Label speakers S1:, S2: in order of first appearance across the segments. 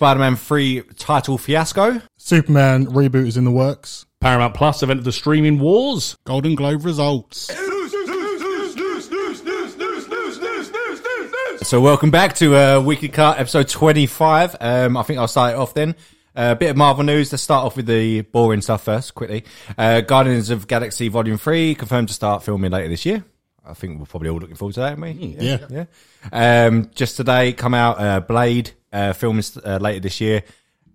S1: Spider-Man 3 title fiasco.
S2: Superman reboot is in the works.
S3: Paramount Plus have entered the streaming wars.
S2: Golden Globe results.
S1: So welcome back to uh, Weekly Cut episode 25. Um, I think I'll start it off then. Uh, a bit of Marvel news. Let's start off with the boring stuff first, quickly. Uh, Guardians of Galaxy Volume 3 confirmed to start filming later this year. I think we're probably all looking forward to that, aren't we?
S2: Yeah.
S1: Yeah. Um, just today, come out uh, Blade uh, films uh, later this year.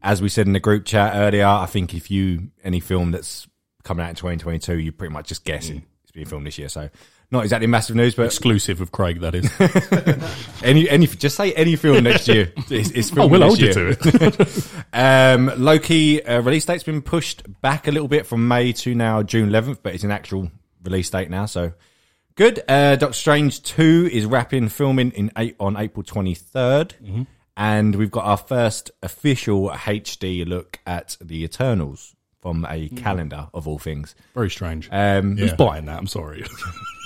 S1: As we said in the group chat earlier, I think if you any film that's coming out in 2022, you're pretty much just guessing it's being filmed this year. So not exactly massive news, but
S3: Exclusive of Craig, that is.
S1: any any just say any film next year is, is
S3: oh,
S1: filmed
S3: we'll
S1: next
S3: hold you
S1: year.
S3: to it.
S1: Um, Loki uh, release date's been pushed back a little bit from May to now June 11th, but it's an actual release date now, so good. Uh, Doctor Strange 2 is wrapping filming in eight, on April 23rd,
S3: Mm-hmm.
S1: and we've got our first official HD look at the Eternals from a
S3: Mm.
S1: calendar of all things.
S3: Very strange.
S1: Um,
S3: Who's
S2: Yeah.
S3: buying that? I'm sorry.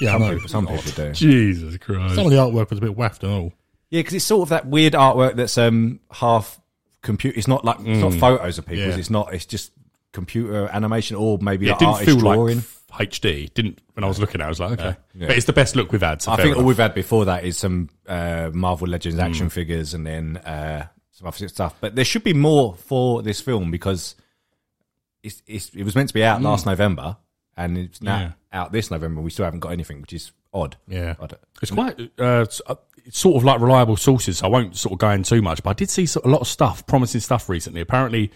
S2: Yeah, I know.
S1: Some people do.
S3: Jesus Christ.
S2: Some of the artwork was a bit waffed and all.
S1: Yeah, because it's sort of that weird artwork that's um half computer. It's not like it's
S3: Mm.
S1: not photos of people.
S2: Yeah.
S1: It's not. It's just computer animation or maybe
S3: it
S1: like
S3: didn't
S1: artist
S3: feel
S1: drawing.
S3: like f- HD. Didn't when I was looking at it, I was like, okay. But it's the best look we've had. So
S1: I
S3: fair
S1: think all
S3: enough. Mm.
S1: we've had before that is some uh, Marvel Legends action figures and then uh, some other stuff. But there should be more for this film because it's, it's it was meant to be out last November and it's now
S3: Mm. Yeah.
S1: out this November. and We still haven't got anything, which is odd.
S2: Yeah.
S1: I don't-
S3: It's quite uh, it's, uh, it's sort of like reliable sources. I won't sort of go in too much, but I did see sort of a lot of stuff, promising stuff recently. Apparently,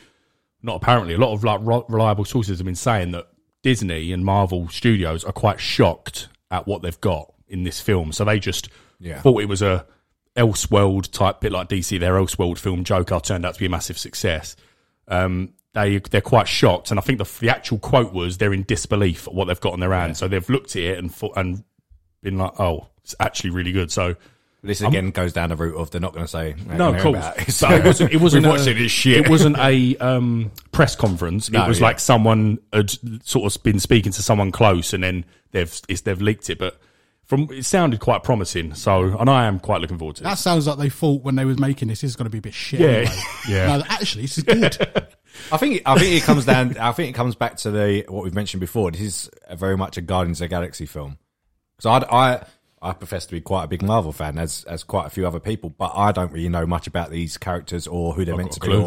S3: not apparently, a lot of like re- reliable sources have been saying that Disney and Marvel Studios are quite shocked at what they've got in this film. So they just
S1: Yeah.
S3: thought it was a Elseworld type bit like DC. Their Elseworld film Joker turned out to be a massive success. Um, they they're quite shocked, and I think the the actual quote was they're in disbelief at what they've got on their hands. So they've looked at it and thought, and been like, oh, it's actually really good. So
S1: This again goes down the route of they're not going to say
S3: no, of course, but it wasn't. It wasn't.
S1: We've
S3: a-
S1: watched it, it's shit.
S3: It wasn't a um, press conference.
S1: No,
S3: it was
S1: yeah.
S3: like someone had sort of been speaking to someone close, and then they've it's, they've leaked it. But from it sounded quite promising. So, and I am quite looking forward to it.
S4: That sounds like they thought when they was making this, this is going to be a bit shit.
S3: Yeah.
S4: anyway.
S2: Yeah.
S4: No, actually, this is good.
S1: I think I think it comes down. I think it comes back to the what we've mentioned before. This is a very much a Guardians of the Galaxy film. So I I I profess to be quite a big Marvel fan, as as quite a few other people, but I don't really know much about these characters or who they're meant
S3: got
S1: to
S3: a
S1: be
S3: clue.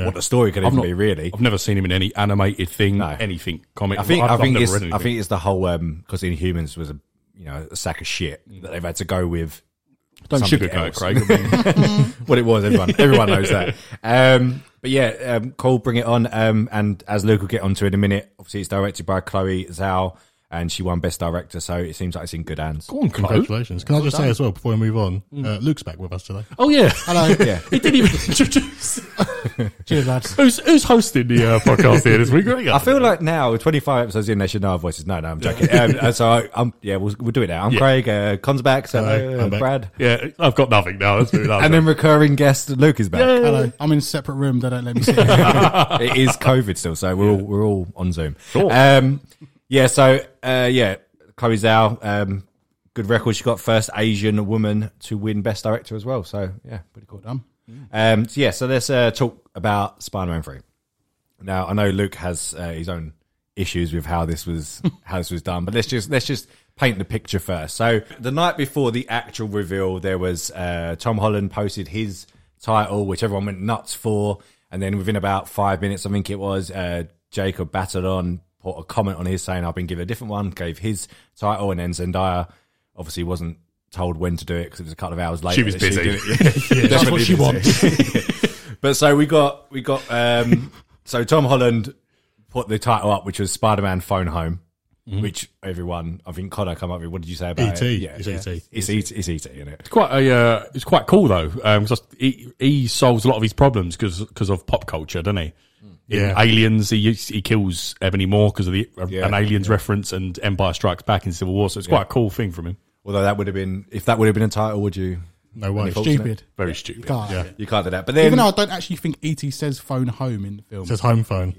S1: or what the story could even be. Really,
S3: I've never seen him in any animated thing,
S1: No.
S3: anything comic.
S1: I think
S3: I've,
S1: i think
S3: never
S1: it's
S3: read
S1: I
S3: anything.
S1: think it's the whole um because Inhumans was a you know a sack of shit that they've had to go with.
S3: don't
S1: something
S3: sugarcoat,
S1: else.
S3: it, Craig. I mean,
S1: what it was. Everyone, everyone knows that. Um, but yeah, um, Cole, bring it on. Um, and as Luke will get onto in a minute, obviously it's directed by Chloe Zhao, and she won Best Director, so it seems like it's in good hands.
S3: go on, Chloe.
S2: Congratulations. Can I just say as well before we move on,
S4: Mm.
S2: uh, Luke's back with us today.
S3: Oh yeah,
S4: Hello.
S1: Yeah,
S3: he didn't even introduce.
S4: Cheers, lads.
S3: Who's, who's hosting the uh, podcast here this week?
S1: I feel like now, 25 episodes in, they should know our voices. No, no, I'm joking. um, uh, so I, I'm, yeah, we'll, we'll do it now. I'm
S3: Yeah.
S1: Craig. Uh, Con's back. So
S2: Hello,
S1: uh,
S2: I'm back.
S1: Brad.
S3: yeah, I've got nothing now. Let's move on.
S1: And then recurring guest Luke is back.
S4: Hello. I'm in a separate room. They don't let me sit. in.
S1: it is COVID still, so we're all we're all on Zoom. Um, yeah. So uh, yeah, Chloe Zhao, um, good record. She got first Asian woman to win Best Director as well. So yeah, pretty cool.
S4: Done.
S1: Um, so yeah, so let's uh, talk about Spider-Man Three. Now I know Luke has uh, his own issues with how this was how this was done, but let's just let's just paint the picture first. So the night before the actual reveal, there was uh, Tom Holland posted his title, which everyone went nuts for, and then within about five minutes, I think it was uh, Jacob Batalon put a comment on his saying, "I've been given a different one," gave his title, and then Zendaya obviously wasn't told when to do it because it was a couple of hours later.
S3: was
S1: that
S3: busy.
S1: did it. Yeah.
S4: That's what she wants.
S1: But so we got we got um so Tom Holland put the title up, which was Spider Man Phone Home,
S4: Mm-hmm.
S1: which everyone I think Connor come up with. What did you say about
S2: E.T..
S4: E
S1: it? Yeah,
S2: It's
S1: yeah.
S2: E.T..
S1: It's E.T. It's E.T. in it.
S3: It's quite a, uh, it's quite cool though, because he, he solves a lot of his problems because of pop culture, doesn't he? In
S2: Yeah.
S3: Aliens, he used- he kills Ebony Moore because of the um,
S1: Yeah.
S3: an Aliens reference and Empire Strikes Back in Civil War, so it's quite a cool thing from him.
S1: Although that would have been if that would have been a title, would you?
S2: No way.
S1: Any thoughts?
S4: Stupid.
S3: Very stupid.
S4: Can't.
S1: You can't do that. But then
S4: Even though I don't actually think E.T. says phone home in the film.
S2: It says home phone.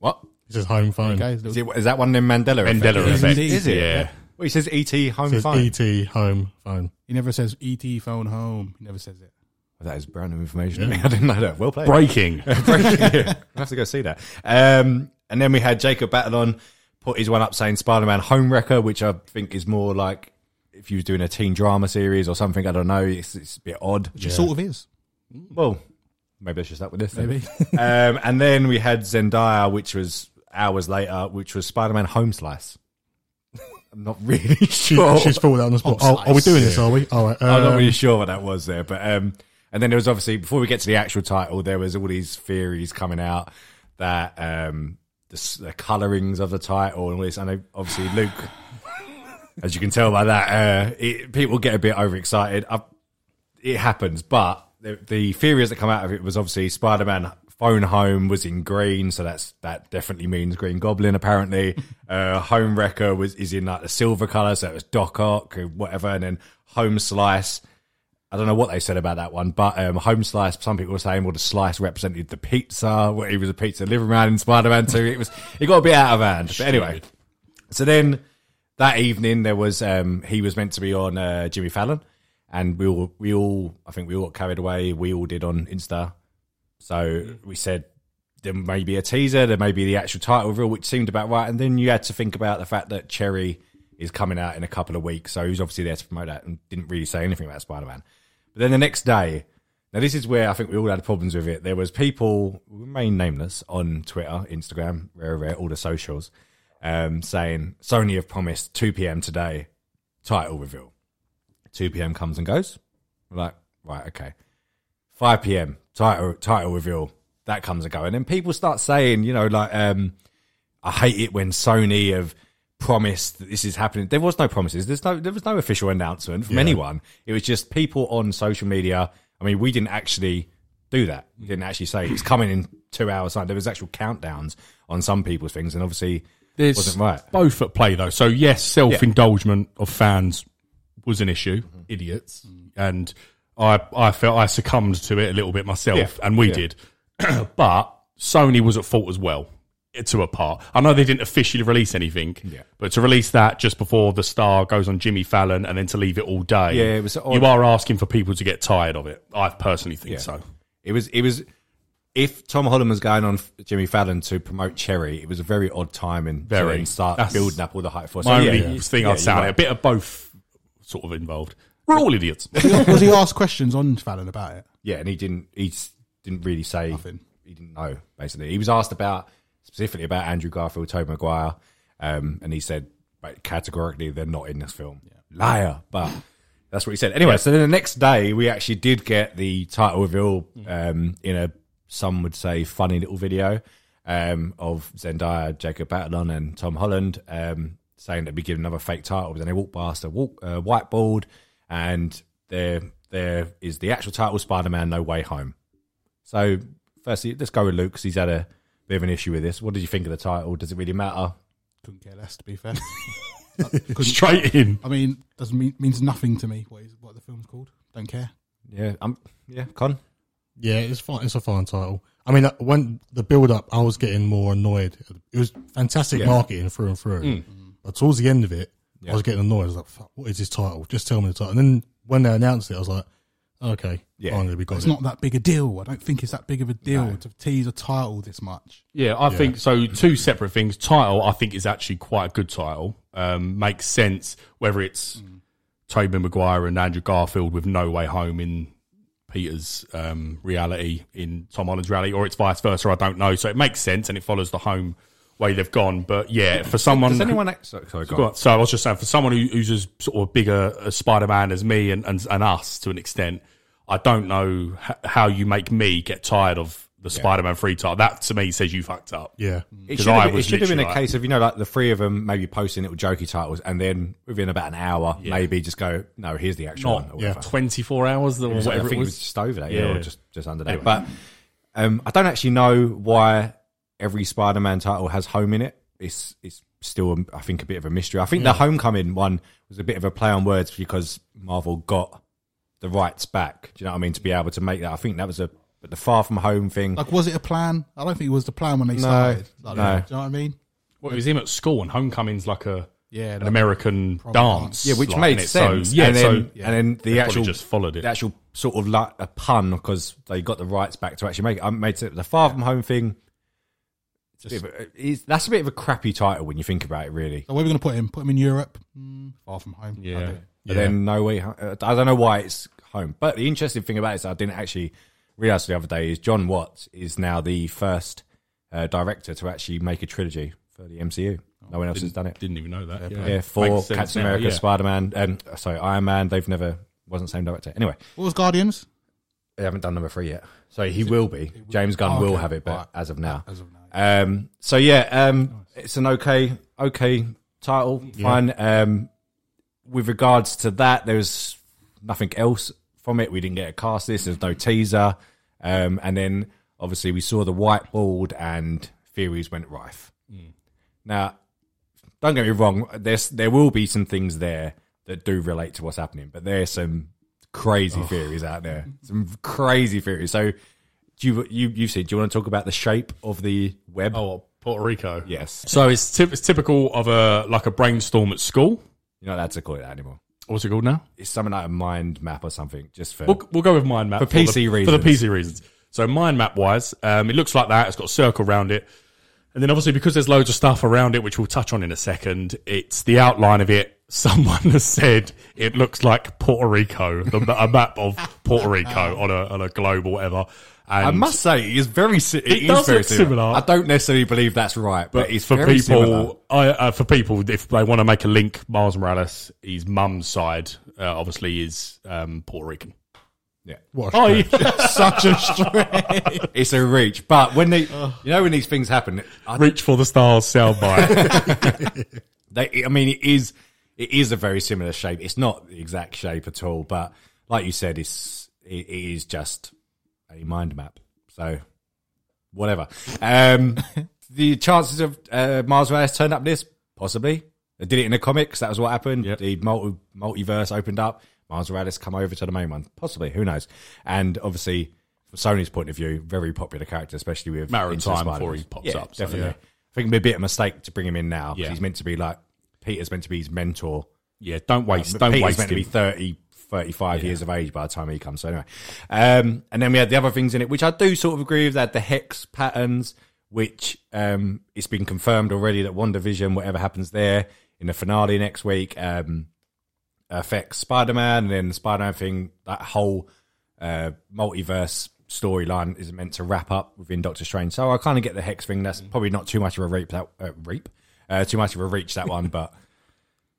S1: what
S2: It says home phone.
S4: Okay,
S2: It
S4: it's a
S1: is
S4: little-
S1: it? Is that one in Mandela? effect?
S3: Mandela
S1: Is it?
S3: effect.
S1: Is it?
S3: Yeah.
S1: Well, he says E.T. Home
S2: says
S4: E
S1: Phone.
S2: ET home phone.
S4: He never says E.T. phone home. He never says it.
S1: That is brand new information. I didn't know that. Well played.
S3: Breaking.
S1: I have to go see that. Um, and then we had Jacob Batalon put his one up saying Spider Man Homewrecker, which I think is more like if you was doing a teen drama series or something. I don't know. It's, it's a bit odd.
S4: Which it sort of is.
S1: Well, maybe let's just start with this. Maybe. um, and then we had Zendaya, which was hours later, which was Spider Man Home Slice. I'm not really
S2: She,
S1: sure.
S2: She's thought that on the spot.
S4: Oh,
S2: Oh, are we doing this? Are we? All right.
S1: I'm
S2: uh,
S1: Oh, not really sure what that was there, but um, and then there was obviously before we get to the actual title, there was all these theories coming out that um, the, s- the colorings of the title and all this. I know, obviously, Luke, as you can tell by that, uh, it, people get a bit overexcited. I, it happens, but the, the theories that come out of it was obviously Spider-Man phone home was in green, so that's that definitely means Green Goblin apparently. uh, home Wrecker was is in like the silver color, so it was Doc Ock or whatever, and then Home Slice. I don't know what they said about that one, but um, Home Slice. Some people were saying, well, the slice represented the pizza. Well, he was a pizza delivery man in Spider-Man Two. It was it got a bit out of hand, but anyway. So then that evening there was um, he was meant to be on uh, Jimmy Fallon, and we all we all I think we all got carried away. We all did on Insta, so we said there may be a teaser, there may be the actual title reveal, which seemed about right. And then you had to think about the fact that Cherry is coming out in a couple of weeks, so he's obviously there to promote that, and didn't really say anything about Spider Man. But then the next day. Now this is where I think we all had problems with it. There was people, we remain nameless, on Twitter, Instagram, rare, rare, all the socials, um, saying Sony have promised 2 p.m. today title reveal. 2 p.m. comes and goes. We're like, right, okay. 5 p.m. title title reveal that comes and goes, and then people start saying, you know, like, um, I hate it when Sony have promised that this is happening. There was no promises. There's no there was no official announcement from anyone. It was just people on social media. I mean, we didn't actually do that. We didn't actually say it's coming in two hours time. There was actual countdowns on some people's things, and obviously
S3: There's
S1: wasn't right.
S3: both at play though. So yes, self indulgement of fans was an issue.
S1: Mm-hmm.
S3: Idiots, and I I felt I succumbed to it a little bit myself,
S1: Yeah.
S3: and we did. but Sony was at fault as well to a part. I know they didn't officially release anything,
S1: Yeah.
S3: but to release that just before the star goes on Jimmy Fallon and then to leave it all day,
S1: Yeah, it was odd.
S3: you are asking for people to get tired of it. I personally think so.
S1: It was it was if Tom Holland was going on Jimmy Fallon to promote Cherry, it was a very odd time and
S3: Very.
S1: and start
S3: That's
S1: building up all the hype for. us.
S3: My
S1: So,
S3: only
S1: yeah,
S3: thing
S1: yeah,
S3: I'd say
S1: you're
S3: on it,
S1: right.
S3: a bit of both sort of involved. We're all idiots.
S4: Was he asked questions on Fallon about it?
S1: Yeah, and he didn't. He s- didn't really say.
S4: Nothing.
S1: He didn't know. Basically, he was asked about specifically about Andrew Garfield, Tobey Maguire, um, and he said like, categorically they're not in this film. Liar, but that's what he said. Anyway, so then the next day we actually did get the title reveal um, in a some would say funny little video um, of Zendaya, Jacob Batalon, and Tom Holland um, saying they'd be given another fake title. But then they walked past a walk, uh, whiteboard, and there there is the actual title Spider Man No Way Home. So, firstly, let's go with Luke 'cause he's had a bit of an issue with this. What did you think of the title? Does it really matter?
S4: Couldn't care less, to be fair.
S3: Straight in.
S4: I mean, doesn't mean means nothing to me. What is what the film's called? Don't care.
S1: Yeah, um, yeah, Con.
S2: yeah, it's fine. It's a fine title. I mean, uh, when the build up, I was getting more annoyed. It was fantastic marketing through and through.
S1: Mm.
S2: But towards the end of it, I was getting annoyed. I was like, Fuck, what is this title? Just tell me the title. And then when they announced it, I was like, okay,
S1: Yeah.
S2: finally we got
S4: It's
S2: it.
S4: not that big a deal. I don't think it's that big of a deal to tease a title this much.
S3: Yeah, I think so. Two separate things. Title, I think, is actually quite a good title. Um, makes sense whether it's Tobey Maguire and Andrew Garfield with No Way Home in Peter's um, reality, in Tom Holland's reality, or it's vice versa. I don't know. So it makes sense and it follows the home way they've gone. But yeah, for someone,
S1: Does anyone? Act- sorry, sorry, go on.
S3: Go on. So I was just saying, for someone who, who's as sort of big a, a Spider-Man as me and, and and us to an extent, I don't know h- how you make me get tired of the Spider-Man free title. That to me says you fucked up.
S2: yeah.
S1: It
S3: 'Cause
S1: should,
S3: I
S1: have, been- it
S3: was
S1: should have been a
S3: literally
S1: case of you know like the three of them maybe posting little jokey titles and then within about an hour maybe just go no here's the actual one. or
S2: yeah.
S1: whatever.
S3: 24 hours or
S1: I
S3: whatever
S1: think
S3: it was.
S1: just over that, yeah, or
S3: Yeah.
S1: just just under that. But um, I don't actually know why every Spider-Man title has home in it. It's it's still um, I think a bit of a mystery. I think the Homecoming one was a bit of a play on words because Marvel got the rights back. Do you know what I mean? To be able to make that, I think that was a but the Far From Home thing.
S4: Like, was it a plan? I don't think it was the plan when they started. Like,
S1: no.
S4: Do you know what I mean?
S3: Well, it was him at school, and Homecoming's like a
S4: Yeah,
S3: an
S4: like-
S3: American dance.
S1: yeah, which
S3: like,
S1: made
S3: innit?
S1: sense.
S3: So, yeah,
S1: and
S3: so
S1: then, and then the
S3: probably
S1: actual
S3: just followed it.
S1: the actual sort of like a pun because they got the rights back to actually make it. I made it the Far From Home thing. It's a bit of a- it's- that's a bit of a crappy title when you think about it, really.
S4: So where are we going to put him? Put him in Europe, mm, far from home. I'll do it.
S1: But then no way. ho- uh, I don't know why it's home. But the interesting thing about it is I didn't actually realize the other day is John Watts is now the first uh, director to actually make a trilogy for the MCU. No one else has done it.
S3: Oh, Didn't even know that.
S1: Yeah, for
S3: Makes sense
S1: Captain
S3: now,
S1: America,
S3: yeah.
S1: Spider Man, um, sorry, Iron Man. They've never wasn't the same director. Anyway,
S4: What was Guardians?
S1: they haven't done number three yet, so he will be. James Gunn
S4: Oh,
S1: will
S4: okay.
S1: have it, but
S4: Right.
S1: as of now,
S4: As of now,
S1: Um, so yeah, um, it's an okay, okay title. Fine. Um, with regards to that, there's nothing else from it. We didn't get a cast list. There's no teaser, um, and then obviously we saw the whiteboard and theories went rife.
S3: Hmm.
S1: Now, don't get me wrong. There's there will be some things there that do relate to what's happening, but there's some crazy theories out there. Some crazy theories. So. Do you, you, you said, do you want to talk about the shape of the web?
S3: Oh, what, Puerto Rico.
S1: Yes.
S3: So it's, typ- it's typical of a like a brainstorm at school.
S1: You're not allowed to call it that anymore.
S3: What's it called now?
S1: It's something like a mind map or something, just for.
S3: We'll, we'll go with mind map
S1: For PC
S3: the,
S1: reasons.
S3: For the PC reasons. So mind map wise, um, it looks like that. It's got a circle around it, and then obviously because there's loads of stuff around it, which we'll touch on in a second. It's the outline of it. Someone has said it looks like Puerto Rico, the, a map of Puerto Rico on a on a globe or whatever. And
S1: I must say, it is very. si- It,
S3: It
S1: is
S3: does
S1: very
S3: look similar.
S1: I don't necessarily believe that's right, but, it's
S3: for
S1: very similar.
S3: people, I, uh, for people, if they want to make a link, Miles Morales, his mum's side, uh, obviously is um, Puerto Rican.
S1: Yeah.
S2: What a
S3: Oh,
S2: stretch.
S1: Such a stretch. it's a reach, but when they, you know, when these things happen, I,
S3: reach for the stars, soundbite.
S1: they, I mean, it is, it is a very similar shape. It's not the exact shape at all, but like you said, it's it, it is just a mind map. So whatever. Um, the chances of uh, Miles Morales turned up this possibly. They did it in the comics. That was what happened.
S3: Yep.
S1: The multi- multiverse opened up. Miles Morales come over to the main one. Possibly, who knows? And obviously, from Sony's point of view, very popular character, especially with
S3: Matter of
S1: Into
S3: time
S1: Spider-Man.
S3: before he pops
S1: Yeah,
S3: up, so,
S1: definitely,
S3: yeah.
S1: I think it'd be a bit of a mistake to bring him in now because
S3: Yeah.
S1: he's meant to be like Peter's meant to be his mentor.
S3: yeah, don't waste,
S1: Um, But
S3: don't
S1: Peter's
S3: waste
S1: meant to be
S3: him.
S1: 30, 35 years of age by the time he comes. So anyway, um, and then we had the other things in it, which I do sort of agree with that the hex patterns, which um, it's been confirmed already that WandaVision, whatever happens there in the finale next week, um, affects Spider-Man, and then the Spider-Man thing, that whole uh, multiverse storyline is meant to wrap up within Doctor Strange. So I kind of get the hex thing. That's probably not too much of a reap that uh, reap, uh, too much of a reach that one, but.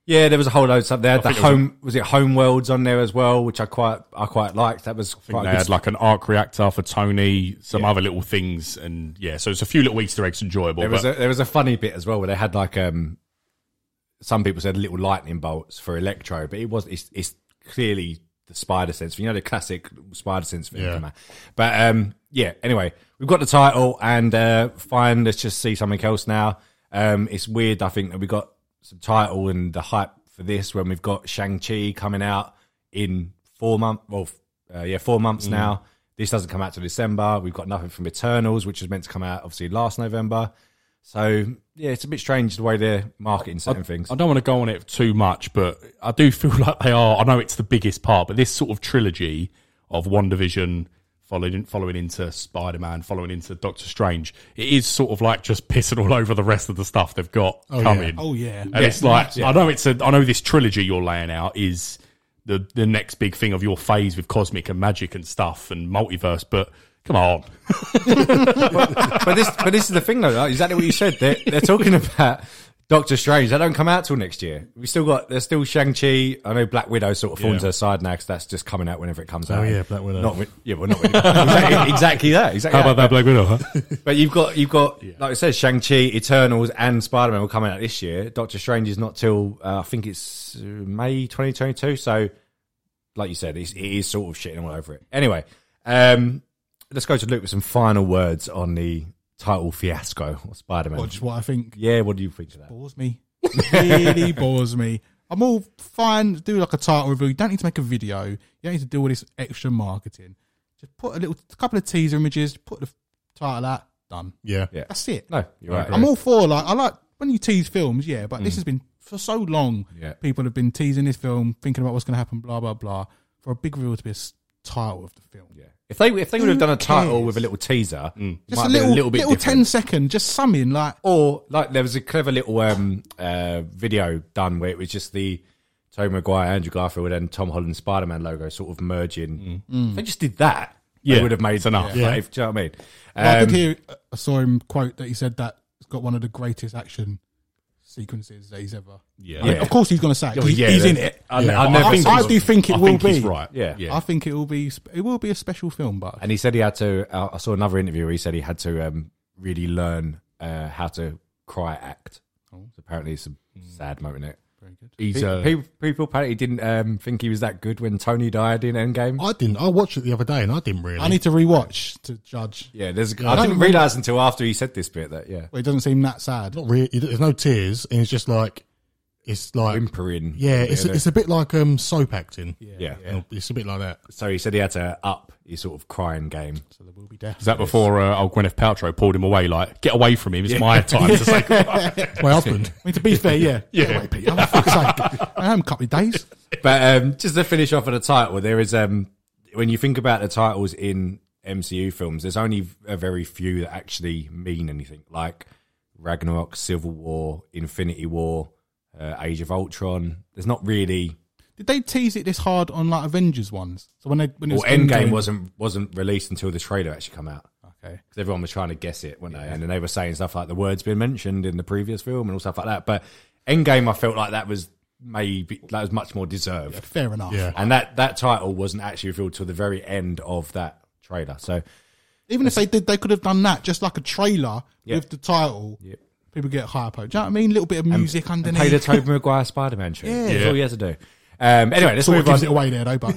S1: Yeah, there was a whole load of stuff there. the
S3: think it was
S1: home was, it Homeworlds on there as well, which I quite I quite liked. That was
S3: They
S1: quite a
S3: had
S1: good.
S3: like an arc reactor for Tony, some other little things, and yeah, so it's a few little Easter eggs enjoyable.
S1: There was
S3: but
S1: a, there was a funny bit as well where they had like um, some people said little lightning bolts for Electro, but it was it's, it's clearly the spider sense. You know the classic spider sense thing.
S2: Yeah.
S1: come out. But um, yeah. Anyway, we've got the title and uh, fine. Let's just see something else now. Um, it's weird. I think that we got some title and the hype for this when we've got Shang Chi coming out in four months. Well, uh, yeah, four
S3: Mm.
S1: months now. This doesn't come out till December. We've got nothing from Eternals, which was meant to come out obviously last November. So yeah, it's a bit strange the way they're marketing certain things.
S3: I don't want to go on it too much, but I do feel like they are. I know it's the biggest part, but this sort of trilogy of One Division following following into Spider Man, following into Doctor Strange, it is sort of like just pissing all over the rest of the stuff they've got coming.
S4: Oh yeah.
S3: And it's like I know it's a I know this trilogy you're laying out is the the next big thing of your phase with cosmic and magic and stuff and multiverse, but come on.
S1: but this, but this is the thing though. like, Exactly what you said. They're, they're talking about Doctor Strange. They don't come out till next year. We still got. There's still Shang Chi. I know Black Widow sort of falls to
S3: Yeah.
S1: her side now because that's just coming out whenever it comes out.
S2: yeah, Black Widow.
S1: Not with, yeah, well, not with, exactly, exactly that. Exactly.
S3: How
S1: that.
S3: about that Black Widow? Huh?
S1: But you've got you've got like I said, Shang Chi, Eternals, and Spider Man will come out this year. Doctor Strange is not till uh, I think it's uh, May 2022. So, like you said, it's, it is sort of shitting all over it. Anyway, um, let's go to Luke with some final words on the title fiasco of Spider Man.
S4: Watch what I think
S1: Yeah, what do you think of that?
S4: bores me. really bores me. I'm all fine. Do like a title review. You don't need to make a video. You don't need to do all this extra marketing. Just put a little, a couple of teaser images. Put the title out. Done.
S2: Yeah.
S1: Yeah,
S4: That's it.
S1: no, you're right.
S4: I'm all for like I like when you tease films, yeah. But this has been for so long.
S1: Mm. Yeah.
S4: People have been teasing this film, thinking about what's going to happen, blah blah blah. For a big reveal to be a s- title of the film.
S1: Yeah. If they if they would have done a title
S4: cares?
S1: with a little teaser,
S4: Just
S1: might
S4: a little,
S1: be a little bit
S4: little
S1: different.
S4: 10 second, just something like
S1: Or like there was a clever little um, uh, video done where it was just the Tobey Maguire, Andrew Garfield, and Tom Holland Spider Man logo sort of merging.
S2: Mm.
S1: If they just did that. Yeah,
S3: Yeah.
S1: they would have made enough.
S2: Yeah.
S1: Like, if- do you know what I mean?
S4: Well, I
S1: Um,
S4: did hear. I saw him quote that he said that it's got one of the greatest action sequences that he's ever.
S3: Yeah.
S4: I mean,
S1: Yeah.
S4: of course he's going to say it, 'cause
S1: Yeah,
S4: he's
S1: yeah.
S4: in it.
S3: I,
S2: Yeah.
S3: I, never
S4: I-
S3: think
S4: I
S3: he's-
S4: do think it
S3: I
S4: will
S3: think he's
S4: be.
S3: right.
S1: Yeah.
S3: yeah.
S4: I think it will be. sp- It will be a special film, but
S1: And he said he had to. uh, I I saw another interview where he said he had to um, really learn uh, how to cry act.
S2: Oh.
S1: Apparently, it's a
S2: Mm.
S1: sad moment in it.
S4: very good.
S3: He's
S1: Pe-
S3: uh,
S1: people, people apparently didn't um, think he was that good when Tony died in Endgame.
S2: I didn't. I watched it the other day and I didn't really.
S4: I need to rewatch to judge.
S1: yeah, there's. A, I,
S2: I don't
S1: didn't
S2: remember-
S1: realize until after he said this bit that yeah,
S4: Well, it doesn't seem that sad.
S2: not really. There's no tears, and it's just like it's like
S1: whimpering.
S2: yeah.
S1: bit,
S2: It's
S1: innit?
S2: it's a bit like um soap acting.
S1: yeah.
S2: It's a bit like that.
S1: So he said he had to up his sort of crying game.
S4: So there will be death.
S3: Is that before uh, old Gwyneth Paltrow pulled him away? Like, get away from him! It's my time. It's like,
S2: My husband.
S4: I mean, to be fair, yeah, yeah. Wait, Peter, for fuck's sake. I am a couple of days.
S1: But um, just to finish off on the title, there is um, when you think about the titles in MCU films, there's only a very few that actually mean anything, like Ragnarok, Civil War, Infinity War, uh, Age of Ultron. There's not really.
S4: Did they tease it this hard on like Avengers ones? So when they when it
S1: Well,
S4: was
S1: Endgame
S4: Endgame-
S1: wasn't wasn't released until the trailer actually come out.
S4: okay.
S1: because everyone was trying to guess it, weren't they? And then they were saying stuff like the words been mentioned in the previous film and all stuff like that. But Endgame, I felt like that was maybe that was much more deserved,
S4: Fair enough.
S2: Yeah.
S1: and that that title wasn't actually revealed till the very end of that trailer. So
S4: Even if they did, they could have done that just like a trailer
S1: Yeah.
S4: with the title.
S1: Yep.
S4: People get hype. Do you know what I mean? little bit of music underneath.
S1: play the Tobey Maguire Spider Man tune. That's
S3: Yeah.
S1: all you had to do. Um, anyway, let's
S4: Sort of
S1: move on.
S4: gives it away there though, but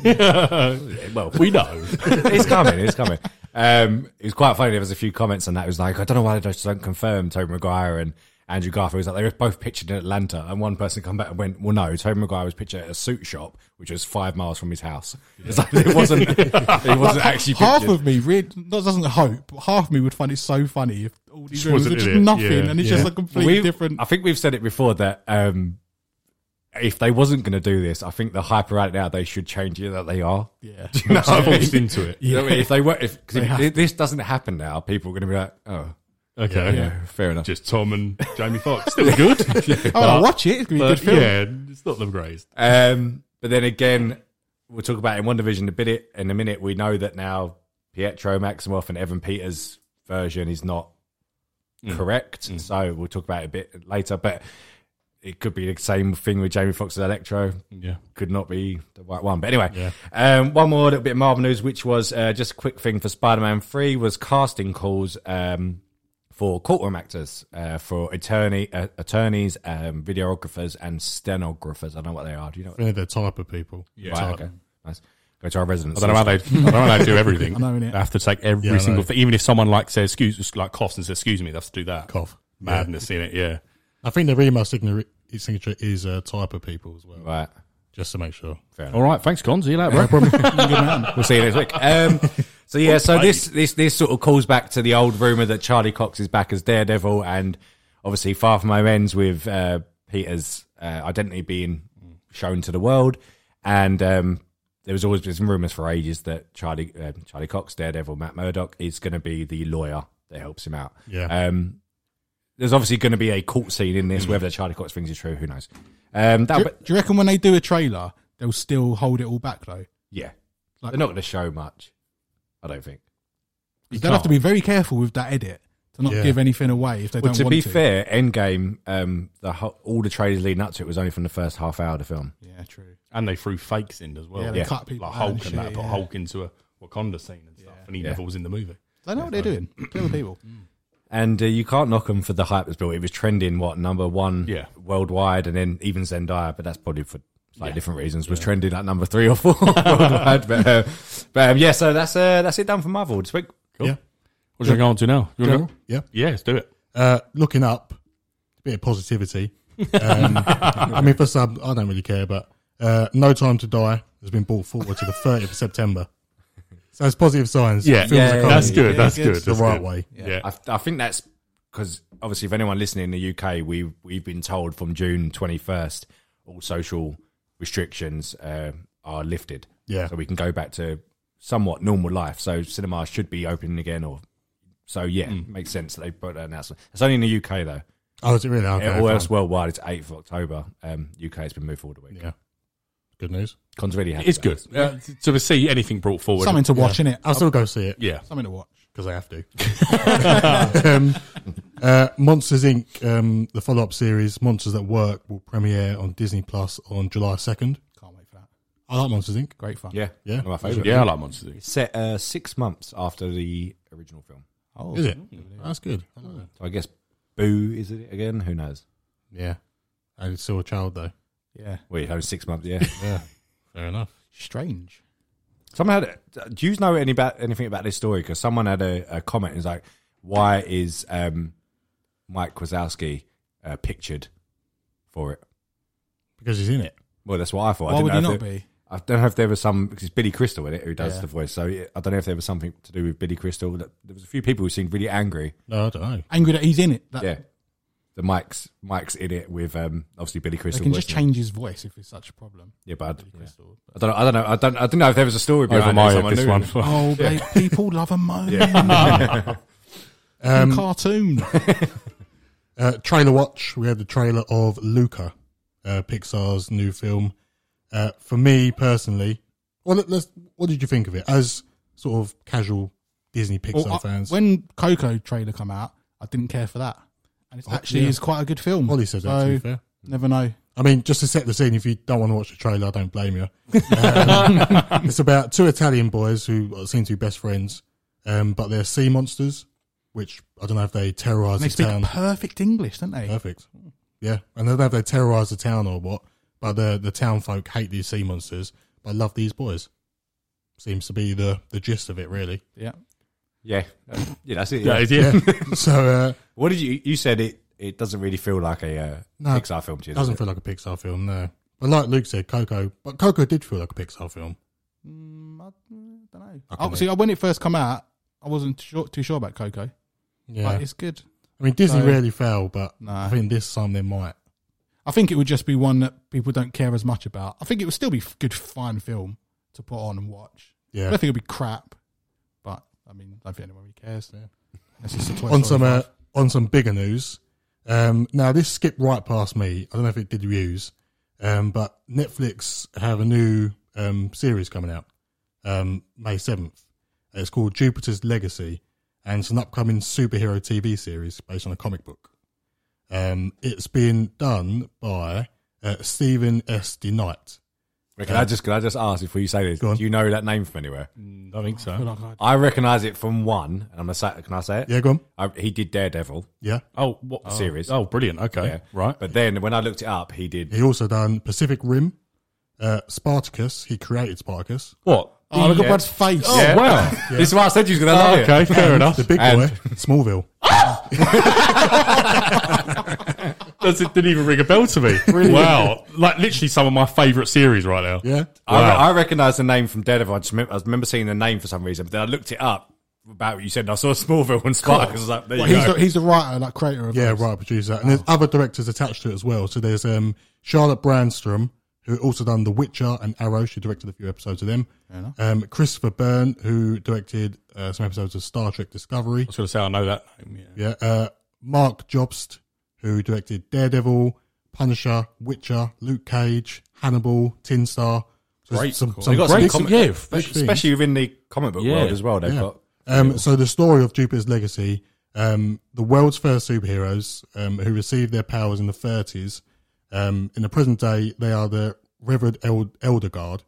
S1: Well,
S3: we know.
S1: it's coming. It's coming. Um, it was quite funny. There was a few comments on that. It was like, I don't know why they just don't confirm Tobey Maguire and Andrew Garfield. It was like they were both pictured in Atlanta, and one person come back and went, "Well, no, Tobey Maguire was pictured at a suit shop, which was five miles from his house. It's like it wasn't. It wasn't actually
S4: half
S1: pictured.
S4: of me really not doesn't hope, but half of me would find it so funny if all these rooms are
S3: wasn't
S4: just
S3: in it.
S4: nothing
S3: Yeah.
S4: and it's just a completely
S1: We've-
S4: different.
S1: I think we've said it before that. Um, if they wasn't going to do this, I think the hype right now they should change it that they are.
S4: yeah.
S1: You know what I mean?
S3: Forced into it.
S1: You know what I mean? If they were, if, 'cause if this doesn't happen now, people are going to be like, oh,
S3: Okay.
S1: yeah, fair enough.
S3: Just Tom and Jamie Foxx. Still good.
S4: Oh, I'll watch it. It's gonna be a
S3: But
S4: good film.
S3: yeah, it's not the greatest.
S1: Um, but then again, we'll talk about it in one division a bit. In a minute, we know that now Pietro Maximoff and Evan Peters' version is not correct. So we'll talk about it a bit later. But it could be the same thing with Jamie Foxx's Electro.
S3: Yeah.
S1: Could not be the right one. But anyway, um, one more little bit of Marvel news, which was uh, just a quick thing for Spider-Man 3 was casting calls um, for courtroom actors, uh, for attorney, uh, attorneys, um, videographers and stenographers. I don't know what they are. Do you know what
S2: They're the type of people. Yeah.
S1: Right, okay. Nice. Go to our residence.
S3: I don't know how they. I don't know how they do everything. I
S4: know, innit?
S3: They have to take every
S2: Yeah, I know.
S3: single thing. Even if someone like says excuse, like coughs and says excuse me, they have to do that.
S2: Cough.
S3: Madness in it. Yeah.
S2: I think their email signature signature is a type of people as well,
S1: Right.
S2: just to make sure.
S3: All right. Thanks, Con. See you later, bro.
S1: We'll see you next week. Um, so yeah, so this, this this sort of calls back to the old rumor that Charlie Cox is back as Daredevil, and obviously Far From Home ends with uh, Peter's uh, identity being shown to the world, and um, there was always been some rumors for ages that Charlie um, Charlie Cox, Daredevil, Matt Murdock is going to be the lawyer that helps him out.
S2: Yeah.
S1: Um, there's obviously going to be a court scene in this. Whether Charlie Cox thinks is true, who knows? Um, that,
S4: Do,
S1: but
S4: do you reckon when they do a trailer, they'll still hold it all back though?
S1: Yeah.
S4: Like-
S1: They're not going to show much, I don't think.
S4: They'll have to be very careful with that edit to not
S2: Yeah.
S4: give anything away if they
S1: Well,
S4: don't
S1: to
S4: want
S1: be fair, Endgame, um, the ho- all the trailers leading up to it was only from the first half hour of the film.
S4: Yeah, true.
S3: and they threw fakes in as well.
S4: Yeah, they cut people
S3: like
S4: out
S3: Hulk
S4: and
S3: and,
S4: shit,
S3: that, put
S4: yeah.
S3: Hulk into a Wakanda scene and stuff, and he never was in the movie.
S4: They know what they're doing. Clever people.
S1: And uh, you can't knock them for the hype that's built. It was trending, what, number one
S3: Yeah.
S1: worldwide, and then even Zendaya, but that's probably for slightly different reasons, was trending at number three or four worldwide. But, uh, but um, yeah, so that's uh, that's it done for Marvel this week.
S2: Yeah.
S3: What should we go on to now? You wanna go?
S2: Yeah.
S3: Yeah, let's do it.
S2: Uh, looking up, a bit of positivity. Um, I mean, for some, I don't really care, but uh, No Time to Die has been brought forward to the 30th of September. So it's positive signs. Films are coming.
S3: that's
S4: Yeah,
S3: good. that's
S4: good.
S3: good.
S4: It's
S2: the
S3: that's
S2: right
S3: good.
S2: way.
S3: Yeah.
S1: I, I think that's because obviously, if anyone listening in the UK, we we've been told from June twenty first, all social restrictions uh, are lifted.
S2: Yeah.
S1: so we can go back to somewhat normal life. So cinemas should be open again, or so yeah,
S2: Mm.
S1: makes sense that they put that announcement. It's only in the UK though.
S2: Oh, is it really? Okay,
S1: All
S2: fine.
S1: else worldwide, it's eighth of October. Um, UK has been moved forward a week.
S2: Yeah. Good news.
S1: Con's really happy.
S3: It's
S1: about
S3: good uh, to- to see anything brought forward.
S4: Something to watch, innit?
S2: I'll still go see it
S3: yeah,
S4: Something to watch.
S2: because I have to. um, uh, Monsters Inc., um, the follow up series, Monsters at Work, will premiere on Disney Plus on July 2nd.
S4: Can't wait for that.
S2: I like Monsters Inc.
S4: Great fun.
S1: it. Yeah,
S2: Yeah.
S1: one of my favourite.
S3: yeah, I like Monsters. Inc.
S1: It's set uh, six months after the original film.
S4: Oh,
S2: Is it? Mm-hmm. That's good. I like that.
S1: So I guess Boo is it again? Who knows?
S2: Yeah. And it's still a child, though.
S4: Yeah.
S1: Wait, oh, six months. Yeah.
S2: Yeah. Fair enough.
S4: Strange.
S1: Someone had. Do you know any about anything about this story? Because someone had a, a comment. Is like, why is um, Mike Wazowski uh, pictured for it?
S2: Because he's in it.
S1: Well, that's what I thought. I
S4: Why would
S1: didn't know
S4: he not
S1: if there-
S4: be?
S1: I don't know if there was some because it's Billy Crystal in it who does
S4: Yeah.
S1: the voice. So yeah, I don't know if there was something to do with Billy Crystal. There was a few people who seemed really angry.
S2: No, I don't know.
S4: Angry that he's in it. That
S1: Yeah, the Mike's Mike's in it with um, obviously Billy
S4: They
S1: Crystal.
S4: can just
S1: voicing it.
S4: change his voice if it's such a problem.
S1: Yeah, but I'd- yeah.
S4: Crystal.
S1: I don't. know- I don't know. I don't. I didn't know if there was a story
S3: Over
S1: behind it.
S3: my head,
S1: someone
S3: this
S1: knew.
S3: one.
S4: Oh, they, people love a moan.
S2: Um,
S4: cartoon.
S2: Uh, trailer watch. We had the trailer of Luca, uh, Pixar's new film. Uh, for me personally, well, let, us what did you think of it as sort of casual Disney Pixar
S4: Well, I-
S2: fans?
S4: When Coco trailer come out, I didn't care for that, and it's actually
S2: Oh, yeah.
S4: is quite a good film.
S2: Ollie said that. to be
S4: so
S2: fair,
S4: never know.
S2: I mean, just to set the scene, if you don't want to watch the trailer, I don't blame you. Um, it's about two Italian boys who seem to be best friends, um, but they're sea monsters, which I don't know if they terrorize
S4: And they
S2: the
S4: speak
S2: town.
S4: perfect English, don't they?
S2: Perfect. Yeah, and I don't know if they terrorise the town or what, but the the town folk hate these sea monsters, but love these boys. Seems to be the the gist of it, really.
S4: Yeah.
S1: Yeah, yeah, that's it.
S3: Yeah,
S1: Yeah.
S3: is it?
S2: so uh,
S1: What did you? You said it. It doesn't really feel like a uh,
S2: No,
S1: Pixar film to you.
S2: it
S1: does
S2: doesn't
S1: it?
S2: feel like a Pixar film, no. But like Luke said, Coco, but Coco did feel like a Pixar film.
S4: Mm, I don't know.
S2: I can't
S4: Obviously, when it first come out, I wasn't sure, too sure about Coco,
S2: Yeah,
S4: but it's good.
S2: I mean Disney
S4: so-
S2: rarely fail, but I
S4: Nah.
S2: think this time they might.
S4: I think it would just be one that people don't care as much about. I think it would still be a good, fine film to put on and watch. I
S2: Yeah.
S4: don't think it'd be crap, but I mean, I don't think anyone really cares. Yeah. That's just a Toy Story
S2: on some uh,
S4: five.
S2: on some bigger news. Um, now this skipped right past me. I don't know if it did views, um, but Netflix have a new um, series coming out um, May seventh. It's called Jupiter's Legacy, and it's an upcoming superhero TV series based on a comic book. Um, it's being done by uh, Stephen S. DeKnight.
S1: Wait, Can I just can I just ask before you say this?
S2: Go on.
S1: Do you know that name from anywhere?
S3: I don't think so.
S1: I recognise it from one, and I'm gonna say. Can I say it?
S2: Yeah, go on.
S1: I, he did Daredevil,
S2: Yeah,
S3: Oh, what oh.
S1: Series.
S3: Oh, brilliant. Okay,
S1: yeah,
S3: right.
S1: But then when I looked it up, he did.
S2: he also done Pacific Rim, uh, Spartacus. He created Spartacus.
S3: What?
S4: Oh, look at Bud's face.
S3: Oh, wow.
S1: This is why I said you was gonna
S2: Oh,
S1: love it.
S3: Okay, fair enough.
S2: The big
S1: And-
S2: boy, Smallville.
S3: Does it didn't even ring a bell to me? Wow, like literally some of my favourite series right now.
S2: Yeah,
S1: I,
S3: Wow.
S1: I recognise the name from Daredevil. I just remember, I remember seeing the name for some reason, but then I looked it up about what you said, and I saw Smallville and Spark. I was like, there you
S4: He's
S1: go.
S4: the, he's the writer, like creator of
S2: Yeah,
S4: this.
S2: right, producer. And there's other directors attached to it as well. So there's um, Charlotte Brandstrom, who also done The Witcher and Arrow. She directed a few episodes of them. Um, Christopher Byrne, who directed uh, some episodes of Star Trek Discovery.
S3: I was going to say I know that name. Yeah.
S2: Yeah. Uh, Mark Jobst, who directed Daredevil, Punisher, Witcher, Luke Cage, Hannibal, Tin Star. So
S3: Great. Cool.
S1: They got
S2: great
S1: some comic-
S2: big-
S3: yeah,
S2: big
S1: especially,
S2: things.
S1: especially within the comic book
S3: Yeah.
S1: world as well. They've
S2: Yeah.
S1: got
S2: Um, so the story of Jupiter's legacy, um, the world's first superheroes um, who received their powers in the 30s. Um, in the present day, they are the revered El- elder guard,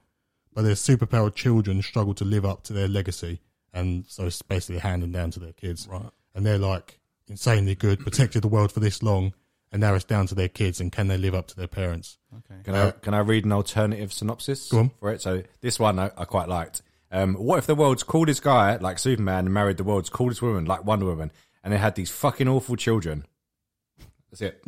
S2: but their superpowered children struggle to live up to their legacy, and so it's basically handed down to their kids. Right, and they're like insanely good, protected the world for this long, and now it's down to their kids and can they live up to their parents?
S1: Can I can I read an alternative synopsis
S2: Go on.
S1: for it? So this one I, I quite liked. Um, what if the world's coolest guy like Superman and married the world's coolest woman like Wonder Woman, and they had these fucking awful children? That's it.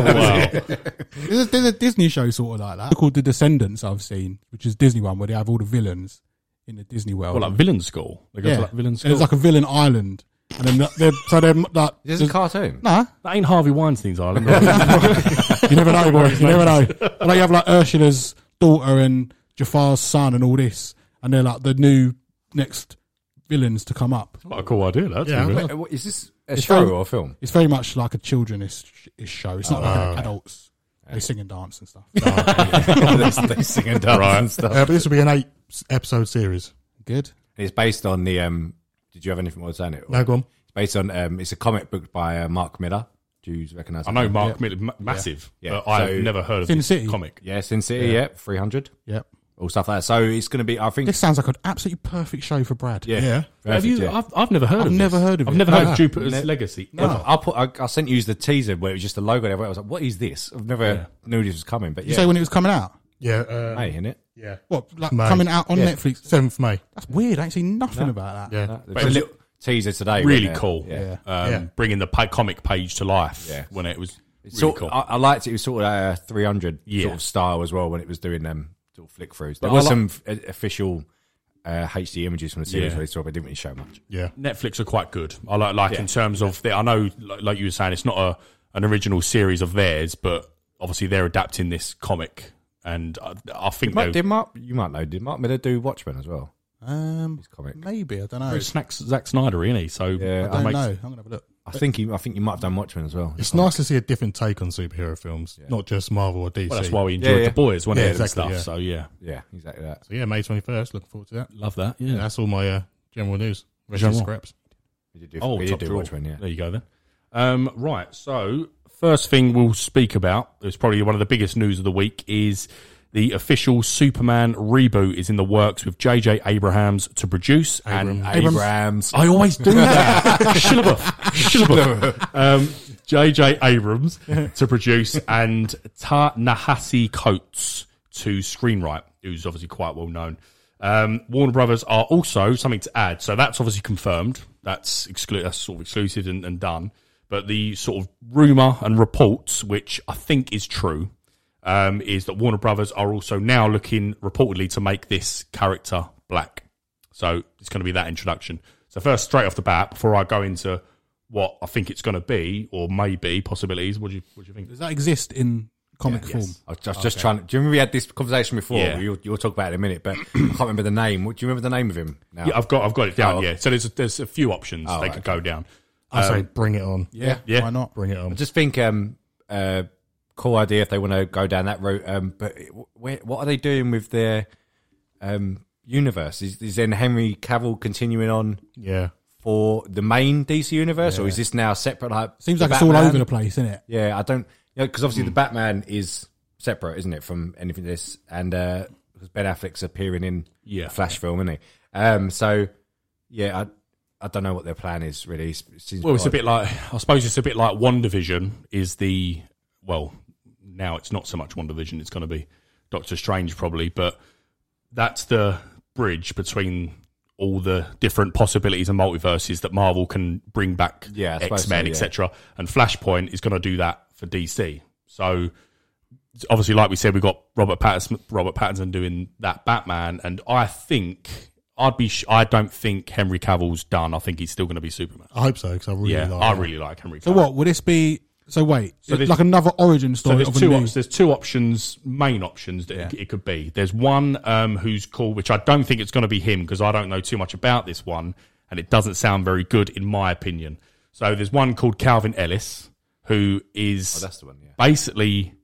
S4: There's a, there's a Disney show sort of like that called The Descendants. I've seen, which is Disney one where they have all the villains in the Disney world.
S3: Well, like villain school. They go
S4: yeah,
S3: to like villain
S4: And
S3: school.
S4: it's like a villain island, and then they're, so they're like
S1: This is a cartoon.
S4: nah.
S3: that ain't Harvey Weinstein's island. right?
S4: You never know, boy. You never know. And like you have like Ursula's daughter and Jafar's son and all this, and they're like the new next villains to come up.
S3: What a cool idea, that.
S2: Yeah.
S3: Yeah.
S1: Wait, Uh, what- is this a
S4: It's
S1: show
S4: from-
S1: or a film?
S4: It's very much like a children's sh- show. It's not like
S3: Oh,
S4: an adults. They sing and dance and stuff.
S1: they, they sing and dance and stuff.
S2: Uh, but this will be an eight s- episode series.
S4: Good.
S1: It's based on the. Um, did you have anything more to say on it?
S2: Now go on.
S1: It's based on. Um, it's a comic book by uh, Mark Miller. Do you recognise?
S3: I know Mark Miller, ma- massive.
S1: Yeah.
S3: but I've
S1: So-
S3: never heard of
S4: Sin
S3: this
S4: City.
S3: comic.
S1: Yeah, Sin City. Yeah, three hundred.
S4: Yep.
S1: All stuff like that. So it's going to be. I think.
S4: This sounds like an absolutely perfect show for Brad.
S1: yeah.
S2: Yeah.
S1: Perfect,
S3: have you?
S1: yeah.
S3: I've, I've never heard
S4: I've
S3: of
S4: never
S3: this.
S4: heard of
S3: I've
S4: it.
S3: never
S4: No,
S3: heard
S4: no.
S3: of Jupiter's Legacy.
S1: Well, I'll put. I, I sent you the teaser where it was just the logo. and everything. I was like, "What is this?" I've never knew this was coming. But
S4: You
S1: yeah,
S4: say when it was coming out?
S2: Yeah. Uh,
S1: hey, in it.
S2: Yeah.
S4: What, like
S2: Mate.
S4: coming out on
S1: Yeah.
S4: Netflix?
S2: Seventh May.
S4: That's weird. I ain't seen nothing about that.
S2: Yeah.
S1: There's a
S3: it's-
S1: little teaser today. wasn't
S3: Really
S1: there?
S3: cool.
S1: Yeah.
S3: Um,
S2: Yeah.
S3: Bringing the pa- comic page to life
S1: Yeah.
S3: when it was really
S1: Sort,
S3: cool.
S1: I, I liked it. It was sort of uh, 300
S3: Yeah.
S1: sort of style as well when it was doing them sort of flick throughs. There
S3: But
S1: was
S3: I
S1: some f- official uh, HD images from the series
S3: Yeah.
S1: where they saw, but it didn't really show much.
S2: Yeah.
S3: Netflix are quite good. I like, like in terms of the, I know, like, like you were saying, it's not a an original series of theirs, but obviously they're adapting this comic, and I, I think
S1: Mark,
S3: they
S1: did Mark, you might know, did Mark Miller do Watchmen as well?
S4: Um,
S1: His comic.
S4: maybe I don't know.
S3: Snacks Zack Snyder, isn't he? So
S1: Yeah,
S3: that
S4: I don't
S3: makes-
S4: know. I'm gonna have a look.
S1: I think he, I think you might have done Watchmen as well.
S2: It's nice to see a different take on superhero films, not just Marvel or DC.
S3: Well, that's why we enjoyed
S1: Yeah, yeah.
S3: the boys, wasn't
S2: Yeah,
S3: it? and
S2: exactly,
S3: stuff.
S2: yeah.
S3: So yeah,
S1: Yeah, exactly that.
S2: So yeah, May twenty first. Looking forward to that.
S3: love that.
S2: Yeah, that's all my uh, general news. General
S3: General.
S2: scraps.
S1: He did do,
S3: Oh,
S1: he
S3: top
S1: did do
S3: drawer.
S1: Watchmen, yeah.
S3: There you go then. Um, right. So first thing we'll speak about is probably one of the biggest news of the week is the official Superman reboot is in the works with JJ Abrams to produce and
S1: Abrams.
S3: I always do that. Shillabuff. Shillabuff. Um, JJ Abrams to produce and Ta Nahasi Coates to screenwrite, who's obviously quite well known. Um, Warner Brothers are also something to add. So that's obviously confirmed. That's, exclu- that's sort of exclusive and, and done. But the sort of rumour and reports, which I think is true, um, is that Warner Brothers are also now looking reportedly to make this character black. So it's going to be that introduction. So first, straight off the bat, before I go into what I think it's going to be or maybe possibilities, what do you what do you think?
S4: Does that exist in comic form?
S1: I was just, just trying to. Do you remember we had this conversation before?
S3: Yeah.
S1: You'll, you'll talk about it in a minute, but I can't remember the name. What- Do you remember the name of him now?
S3: Yeah, I've got I've got it down.
S1: Oh, okay.
S3: yeah, so there's a, there's a few options they
S1: right,
S3: could go down.
S2: I say, bring it on.
S4: Yeah.
S3: Yeah.
S4: Why not?
S2: Bring it on.
S1: I just think um uh cool idea if they want to go down that route. Um, but where, what are they doing with their um universe? Is, is then Henry Cavill continuing on
S2: Yeah.
S1: for the main DC universe, or is this now separate? Like
S4: Seems
S1: the
S4: like it's all
S1: Batman?
S4: over the place, isn't it?
S1: Yeah, I don't. You because obviously the
S3: Hmm.
S1: Batman is separate, isn't it, from anything this? And uh, 'cause Ben Affleck's appearing in
S3: Yeah.
S1: a Flash film, isn't he? Um, so yeah, I I don't know what their plan is really. It seems
S3: Well, it's a
S1: odd.
S3: bit like I suppose it's a bit like One Division is the well now it's not so much One Division it's going to be Doctor Strange probably, but that's the bridge between all the different possibilities and multiverses that Marvel can bring back
S1: Yeah, I suppose
S3: X Men
S1: so, yeah.
S3: etc. And Flashpoint is going to do that for DC. So obviously, like we said, we've got Robert Pattinson, Robert Pattinson doing that Batman, and I think. I'd be. Sh- I don't think Henry Cavill's done. I think he's still going to be Superman.
S2: I hope so because I really
S3: Yeah,
S2: like.
S3: I
S2: it.
S3: really like Henry.
S4: So what would this be? So wait,
S3: there's-
S4: like another origin
S3: So
S4: story
S3: there's
S4: of a
S3: two
S4: new.
S3: options. There's two options, main options that it, it could be. There's one um, who's called, which I don't think it's going to be him because I don't know too much about this one, and it doesn't sound very good in my opinion. So there's one called Calvin Ellis, who is
S1: Oh, that's the one, yeah.
S3: basically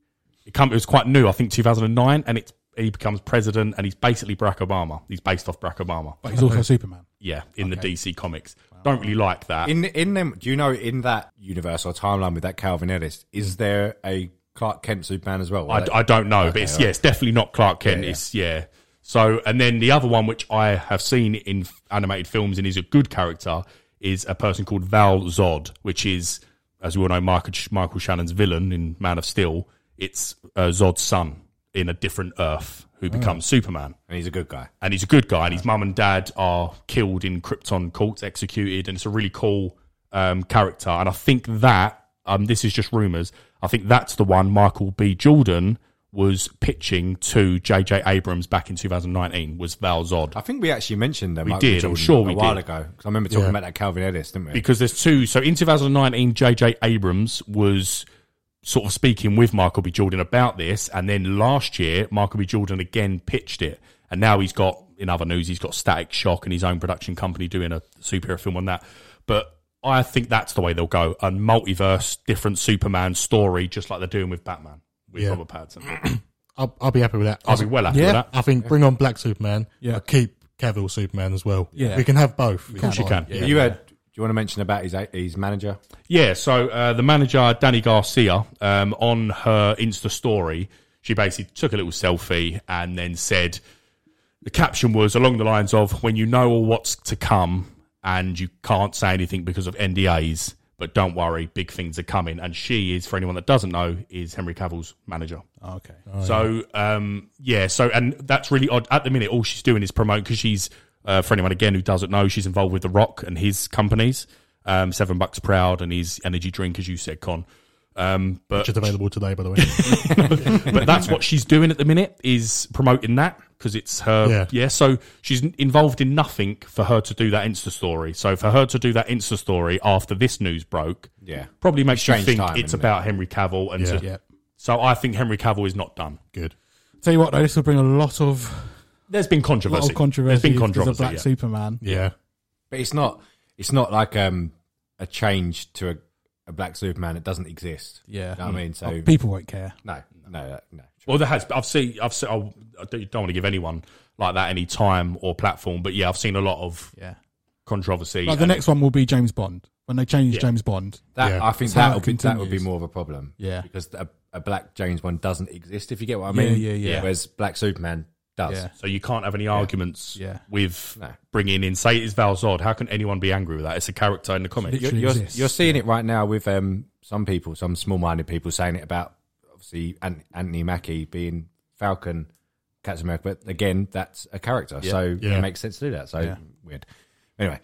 S3: it, come, it was quite new, I think 2009, and it's he becomes president, and he's basically Barack Obama. He's based off Barack Obama.
S4: But he's also Superman.
S3: Yeah, in the DC comics. Don't really like that.
S1: In in them, do you know in that universe or timeline with that Calvin Ellis, is there a Clark Kent Superman as well?
S3: Hmm. I, I don't know, but it's,
S1: all right.
S3: yeah, it's definitely not Clark Kent. It's yeah. So and then the other one, which I have seen in f- animated films and is a good character, is a person called Val Zod, which is, as we all know, Michael, Michael Shannon's villain in Man of Steel. It's uh, Zod's son in a different Earth who becomes Superman
S1: and he's a good guy.
S3: and he's a good guy, and his mum and dad are killed in Krypton courts, executed, and it's a really cool um, character. And I think that um, this is just rumors. I think that's the one Michael B. Jordan was pitching to J.J. Abrams back in 2019 was Val Zod.
S1: I think we actually mentioned that. We
S3: did, I'm sure we
S1: a while
S3: did.
S1: ago because I remember talking about that Calvin Ellis, didn't we?
S3: because there's two. So in 2019, JJ Abrams was sort of speaking with Michael B. Jordan about this, and then last year, Michael B. Jordan again pitched it, and now he's got in other news, he's got Static Shock and his own production company doing a superhero film on that. But I think that's the way they'll go. And multiverse, different Superman story, just like they're doing with Batman with
S2: Yeah.
S3: Robert Pattinson.
S2: I'll, I'll be happy with that.
S3: I'll be well happy
S4: Yeah.
S3: with that.
S2: I think bring on Black Superman.
S4: Yeah.
S2: but keep Cavill Superman as well.
S4: Yeah.
S2: we can have both.
S3: Of course you can.
S1: you had. Do you want to mention about his his manager?
S3: Yeah, so uh, the manager, Danny Garcia, um, on her Insta story, she basically took a little selfie and then said, the caption was along the lines of, when you know all what's to come and you can't say anything because of NDAs, but don't worry, big things are coming. And she is, for anyone that doesn't know, is Henry Cavill's manager.
S4: Okay.
S3: So um, yeah, so and that's really odd. At the minute, all she's doing is promote because she's uh, for anyone again who doesn't know, she's involved with The Rock and his companies, um, Seven Bucks Proud and his energy drink, as you said, Con. Um, but
S2: Which is available today, by the way.
S3: but that's what she's doing at the minute is promoting that because it's her yeah.
S2: Yeah.
S3: so she's n- involved in nothing for her to do that insta story so for her to do that insta story after this news broke
S1: Yeah.
S3: probably makes
S1: Strange
S3: you think
S1: timing,
S3: it's
S1: isn't it?
S3: about henry cavill and
S2: Yeah.
S3: to-
S4: Yeah.
S3: so i think henry cavill is not done
S2: Good.
S4: Tell you what, though, this will bring a lot of
S3: there's been controversy
S4: lot of controversy.
S3: there's been
S4: because
S3: controversy
S4: of Black
S3: yeah.
S4: Superman.
S2: Yeah,
S1: But it's not. It's not like um a change to a, a black Superman. It doesn't exist.
S4: Yeah.
S1: You know what I mean, so
S4: Oh, people won't care.
S1: no, no, uh, no, no.
S3: Well, there has. I've seen. I've seen. I'll, I don't want to give anyone like that any time or platform, but yeah, I've seen a lot of
S4: Yeah.
S3: controversy.
S4: Like the
S3: and-
S4: next one will be James Bond when they change James Bond.
S1: That
S2: Yeah.
S1: I think
S4: So how
S1: that would
S4: it
S1: be that would be
S4: continues.
S1: more of a problem.
S4: Yeah.
S1: because a, a black James one doesn't exist. If you get what I
S4: Yeah,
S1: mean.
S4: yeah, yeah.
S1: Whereas black Superman does.
S4: Yeah.
S3: so you can't have any arguments
S4: Yeah.
S3: with
S1: No.
S3: bringing in. Say it's Val Zod. How can anyone be angry with that? It's a character in the comic.
S1: You're,
S4: Literally
S1: you're,
S4: exists.
S1: you're seeing it right now with um some people, some small-minded people saying it about obviously An- Anthony Mackie being Falcon, Captain America. But again, that's a character, so
S2: Yeah.
S1: it makes sense to do that. So
S4: Yeah.
S1: weird. Anyway,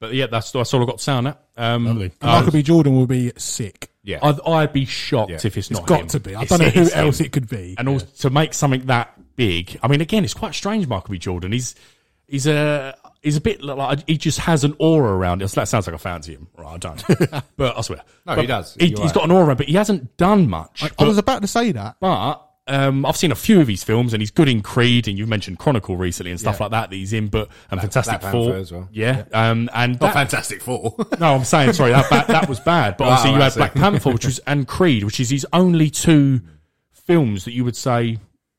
S3: But yeah, that's that's all I've got to say on that. Um,
S2: Lovely.
S4: And Michael B. Jordan will be sick.
S1: yeah,
S3: I'd, I'd be shocked
S1: Yeah.
S3: if it's not.
S4: It's got
S3: him.
S4: to be. I
S3: It's-
S4: don't know who
S3: it's him.
S4: else it could be.
S3: and also to make something that big. I mean, again, it's quite strange. Michael B. Jordan. He's he's a he's a bit like he just has an aura around him. So that sounds like I fancy him. Right, I don't. but I swear,
S1: No,
S3: But
S1: he does.
S3: He,
S1: You're
S3: has
S1: right.
S3: got an aura, but he hasn't done much.
S4: I
S3: but
S4: was about to say that.
S3: but, um, I've seen a few of his films, and he's good in Creed, and you mentioned Chronicle recently and stuff like that that he's in. But and Fantastic
S1: Black
S3: Four
S1: Panther as well. Oh,
S3: Yeah, Um, and that,
S1: Fantastic Four.
S3: no, I'm saying sorry. That ba- that was bad. But
S1: Right,
S3: obviously, you
S1: right,
S3: had
S1: so-
S3: Black Panther, which was and Creed, which is his only two films that you would say,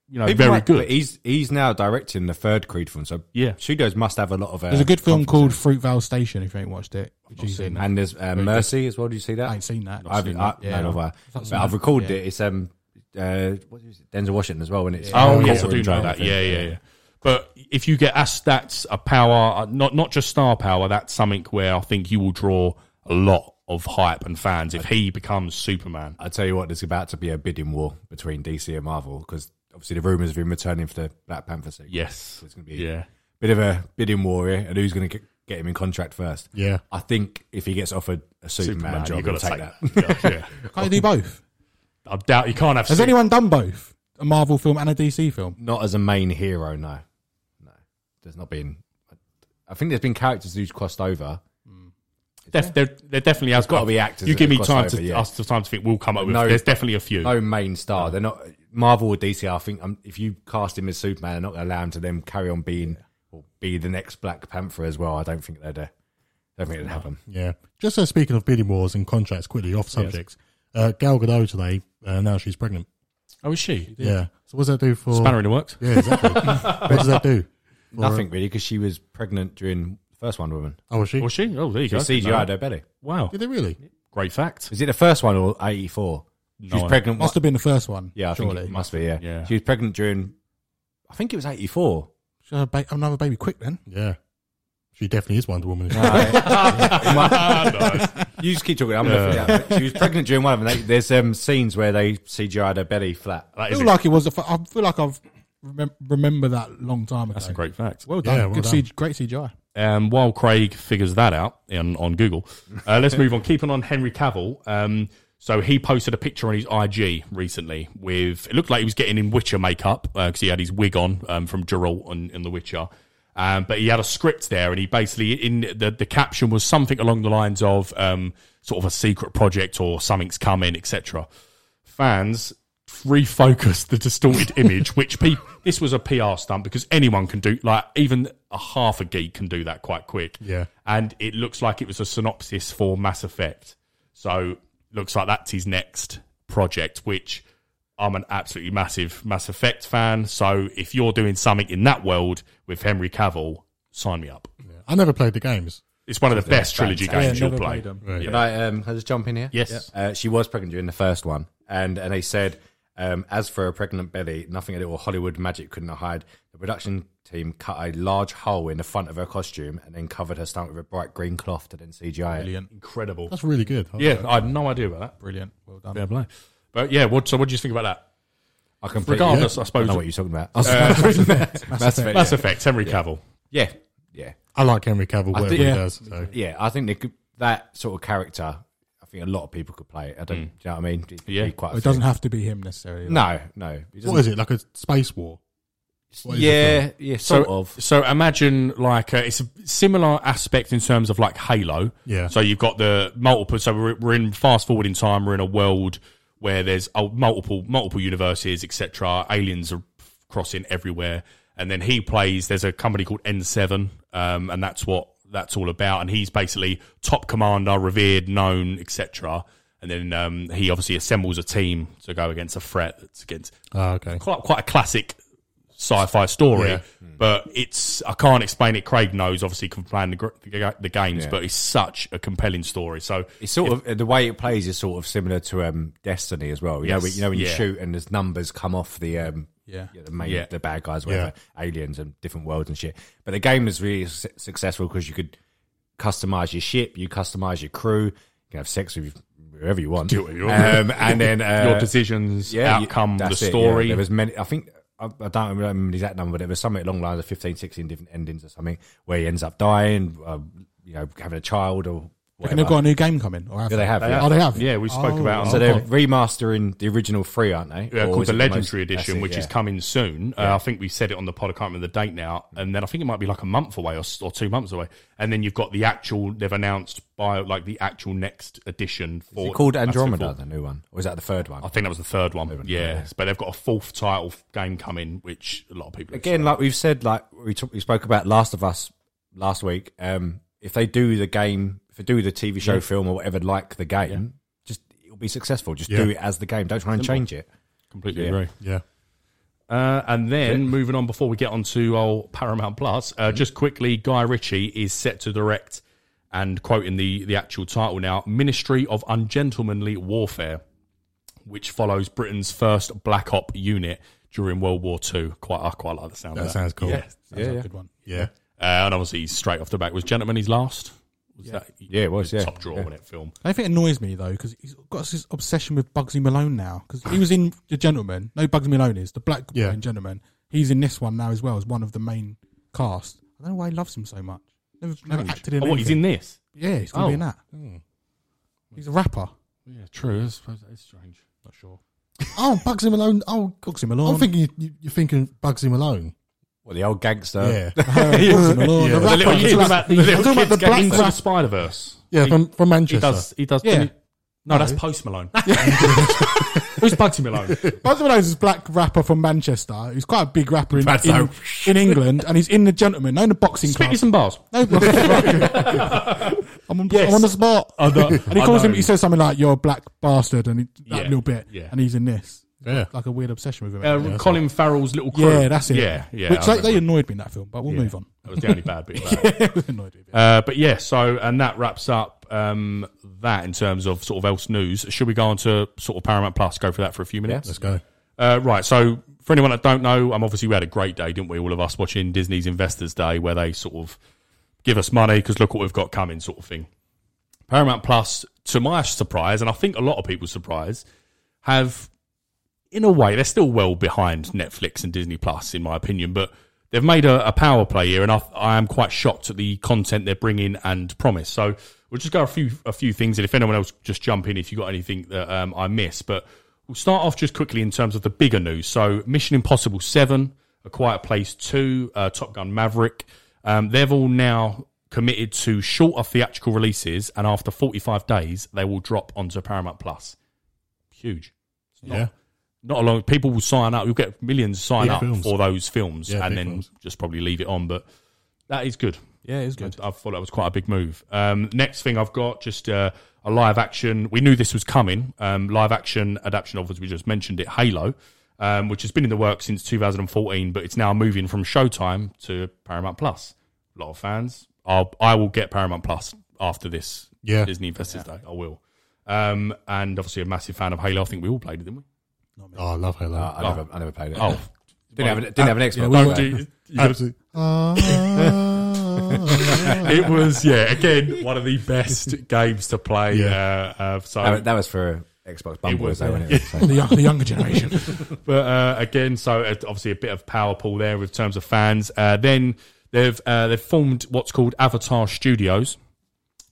S3: you know,
S1: People
S3: very
S1: might-
S3: good.
S1: but He's he's now directing the third Creed film, so
S3: Yeah.
S1: studios must have a lot of. Uh,
S4: There's a good film
S1: confidence.
S4: called Fruitvale Station. If you ain't watched it, which is in.
S1: and there's uh, Mercy as well. Did you see that?
S4: I ain't seen that.
S1: I've, I,
S4: Yeah.
S1: no, no, I, but I've recorded it. It's um, uh, what is it? Denzel Washington as well. When it's uh,
S3: Oh yes, I
S1: Corcoran
S3: do know
S1: Trial, I
S3: that.
S1: think.
S3: Yeah, yeah, yeah. But if you get us stats, a power, uh, not not just star power, that's something where I think you will draw a lot of hype and fans if he becomes Superman.
S1: I tell you what, there's about to be a bidding war between DC and Marvel because obviously the rumors of him returning for the Black Panther. Sequel.
S3: Yes,
S1: it's going to be
S3: yeah.
S1: a bit of a bidding war here, and who's going to get him in contract first?
S2: yeah.
S1: I think if he gets offered a Superman, job,
S3: you've
S1: he'll
S3: got to
S1: take, that.
S3: that. yeah, yeah.
S4: Can't you do both?
S3: I doubt you can't have.
S4: Has
S3: Su-
S4: anyone done both? A Marvel film and a DC film.
S1: Not as a main hero, no, no. There's not been. I think there's been characters who's crossed over.
S3: def- there, there definitely has got
S1: gotta be actors
S3: You
S1: that
S3: give me
S1: cross
S3: time
S1: over,
S3: to
S1: yeah.
S3: us the time to think. We'll come up with.
S1: No.
S3: there's definitely a few.
S1: no main star. They're not Marvel or DC. I think um, if you cast him as Superman, they're not going to allow him to then carry on being or be the next Black Panther as well. I don't think they'd. Uh, don't think it'd happen.
S2: Yeah. Just uh, speaking of bidding wars and contracts, quickly off subject. Uh, Gal Gadot today uh, announced she's pregnant.
S3: Oh, is she?
S2: Yeah. So what does that do for?
S3: Spanner in the works.
S2: Yeah, exactly. what does that do? For,
S1: Nothing really, because she was pregnant during the first Wonder Woman.
S2: Oh, was she?
S3: Was she? Oh, there you
S1: She
S3: go.
S1: CGI'd her belly.
S3: Wow,
S2: Did they really?
S3: great fact.
S1: Is it the first one or eighty four? She was
S3: I-
S1: pregnant.
S4: Must have been the first one.
S1: yeah, I
S4: surely.
S1: think it must be. Yeah.
S3: Yeah.
S1: she was pregnant during. I think it was eighty four.
S4: Should I have ba- another baby quick then?
S2: Yeah. She definitely is Wonder Woman.
S3: Nice.
S1: You just keep talking. I'm gonna
S3: Yeah.
S1: forget. She was pregnant during one of them. They, there's um, scenes where they CGI'd her belly flat.
S3: That
S4: I
S3: is
S4: feel
S3: a-
S4: like it was. The f- I feel like I've remem- remember that long time ago.
S3: that's a great fact.
S4: Well done.
S2: Yeah, well
S4: Good
S2: done.
S4: CG great CGI.
S3: Um, while Craig figures that out in, on Google, uh, let's move on. Keeping on Henry Cavill. Um, so he posted a picture on his IG recently with it looked like he was getting in Witcher makeup because he had his wig on um, from Geralt on, in The Witcher. Um, but he had a script there, and he basically in the the caption was something along the lines of um, sort of a secret project or something's coming, etc. Fans refocus the distorted image, which people this was a PR stunt because anyone can do like even a half a geek can do that quite quick.
S2: Yeah.
S3: and it looks like it was a synopsis for Mass Effect, so looks like that's his next project, which. I'm an absolutely massive Mass Effect fan, so if you're doing something in that world with Henry Cavill, sign me up.
S2: I never played the games.
S3: It's one of the best trilogy
S1: fantastic.
S3: games
S5: Yeah,
S3: you'll
S5: never
S3: play.
S5: played 'em.
S2: Right.
S1: Can I, um, can I just jump in here?
S3: Yes.
S1: Uh, she was pregnant during the first one, and and they said, um, as for a pregnant belly, nothing at all Hollywood magic couldn't hide. The production team cut a large hole in the front of her costume and then covered her stomach with a bright green cloth to then CGI it.
S4: Brilliant.
S3: Incredible.
S2: That's really good.
S3: Yeah, I had no idea about that.
S4: Brilliant. Well done.
S3: Fair play. But yeah, what, so what do you think about that?
S1: I completely
S3: Regardless, I
S1: I
S3: suppose. Uh,
S1: know what you're talking about. Mass Effect,
S3: Mass Effect, Henry Cavill.
S1: Yeah, yeah,
S2: I like Henry Cavill, whatever
S1: think-
S2: he
S1: yeah.
S2: does. So.
S1: yeah. I think they could, that sort of character. I think a lot of people could play it. I don't. Do you know what I mean? It'd be
S3: Hmm. Yeah.
S1: quite. a
S4: It doesn't
S1: few.
S4: have to be him necessarily.
S1: No, no. It
S2: What
S1: doesn't-
S2: is it? Like a space war? What is it?
S1: yeah, yeah,
S3: So,
S1: sort of.
S3: so imagine like uh, it's a similar aspect in terms of like Halo.
S2: Yeah.
S3: So you've got the multiple. So we're, we're in fast forward in time. We're in a world where there's uh, multiple multiple universes, etc. Aliens are crossing everywhere, and then he plays. There's a company called N Seven, um, and that's what that's all about. And he's basically top commander, revered, known, etc. And then um, he obviously assembles a team to go against a threat that's against
S2: Ah, okay.
S3: quite quite a classic sci-fi story, Mm.
S2: Yeah.
S3: but it's I can't explain it. Craig knows obviously can play the, gr- the ga- the games,
S1: Yeah.
S3: but it's such a compelling story. So
S1: It's sort of the way it plays is sort of similar to um, Destiny as well. You know,
S3: Yes,
S1: when- you know when you
S3: yeah.
S1: shoot and there's numbers come off the um,
S4: Yeah.
S1: you know, the main
S3: Yeah.
S1: the bad guys, whatever, aliens and different worlds and shit. But the game was really su- successful because you could customize your ship, you customize your crew, you can have sex with whoever you want,
S3: Do what you want.
S1: um, and then uh,
S3: your decisions,
S1: you-
S3: outcome, the
S1: that's it, yeah.
S3: story.
S1: There was many. I think I, I don't remember the exact number, but there was something along the lines of 15, 16 different endings or something where he ends up dying, uh, you know, having a child or.
S4: Reckon
S1: whatever.
S4: they've got a new game coming. Or have
S1: Yeah, they have. yeah.
S3: Yeah.
S2: Oh, they have?
S3: Yeah, we spoke
S4: Oh,
S3: about.
S1: So they're remastering the original three, aren't they?
S3: yeah,
S1: Or
S3: called
S1: is
S3: the
S1: it most-
S3: Legendary Edition,
S1: that's it,
S3: which is
S1: yeah. Mm.
S3: coming soon. Uh, I think we said it on the pod. I can't remember the date now. And then I think it might be like a month away or, s- or two months away. And then you've got the actual. They've announced by like the actual next edition for
S1: Is it called
S3: that's it, for-
S1: Andromeda, the new one, or is that the third one?
S3: I think that was the third one. yeah, but they've got a fourth title game coming, which a lot of people
S1: Again, like we've said, like we talk, we spoke about Last of Us last week. Um, if they do the game, if they do the TV show, film, or whatever, like the game, just it'll be successful. Just do
S2: Yeah.
S1: it as the game. Don't try and change it.
S3: completely
S1: Yeah.
S3: agree.
S2: Yeah.
S3: Uh, and then moving on before we get on to old Paramount Plus,
S1: Mm-hmm.
S3: uh, just quickly, Guy Ritchie is set to direct and quoting the the actual title now, Ministry of Ungentlemanly Warfare, which follows Britain's first Black Op unit during World War Two. Quite, I quite like the sound.
S2: That
S3: of that.
S2: sounds cool. Yeah.
S4: Sounds like a good one.
S3: Uh, and obviously, straight off the bat was Gentleman. His last was that
S1: Yeah, it was. Yeah,
S3: top draw in it film.
S4: I think it annoys me though because he's got this obsession with Bugsy Malone now because he was in The Gentleman. No, Bugsy Malone is the black guy
S2: Yeah.
S4: in Gentleman. He's in this one now as well as one of the main cast. I don't know why he loves him so much. Never, never acted in.
S3: Oh, what he's in
S4: anything.
S3: this?
S4: Yeah, he's gonna be in
S3: Oh.
S4: that. He's a rapper.
S3: Yeah, true. I suppose that is strange. Not sure.
S2: Oh, Bugsy Malone. Oh,
S4: Bugsy
S2: I'm
S4: Malone.
S2: thinking you, you, you're thinking Bugsy Malone.
S1: Well, the old
S3: Uh,
S1: gangster.
S2: Yeah.
S4: Bugsy Malone. the
S3: The
S2: Yeah. The
S4: rapper.
S3: little
S4: He's
S3: kid
S4: like-
S3: about the
S4: I'm talking
S3: little kid's
S4: about the black
S3: getting
S4: rapper.
S3: into Spider Verse.
S2: Yeah,
S3: He-
S2: from, from
S3: He
S2: Manchester.
S3: does. He does.
S4: Yeah.
S3: No, that's Post Malone. Who's Bugsy Malone?
S4: Bugsy Malone's this black rapper from Manchester. He's quite a big rapper in,
S1: That's
S4: in,
S1: so-
S4: in England, and he's in the gentleman, not in the boxing
S3: Spit
S4: club.
S3: me some bars.
S4: No, I'm, on, I'm on the spot. and he
S3: I
S4: calls him.
S3: know.
S4: He says something like "You're a black bastard," and he, that
S3: Yeah,
S4: little bit.
S3: yeah.
S4: And he's in this,
S2: Yeah.
S4: like a weird obsession with him.
S3: Uh, Colin Farrell's little crew.
S4: yeah, that's it.
S3: Yeah, yeah.
S4: Which
S3: I
S4: like, they
S3: remember.
S4: annoyed me in that film, but we'll move on.
S3: that was the only bad bit. About it.
S4: It was annoyed me. a bit.
S3: Uh, but yeah, so and that wraps up um, that in terms of sort of else news. Should we go on to sort of Paramount Plus? Go for that for a few minutes.
S2: Let's go.
S3: Uh, right, so for anyone that don't know, um, obviously we had a great day, didn't we? All of us watching Disney's Investors Day, where they sort of give us money because look what we've got coming, sort of thing. Paramount Plus, to my surprise, and I think a lot of people's surprise, have in a way they're still well behind Netflix and Disney Plus, in my opinion, but they've made a, a power play here, and I, I am quite shocked at the content they're bringing and promise. So we'll just go a few a few things, and if anyone else just jump in if you have got anything that um, I miss, but we'll start off just quickly in terms of the bigger news. So Mission Impossible Seven, A Quiet Place Two, uh, Top Gun Maverick, um, they've all now committed to shorter theatrical releases, and after 45 days, they will drop onto Paramount Plus. Huge. It's not-
S2: Yeah.
S3: not a long. People will sign up. You'll get millions sign
S2: Big
S3: up
S2: films.
S3: for those films,
S2: Yeah,
S3: and
S2: big
S3: then
S2: films.
S3: just probably leave it on. But that is good.
S1: Yeah, it's
S3: I, I thought that was quite a big move. Um, next thing I've got just uh, a live action. We knew this was coming. Um, live action adaptation of, as we just mentioned, it Halo, um, which has been in the works since 2014, but it's now moving from Showtime to Paramount Plus. A lot of fans. I'll, I will get Paramount Plus after this
S2: Yeah.
S3: Disney Investors Day. I will. Um, and obviously a massive fan of Halo. I think we all played it, didn't we?
S2: Oh, I love Halo.
S1: I, never, I never played it.
S3: Oh,
S1: didn't have, an- didn't have an Xbox.
S3: don't
S1: so-
S3: Uh, do.
S2: Absolutely. Ah.
S3: It was yeah. Again, one of the best games to play.
S2: Yeah.
S3: Uh, uh, so
S1: That was- that was for Xbox Bumble, was,
S3: was,
S1: though,
S3: yeah.
S1: wasn't it? So-
S4: The, young, the younger generation.
S3: But uh, again, so uh, obviously a bit of power pull there with terms of fans. Uh, then they've uh, they've formed what's called Avatar Studios.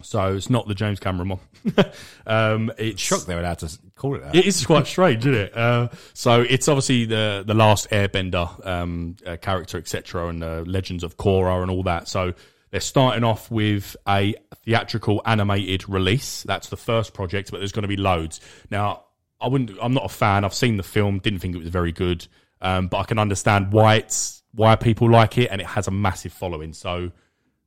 S3: So it's not the James Cameron one. um, it's
S1: shocked they were allowed to s- call it that.
S3: it is quite strange, isn't it? Uh, so it's obviously the the last Airbender um, uh, character, etc., and uh, Legends of Korra and all that. So they're starting off with a theatrical animated release. That's the first project, but there's going to be loads. Now, I wouldn't. I'm not a fan. I've seen the film. Didn't think it was very good, um, but I can understand why it's why people like it, and it has a massive following. So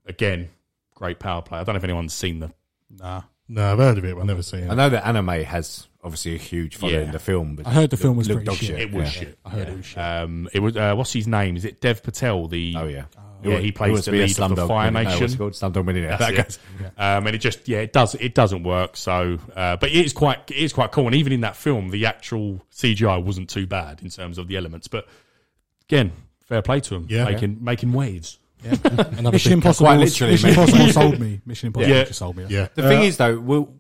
S3: again, great power play. I don't know if anyone's seen the
S4: nah.
S2: No, I've heard of it, but I've never seen
S1: I
S2: it.
S1: know that anime has obviously a huge following.
S3: Yeah.
S1: The film, but
S4: I heard the film was
S1: looked
S4: pretty
S1: dog
S4: shit.
S1: shit.
S3: It was
S1: yeah.
S3: shit.
S4: I heard
S3: yeah.
S4: it was shit.
S3: Um, it was uh, what's his name? Is it Dev Patel? The
S1: Oh yeah,
S3: Uh, yeah, he plays
S1: wants
S3: the
S1: to be a
S3: lead of the
S1: Slumdog
S3: Fire
S1: Millionaire. No, what's it
S3: Nation.
S1: called? Slumdog Millionaire.
S3: That's it. Um, and it just yeah, it does it doesn't work. So, uh, but it is quite it is quite cool. And even in that film, the actual CGI wasn't too bad in terms of the elements. But again, fair play to him.
S2: Yeah.
S3: making making waves.
S2: Another
S4: Mission
S2: big-
S4: Impossible.
S1: Quite literally,
S4: Mission
S1: mate.
S4: Impossible sold me. Mission Impossible
S3: Yeah.
S4: just sold me.
S2: Yeah.
S1: The thing is, though, we'll,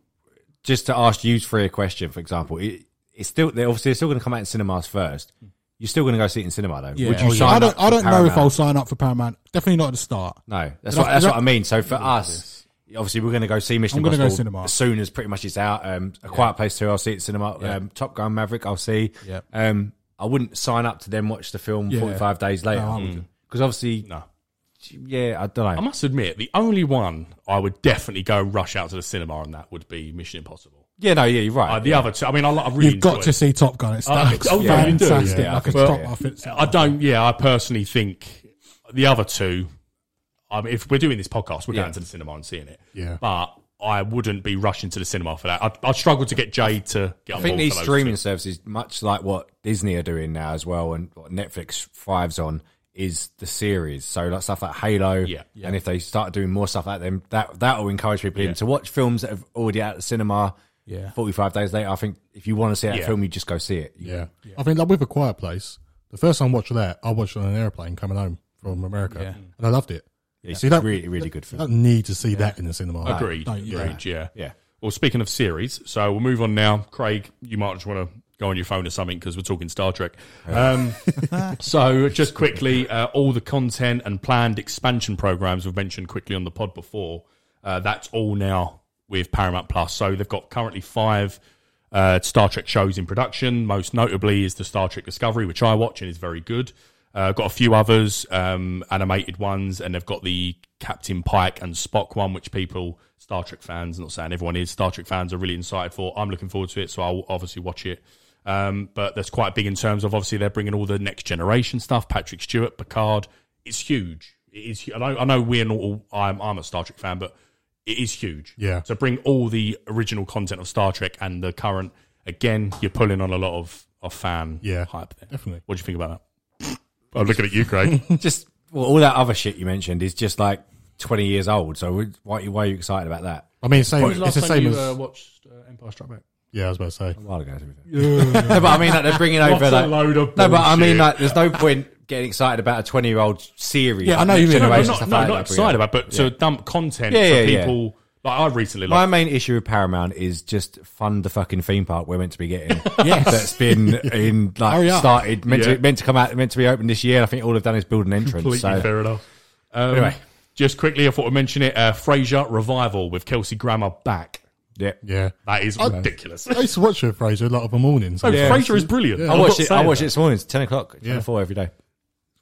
S1: just to ask you three a question, for example, it, it's still they're obviously they're still going to come out in cinemas first.
S3: Hmm.
S1: You're still going to go see it in cinema, though.
S4: Yeah.
S1: Would you
S4: Oh, yeah.
S1: sign
S4: I
S1: up
S4: don't,
S1: for
S4: I don't know if
S1: Paramount?
S4: I'll sign up for Paramount. Definitely not at the start.
S1: No, that's
S4: They're
S1: what
S4: not-
S1: that's
S4: they're
S1: what I
S4: not-
S1: mean. So for us, obviously, we're going to go see Mission
S4: I'm gonna go
S1: Impossible
S4: cinema.
S1: as soon as pretty much it's out. Um, a Quiet Place Two, I'll see it at cinema. Um, Top Gun Maverick, I'll see.
S4: Yeah.
S1: Um, I wouldn't sign up to then watch the film
S4: Yeah.
S1: 45 days later
S4: I
S1: because
S4: wouldn't.
S1: obviously,
S3: No.
S1: yeah, I don't
S3: I
S1: know.
S3: must admit, the only one I would definitely go rush out to the cinema on that would be Mission Impossible.
S1: Yeah, no, yeah, you're right.
S3: Uh, the other two, I mean, I, I really
S4: You've got
S3: enjoyed
S4: to see Top Gun. It's
S3: Oh,
S4: that looks
S3: oh, yeah, you do,
S4: fantastic.
S3: yeah.
S4: Like a
S3: But-
S4: top, I think-
S3: I don't. Yeah, I personally think the other two. I mean, if we're doing this podcast, we're
S1: Yeah.
S3: going to the cinema and seeing it.
S2: Yeah.
S3: but I wouldn't be rushing to the cinema for that. I'd, I'd struggle to get Jade to get.
S1: I think these streaming services, much like what Disney are doing now as well, and what Netflix thrives on, is the series. So like stuff like Halo,
S3: Yeah. Yeah.
S1: and if they start doing more stuff like them, that that will encourage people in to watch films that have already out at the cinema.
S4: Yeah.
S1: forty five days later. I think if you want to see that
S3: Yeah.
S1: film, you just go see it.
S2: Yeah. I think like with a quiet place, the first time I watched that, I watched it on an airplane coming home from America,
S4: Yeah.
S2: and I loved it.
S1: It's
S2: See, that-
S1: really really good
S2: You
S1: film.
S2: don't need to see that in the cinema.
S3: Agreed.
S4: Don't, yeah.
S3: Agreed. Yeah.
S1: Yeah.
S3: Well, speaking of series, so we'll move on now. Craig, you might just want to go on your phone or something because we're talking Star Trek. Um, so, just quickly, uh, all the content and planned expansion programs we've mentioned quickly on the pod before, uh, that's all now with Paramount Plus. So, they've got currently five uh, Star Trek shows in production. Most notably is the Star Trek Discovery, which I watch and is very good. Uh, got a few others, um, animated ones, and they've got the Captain Pike and Spock one, which people, Star Trek fans, not saying everyone is, Star Trek fans are really excited for. I'm looking forward to it, so I'll obviously watch it. Um, but that's quite big in terms of obviously they're bringing all the next generation stuff, Patrick Stewart, Picard. It's huge. It is. hu- I know, I know we're not all, I'm, I'm a Star Trek fan, but it is huge.
S2: Yeah.
S3: So bring all the original content of Star Trek and the current. Again, you're pulling on a lot of, of fan
S2: Yeah,
S3: hype there.
S2: definitely.
S3: What do you think about that? I'm looking at you, Craig.
S1: just well, all that other shit you mentioned is just like twenty years old. So we- why why are you excited about that?
S2: I mean, same, it's the same as
S3: watched uh, Empire Strike Back?
S2: yeah. I was about to say.
S1: A while ago, to be fair. no, but I mean, like, they're bringing
S3: What
S1: over
S3: a
S1: like,
S3: load of
S1: no, but I
S3: bullshit.
S1: mean, like, there's no point getting excited about a 20 year old series.
S4: Yeah, I
S1: like,
S4: know you
S1: next
S4: mean.
S3: No, no,
S1: generation
S3: not,
S1: stuff
S3: no,
S1: like
S3: not
S1: that, but
S3: excited
S1: yeah.
S3: about, but to dump content
S1: Yeah,
S3: for
S1: yeah, yeah.
S3: people. Like I recently,
S1: My
S3: like,
S1: main issue with Paramount is just fund the fucking theme park we're meant to be getting.
S4: Yes.
S1: that's been in like
S4: Hurry up.
S1: started meant
S3: Oh, Yeah.
S1: to meant to come out meant to be open this year. And I think all they've done is build an
S3: completely
S1: entrance. So
S3: fair enough. Um,
S1: Anyway.
S3: just quickly, I thought I'd mention it. Uh, Frasier revival with Kelsey Grammer back.
S1: yeah.
S2: Yeah,
S3: That is ridiculous.
S2: I used to watch her Fraser a lot of the mornings.
S1: Oh,
S3: No, Frasier is brilliant.
S1: I watched it. I watched it this morning. It's ten o'clock. Ten
S2: Yeah.
S1: to four every day.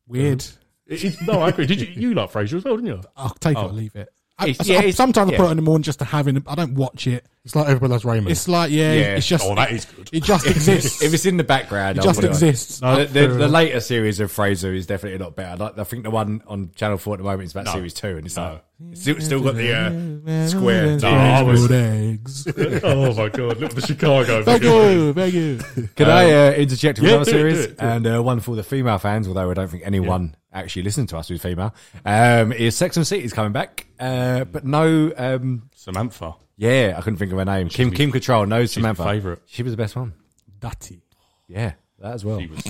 S4: Weird.
S3: It is- no, I agree. Did you you like Frasier as well? Didn't you?
S4: I'll take it or leave it. I,
S1: It's-
S4: I-
S1: yeah, it's-
S4: sometimes I
S1: yeah.
S4: put it in the morning just to have it. I don't watch it.
S2: It's like everybody loves Raymond.
S4: It's like yeah,
S1: Yeah.
S4: it's just
S3: Oh, that is good.
S4: it just exists.
S1: If it's in the background,
S4: It
S1: I'll
S4: just
S1: put it on.
S4: exists.
S1: the, the, the later series of Fraser is definitely not better. Like, I think the one on Channel Four at the moment is about series two, and it's like it's still, still got the uh, square.
S4: No,
S3: No, I was-
S4: Good eggs.
S3: oh my god, look at the Chicago.
S4: Thank you, thank you.
S1: Can I uh, interject with
S3: yeah,
S1: another
S3: do it, do
S1: series?
S3: it, do it.
S1: And uh, one for the female fans, although I don't think anyone actually listened to us who's female. Um, is Sex and the City is coming back, uh, but no. Um,
S3: Samantha.
S1: yeah, I couldn't think of her name. Kim Kim Control. No
S3: my
S1: Samantha.
S3: favourite.
S1: She was the best one.
S3: Dutty.
S1: Yeah, that as well.
S3: She was-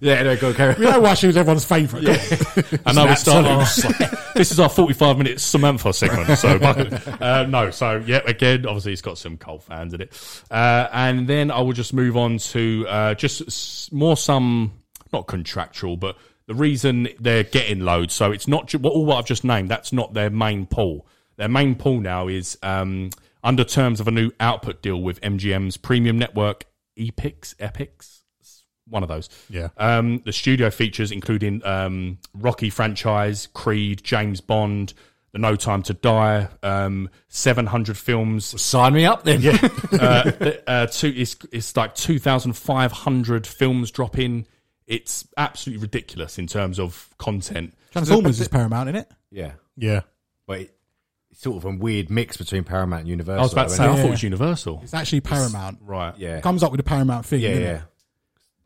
S1: Yeah, no, go carry.
S2: you know why she was everyone's favourite.
S3: And now we start. this is our 45 minute Samantha segment. So, but, uh, no. So, yeah, again, obviously, it's got some cult fans in it. Uh, and then I will just move on to uh, just s- more some, not contractual, but the reason they're getting loads. So, it's not ju- what all what I've just named, that's not their main pool. Their main pool now is um, under terms of a new output deal with MGM's premium network, Epix, Epics one of those.
S2: Yeah.
S3: Um, the studio features including um, Rocky franchise, Creed, James Bond, The No Time to Die, um, 700 films.
S1: Sign me up then. Yeah.
S3: uh, th- uh, two, it's, it's like 2,500 films drop in. It's absolutely ridiculous in terms of content.
S4: Transformers is Paramount, isn't it?
S1: yeah.
S2: Yeah.
S1: But it- it's sort of a weird mix between Paramount and Universal.
S3: I was about to say, I
S1: isn't
S3: thought it was Universal.
S4: It's actually Paramount.
S3: Right.
S1: it? Yeah.
S4: It comes up with the Paramount thing.
S1: Yeah,
S4: doesn't
S1: yeah.
S4: it?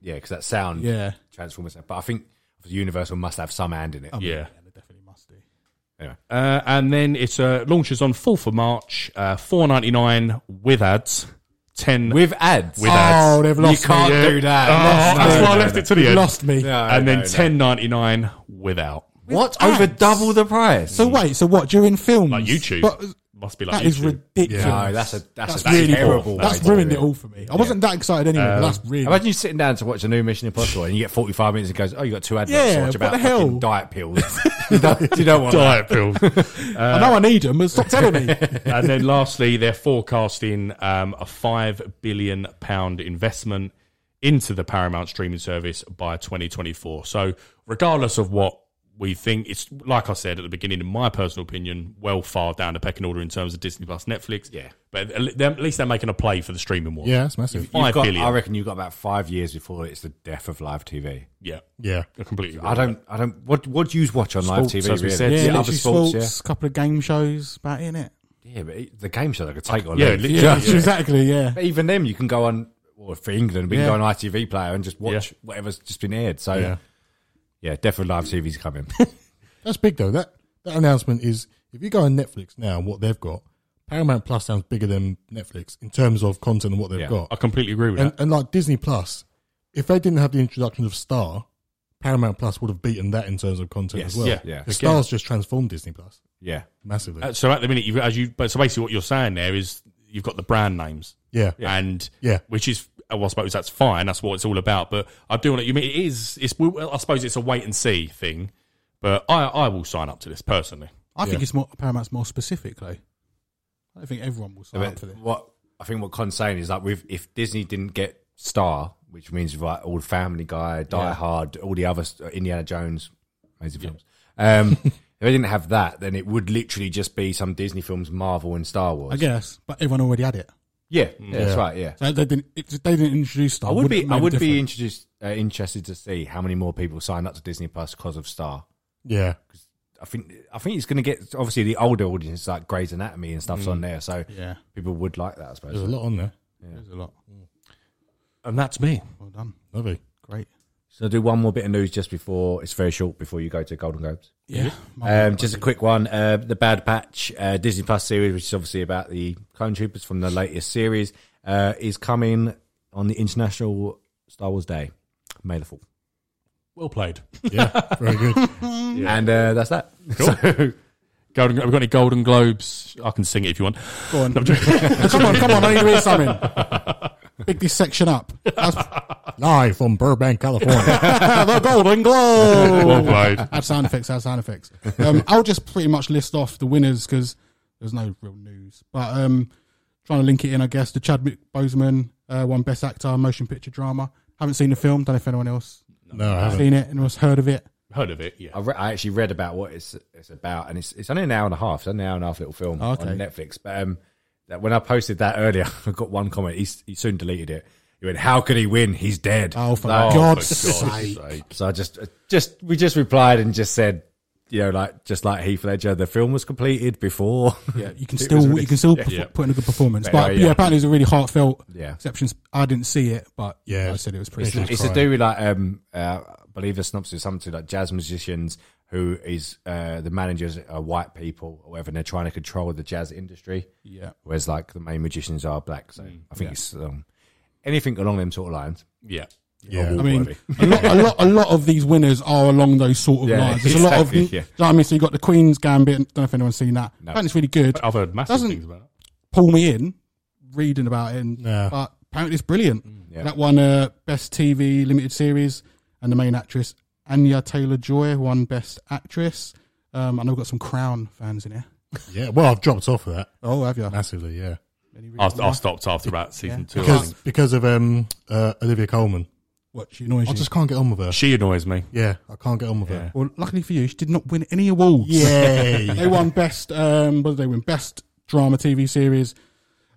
S1: Yeah, because that sound
S4: yeah.
S1: transformers. But I think Universal must have some hand in it.
S4: Um,
S3: Yeah.
S4: They definitely must do.
S1: Anyway.
S3: Uh, and then it uh, launches on 4th of March, uh, 4.99 with ads, 10
S1: With ads.
S3: With ads.
S2: Oh, they've
S1: you
S2: lost
S1: can't
S2: me.
S1: do that.
S3: Oh,
S1: No,
S3: that's
S1: no,
S3: why I
S1: no,
S3: left
S1: no.
S3: it to the end.
S2: Lost me.
S1: No,
S3: and
S1: no,
S3: then
S1: no.
S3: ten ninety nine without.
S1: What?
S4: ads?
S1: Over double the price?
S4: So wait, so what during films?
S3: Like YouTube.
S4: But
S3: Must be like
S4: that is
S3: YouTube.
S4: ridiculous.
S1: no, that's a that's, a
S4: That's really
S1: terrible.
S4: That's
S1: way to
S4: ruined
S1: do
S4: it all for me. I wasn't that excited anyway. but that's really
S1: Imagine you sitting down to watch a new Mission Impossible and you get 45 minutes and goes, oh, you got two adverts to
S4: Yeah,
S1: watch
S4: what
S1: about
S4: the hell?
S1: fucking diet pills. you, don't, you don't want that.
S3: diet pills.
S4: I know I need them, but stop telling me.
S3: and then lastly, they're forecasting um, a five billion pound investment into the Paramount streaming service by 2024. So, regardless of what we think, it's like I said at the beginning, in my personal opinion, well far down the pecking order in terms of Disney Plus, Netflix.
S1: Yeah.
S3: but at le- they're- at least they're making a play for the streaming war.
S2: Yeah, that's massive.
S1: You've
S3: Five
S1: got-
S3: billion.
S1: I reckon you've got about five years before it's the death of live TV.
S3: yeah,
S2: Yeah.
S3: I completely.
S1: I don't, I don't, what, what do you watch on
S3: Sports,
S1: live TV?
S3: as we
S1: really?
S3: said.
S4: Yeah,
S3: Yeah,
S4: literally
S1: other sports,
S4: sports, couple of game shows, about it, innit?
S1: yeah. Yeah, but it- the game show, like a take on
S3: Yeah,
S1: leave.
S3: literally, yeah.
S4: Exactly, yeah.
S1: But even them, you can go on, or for England, we
S4: Yeah.
S1: can go on ITV player and just watch
S3: Yeah.
S1: whatever's just been aired. So, yeah,
S2: Yeah.
S1: definitely live TV's coming.
S2: That's big though. That that announcement is if you go on Netflix now, what they've got, Paramount Plus sounds bigger than Netflix in terms of content and what they've
S1: Yeah.
S2: got.
S3: I completely agree with
S2: And,
S3: that.
S2: and like Disney Plus, if they didn't have the introduction of Star, Paramount Plus would have beaten that in terms of content
S1: Yes.
S2: as well.
S3: Yeah.
S1: Yeah.
S2: The Star's just transformed Disney Plus
S1: yeah.
S2: massively.
S3: Uh, So at the minute, you've, as you, but so basically, what you're saying there is you've got the brand names,
S2: yeah.
S3: and
S2: Yeah.
S3: which is oh, well, I suppose that's fine. That's what it's all about. But I do want to. You mean it is? It's well, I suppose it's a wait and see thing. But I, I will sign up to this personally.
S4: I think
S2: Yeah.
S4: it's more Paramount's more specific though. I don't think everyone will sign up
S1: But
S4: for this.
S1: what I think what Con's saying is that with if Disney didn't get Star, which means like all Family Guy, Die Hard, all the other st- Indiana Jones, amazing films. Um, if they didn't have that, then it would literally just be some Disney films, Marvel and Star Wars.
S4: I guess, but everyone already had it.
S1: Yeah, yeah, that's right. Yeah,
S4: So they didn't. If they didn't introduce Star.
S1: I would be.
S4: it
S1: I
S4: made a
S1: would be
S4: difference?
S1: introduced, uh, interested to see how many more people sign up to Disney Plus because of Star.
S2: Yeah.
S1: I think I think it's going to get obviously the older audience like Grey's Anatomy and stuff's on there, so
S4: Mm. Yeah,
S1: people would like that, I
S2: There's a
S1: suppose.
S2: lot on there.
S4: there's a lot.
S3: And that's me.
S4: Well done,
S2: Lovely.
S4: great.
S1: So I'll do one more bit of news just before it's very short before you go to Golden Globes.
S4: Yeah,
S1: Um, just a quick one: uh, the Bad Patch uh, Disney Plus series, which is obviously about the clone troopers from the latest series, uh, is coming on the International Star Wars Day, May the fourth,
S3: Well played.
S2: Yeah. Very good.
S1: and uh, that's that. So,
S3: Golden, have we got any Golden Globes? I can sing it if you want.
S4: Go
S1: Uh,
S4: on. come on, come on! I need to read something. Pick this section up. That's
S2: Live from Burbank, California.
S4: the Golden Globe.
S3: Well played.
S4: Add sound effects. Add sound effects. Um, I'll just pretty much list off the winners because there's no real news. But um, trying to link it in, I guess the Chadwick Boseman uh, won Best Actor, Motion Picture Drama. Haven't seen the film. Don't know if anyone else
S2: no, I haven't.
S4: seen it and was heard of it.
S3: Heard of it? Yeah.
S1: I, re- I actually read about what it's it's about, and it's it's only an hour and a half. It's only an hour and a half little film
S4: Okay.
S1: on Netflix. But um, that when I posted that earlier, I got one comment. He, s- he soon deleted it. He went, "How could he win? He's dead."
S4: Oh, for
S1: Like,
S4: God's
S3: for God's
S4: sake.
S1: So I just just we just replied and just said, you know, like just like Heath Ledger, the film was completed before.
S4: Yeah, you can
S1: It was
S4: still you
S1: ridiculous.
S4: can still perf-
S3: Yeah.
S4: put in a good performance. But,
S1: anyway,
S4: yeah.
S1: yeah.
S4: apparently it was a really heartfelt
S1: Yeah.
S4: exceptions. I didn't see it, but yeah,
S2: Yeah.
S4: I said it was
S1: It's,
S4: pretty.
S2: It's-
S4: good.
S1: it's to do with like um, uh, I believe the synopsis is something to do like jazz musicians who is uh, the managers are white people or whatever, and they're trying to control the jazz industry,
S4: yeah, Mm.
S1: whereas like the main musicians are black. So I think it's um, anything along them sort of lines.
S3: Yeah.
S2: Yeah.
S4: I mean, a lot, a lot, a lot of these winners are along those sort of
S1: Yeah,
S4: lines. There's a lot of,
S1: exactly, yeah.
S4: you know what I mean. So you got the Queen's Gambit. I don't know if anyone's seen that. Apparently it's really good.
S1: uh,
S3: I've heard massive
S4: Doesn't-
S3: things about it.
S4: Pull me in, reading about it, and,
S2: Yeah.
S4: but apparently it's brilliant.
S1: Mm, Yeah.
S4: That won uh, best TV limited series, and the main actress Anya Taylor Joy won best actress. Um, I know we've got some Crown fans in here.
S2: Yeah, well, I've dropped off of that
S4: Oh, have you?
S2: massively. Yeah,
S4: Any
S3: I,
S4: reason
S3: I
S4: why?
S3: stopped after about season two. I
S2: because
S3: think.
S2: because of um uh, Olivia Coleman,
S4: What she annoys
S2: I
S4: you?
S2: just can't get on with her.
S3: she annoys me.
S2: Yeah, I can't get on with her.
S4: Well, luckily for you, she did not win any awards.
S2: Yay!
S4: They won best. Um, what did they win? Best drama TV series.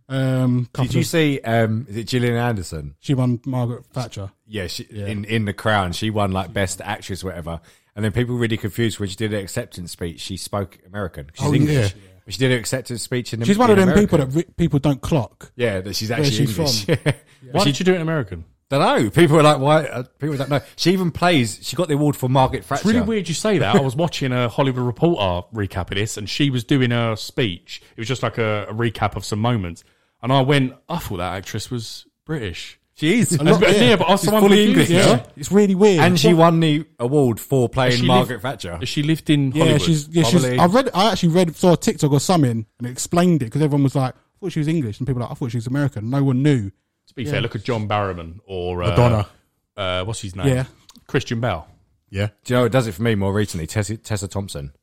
S4: Um,
S1: Did
S4: couple
S1: you
S4: of-
S1: see? Um, is it Gillian Anderson?
S4: she won Margaret Thatcher.
S1: Yeah, she, in in the Crown, she won like best actress, whatever. And then people were really confused when she did her acceptance speech. She spoke American. She's
S2: Oh,
S1: English.
S2: yeah.
S1: But she did her acceptance speech in.
S4: She's one of
S1: in
S4: them
S1: America.
S4: people that re- people don't clock.
S1: Yeah, that she's actually
S4: she's
S1: English.
S4: from.
S3: Why did you do it in American?
S1: Don't know. People are like, why? Uh, people don't know. She even plays. She got the award for Margaret Thatcher.
S3: It's really weird you say that. I was watching a Hollywood Reporter recap of this, and she was doing her speech. It was just like a, a recap of some moments, and I went, "I thought that actress was British."
S1: She is.
S3: It's a bit near, but also
S1: She's
S3: I'm
S1: fully
S3: confused,
S1: English.
S3: yeah.
S4: It's really weird.
S1: And she won the award for playing
S3: She
S1: Margaret
S3: lived-
S1: Thatcher.
S3: She lived in
S4: yeah,
S3: Hollywood.
S4: she's yeah, she's.
S1: Bubbly.
S4: I read. I actually read saw a TikTok or something and it explained it because everyone was like, I thought she was English, and people were like, I thought she was American. No one knew.
S3: to be fair, look at John Barrowman or uh,
S2: Madonna.
S3: Uh, what's his name?
S4: Yeah.
S3: Christian Bale.
S2: Yeah,
S1: Do you know it does it for me more recently? Tessa, Tessa Thompson.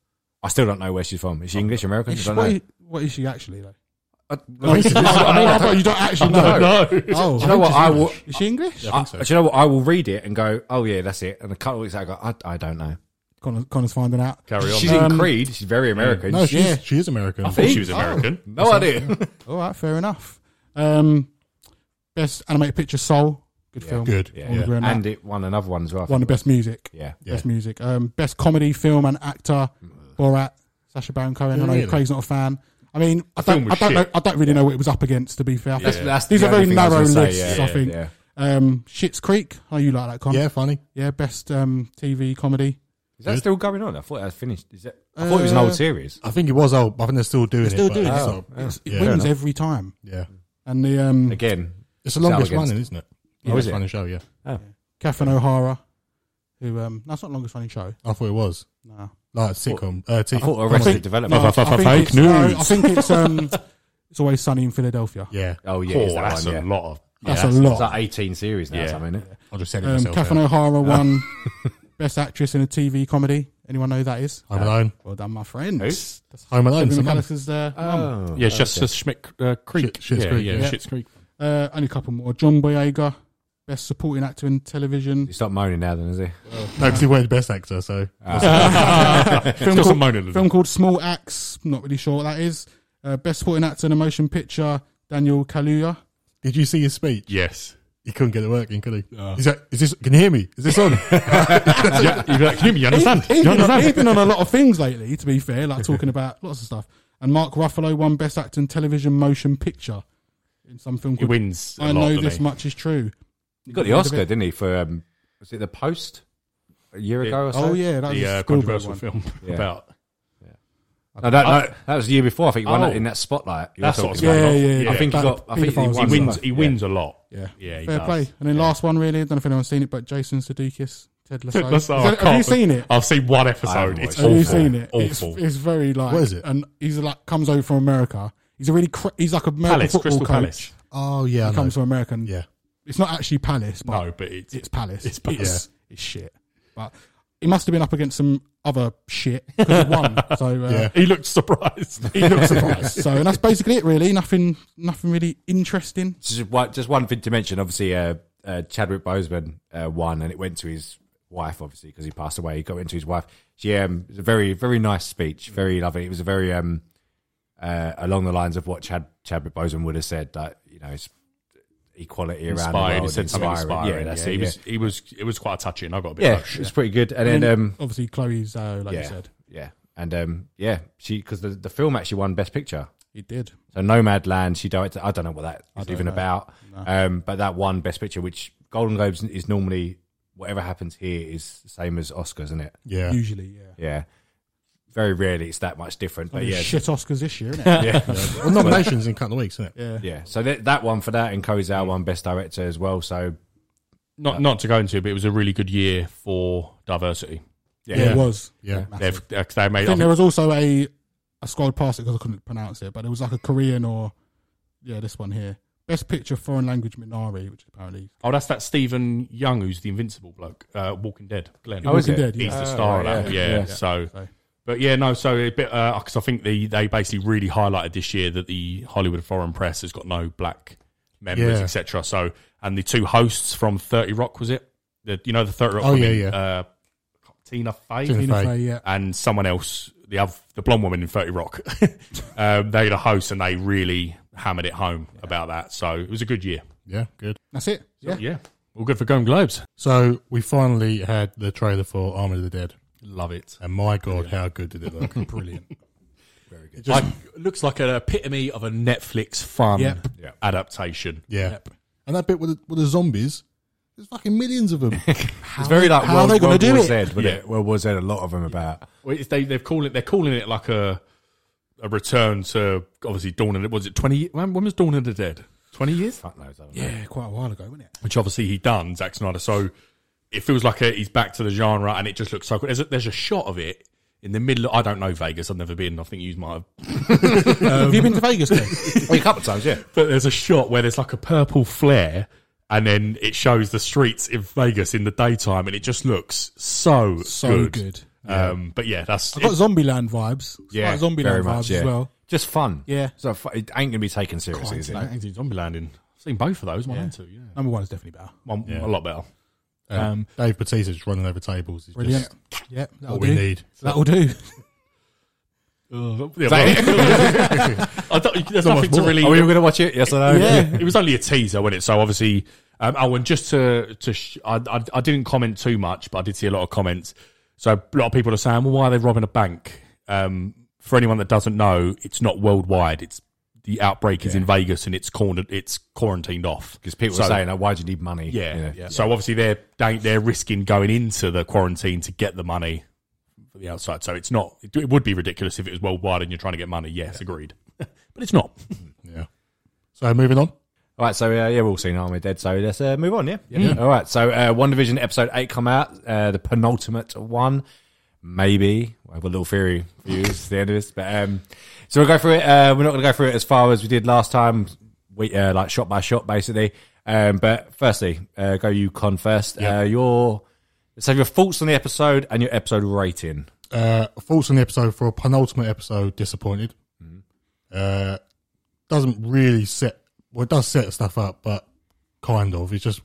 S1: I still don't know where she's from. Is she English, American? I
S4: Is she-
S1: don't
S4: what,
S1: know.
S4: is, what is she actually though?
S1: I mean.
S4: I thought you don't actually know.
S3: No,
S4: Oh,
S1: Do you know what? I will.
S4: is she English?
S1: I- do you know what? I will read it and go, "Oh yeah, that's it." And a couple of weeks later, I go, "I, I don't know."
S4: Connor's, Connor's finding out.
S3: carry on.
S1: She's in Creed. She's very American.
S2: no, she's,
S4: Yeah.
S2: she is American.
S3: I thought she
S4: Oh.
S3: was American.
S1: no idea.
S4: All right, fair enough. Um, best animated picture, Soul. Good film.
S2: Good.
S1: Yeah.
S4: All agree on that.
S1: and it won another one as well. I
S4: One
S1: think.
S4: of the best music.
S1: Yeah. Mm.
S4: Best music. Um, best comedy film and actor, Borat, Sasha Baron Cohen. I know
S2: really?
S4: Craig's not a fan. I mean, I
S3: film
S4: don't, I
S3: was
S4: don't,
S3: shit.
S4: know, I don't really know what it was up against. To be fair,
S1: That's- that's
S4: these
S1: the
S4: are very
S1: only thing I was
S4: narrow
S1: gonna say,
S4: lists.
S1: yeah,
S4: I
S1: yeah,
S4: think.
S1: yeah.
S4: Um, Shit's Creek. Oh, you like that, Con?
S2: Yeah, funny.
S4: Yeah, Best um, TV comedy.
S1: Is that still going on? I thought I finished. Is it? I thought it was an old series.
S2: I think it was old. but I think they're still doing
S4: They're still
S2: it. but
S4: doing it.
S2: it's
S1: Oh,
S2: not-
S1: yeah.
S4: It
S2: Yeah.
S4: wins every time.
S2: Yeah,
S4: And the um,
S1: Again,
S2: it's the longest
S1: Against-
S2: running, isn't it?
S1: Oh, is
S2: Longest
S1: it?
S2: running show. Yeah,
S4: Catherine O'Hara, who um, that's not longest running show.
S2: I thought it was
S4: No.
S2: like sitcom. Uh, t-
S1: I thought Arrested
S4: think-
S1: Development.
S4: I think
S3: fake
S4: it's- no,
S3: news.
S4: I think it's um, it's always sunny in Philadelphia.
S2: yeah,
S1: oh yeah,
S3: Cool,
S1: it's that
S3: that's
S1: one,
S3: a
S1: yeah.
S3: lot of.
S4: That's
S3: yeah.
S4: a lot.
S1: It's like eighteen series now.
S3: Yeah.
S1: Yeah. Something, isn't it?
S2: I just said it
S4: Um,
S2: myself.
S4: Catherine
S2: yeah.
S4: O'Hara won Best Actress in a TV comedy. Anyone know who that is?
S2: Home Alone.
S4: Well done, my friend.
S1: Who?
S4: That's
S2: Home Alone.
S4: Debbie
S2: some money.
S4: McAllister's uh, mum.
S1: Oh,
S3: Yeah, it's just, just Schmick uh, Creek.
S2: Shit- Shit's
S3: yeah,
S2: Creek,
S3: Yeah,
S2: yeah.
S3: Shit's Creek.
S4: Uh, only a couple more. John Boyega, Best Supporting Actor in Television.
S1: He's not moaning now, then, is he?
S2: No, because he went best actor. So
S3: Still
S4: called-
S3: some moaning. in it.
S4: film called Small Axe. Not really sure what that is. Uh, Best Supporting Actor in a Motion Picture. Daniel Kaluuya.
S2: did you see his speech?
S3: Yes.
S2: He couldn't get it working, could he? He's like, is this? Can you hear me? Is this on?
S3: yeah, you'd be like, "Jimmy, you understand?
S4: He's
S3: You
S4: been, on, he's
S3: understand?
S4: been on a lot of things lately, to be fair, like talking about lots of stuff. And Mark Ruffalo won Best Actor in Television Motion Picture in some film
S3: He
S4: called
S3: wins. a
S4: I
S3: lot,
S4: Know
S3: doesn't
S4: This
S3: he?
S4: Much Is True.
S1: He got the Oscar, didn't he? For um, was it The Post a year ago or so?
S4: Oh, yeah, that was
S3: The
S4: a
S3: uh,
S4: Spielberg
S3: controversial
S4: one.
S3: film
S1: Yeah.
S3: about.
S1: No, that, no, that was the year before. I think he won
S3: Oh.
S1: it in that spotlight. you were
S3: That's what I was
S1: talking
S4: Yeah,
S3: going
S4: yeah,
S3: off.
S4: yeah,
S1: I think he
S4: That-
S1: got. I think he
S4: paedophiles
S1: won
S4: and
S3: he wins.
S1: something.
S3: He wins a lot.
S4: Yeah.
S3: Yeah, he
S4: Fair
S3: does.
S4: play. And then last one, really. I don't know if anyone's seen it, but Jason Sudeikis, Ted Lasso.
S3: Ted Lasso,
S4: Is
S3: I
S4: that- have
S3: can't
S4: you seen it?
S3: I've seen one
S1: I haven't watched
S3: episode. It's
S1: it.
S4: Have
S3: awful.
S4: you seen it? It's,
S3: Awful.
S4: it's very like.
S2: What is it?
S4: And he's like comes over from America. He's a really cr- he's like a American
S3: Palace,
S4: football
S3: Crystal
S4: coach.
S3: Palace.
S2: oh yeah, I
S4: He
S2: know.
S4: comes from America. and-
S2: yeah.
S4: It's not actually Palace, but
S3: No, but it's,
S4: it's Palace.
S3: It's Palace.
S4: It's, it's shit. But it must have been up against some other shit because it won. So uh,
S2: Yeah.
S3: he looked surprised. He looked surprised.
S4: So and that's basically it, really. Nothing, nothing really interesting.
S1: Just one, just one thing to mention. Obviously, uh, uh, Chadwick Boseman uh, won, and it went to his wife, obviously, because he passed away. He got into his wife. She um, it was a very, very nice speech, very lovely. It was a very um, uh, along the lines of what Chad Chadwick Boseman would have said that you know it's equality around the
S3: Inspired.
S1: world,
S3: He said something inspiring.
S1: Yeah, that's
S3: yeah,
S1: it.
S3: he
S1: yeah.
S3: was. He was. It was quite touching. I got a bit.
S1: yeah,
S3: touched.
S1: it was pretty good. And then um,
S4: Obviously, Chloe Zhao, like
S1: yeah,
S4: you said,
S1: yeah, and um, yeah, she because the the film actually won Best Picture.
S4: he did.
S1: So Nomad Land, she directed. I don't know what that is even about. Um, but that one Best Picture, which Golden Globes is normally whatever happens here is the same as Oscars, isn't it?
S2: Yeah.
S4: Usually, yeah.
S1: Yeah. Very rarely it's that much different, but
S4: Bloody
S1: yeah,
S4: shit Oscars this year, isn't it?
S2: Well, nominations in a couple of weeks, isn't it?
S4: yeah.
S1: yeah. So that that one for that and Kozal one Best Director as well. So
S3: Not not to go into, it, but it was a really good year for diversity.
S1: yeah,
S4: It was.
S2: Yeah.
S3: They've uh, they made.
S4: I think there was also a I scrolled past it because I couldn't pronounce it, but it was like a Korean or yeah, this one here. Best picture foreign language Minari, which apparently
S3: oh, that's that Stephen Young, who's the Invincible bloke, uh, Walking Dead. Glenn.
S1: Oh, is
S4: Walking
S1: it?
S4: Dead,
S3: he's
S4: yeah.
S3: the star of
S1: right,
S3: that. one,
S1: yeah,
S3: Yeah.
S1: yeah.
S3: So,
S4: So-
S3: but yeah, no. So a bit because I think they they basically really highlighted this year that the Hollywood Foreign Press has got no black members,
S2: Yeah.
S3: etc. So, and the two hosts from Thirty Rock was it? The, you know the Thirty Rock.
S2: Oh, yeah,
S3: women,
S2: yeah.
S3: Uh, Tina Fey.
S2: Tina
S4: Tina
S2: Fey.
S4: Fey, yeah.
S3: and someone else, the other, the blonde woman in Thirty Rock, um, they had a host and they really hammered it home about that. So it was a good year.
S2: Yeah, good.
S4: That's it.
S3: So,
S4: Yeah.
S3: yeah, all good for Golden Globes.
S2: So we finally had the trailer for Army of the Dead.
S3: Love it.
S2: And my God, how good did it look? Brilliant.
S3: Like, looks like an epitome of a Netflix fun
S4: Yep.
S1: Yep.
S3: adaptation.
S2: Yeah. And that bit with the, with the zombies, there's fucking millions of them.
S1: it's very like
S4: how are
S1: World,
S4: they gonna
S1: World
S4: do
S1: War
S4: it?
S1: Z, wasn't
S3: Yeah.
S1: it? World War Z, a lot of them about.
S3: Well, it's, they they've called it they're calling it like a a return to obviously Dawn of the was it twenty when, when was Dawn of the Dead twenty years?
S1: Fuck knows. I don't know.
S4: Yeah, quite a while ago, wasn't it?
S3: Which obviously he done Zack Snyder. So it feels like a, he's back to the genre, and it just looks so cool. There's a, there's a shot of it. In the middle, of, I don't know Vegas. I've never been. I think you might have
S4: Have you been to Vegas? Ken?
S1: Oh, a couple of times, yeah.
S3: But there's a shot where there's like a purple flare, and then it shows the streets in Vegas in the daytime, and it just looks so
S4: So
S3: good.
S4: good.
S3: Um, but yeah, that's
S4: I've got
S3: it-
S4: Zombieland vibes. It's
S1: Yeah,
S4: like Zombieland
S1: very
S4: vibes
S1: much, yeah.
S4: as well.
S1: Just fun.
S4: Yeah.
S1: So fu- it ain't gonna be taken seriously, is it?
S4: no.
S3: I've seen Zombie Landing. I've seen both of those. One and two. Yeah,
S4: Number one is definitely better.
S3: one a lot better.
S2: Um, Dave Batista just running over tables. Is
S4: Brilliant.
S2: Just
S4: Yeah, that'll
S2: what
S4: do.
S2: we need.
S4: That'll do.
S3: Yeah, well- I don't, there's nothing to really.
S1: Are we all gonna watch it? Yes or no?
S3: yeah, it was only a teaser, wasn't it? So obviously, um, oh, and just to to, sh- I, I I didn't comment too much, but I did see a lot of comments. So a lot of people are saying, well, why are they robbing a bank? Um, for anyone that doesn't know, it's not worldwide. It's the outbreak is in Vegas and it's cornered, it's quarantined off
S1: Because people
S3: So-
S1: are saying, oh, "Why do you need money?"
S3: yeah.
S1: You know?
S3: So obviously they're they, they're risking going into the quarantine to get the money for the outside. So it's not. It, would be ridiculous if it was worldwide and you're trying to get money. Yes, agreed. but it's not.
S2: Yeah. So moving on.
S1: All right, so uh, yeah, we've all seen Army Dead, so let's uh, move on, yeah? All right, so uh, One Division episode 8 come out, uh, the penultimate one, maybe. I have a little theory for you, it's the end of this. But, um, so we'll go through it. Uh, we're not going to go through it as far as we did last time, we, uh, like shot by shot, basically. Um, but firstly, uh, go UConn first. Uh, your, let's have your thoughts on the episode and your episode rating.
S2: Uh, thoughts on the episode for a penultimate episode. Disappointed. Uh, doesn't really set. Well, it does set stuff up, but kind of. It's just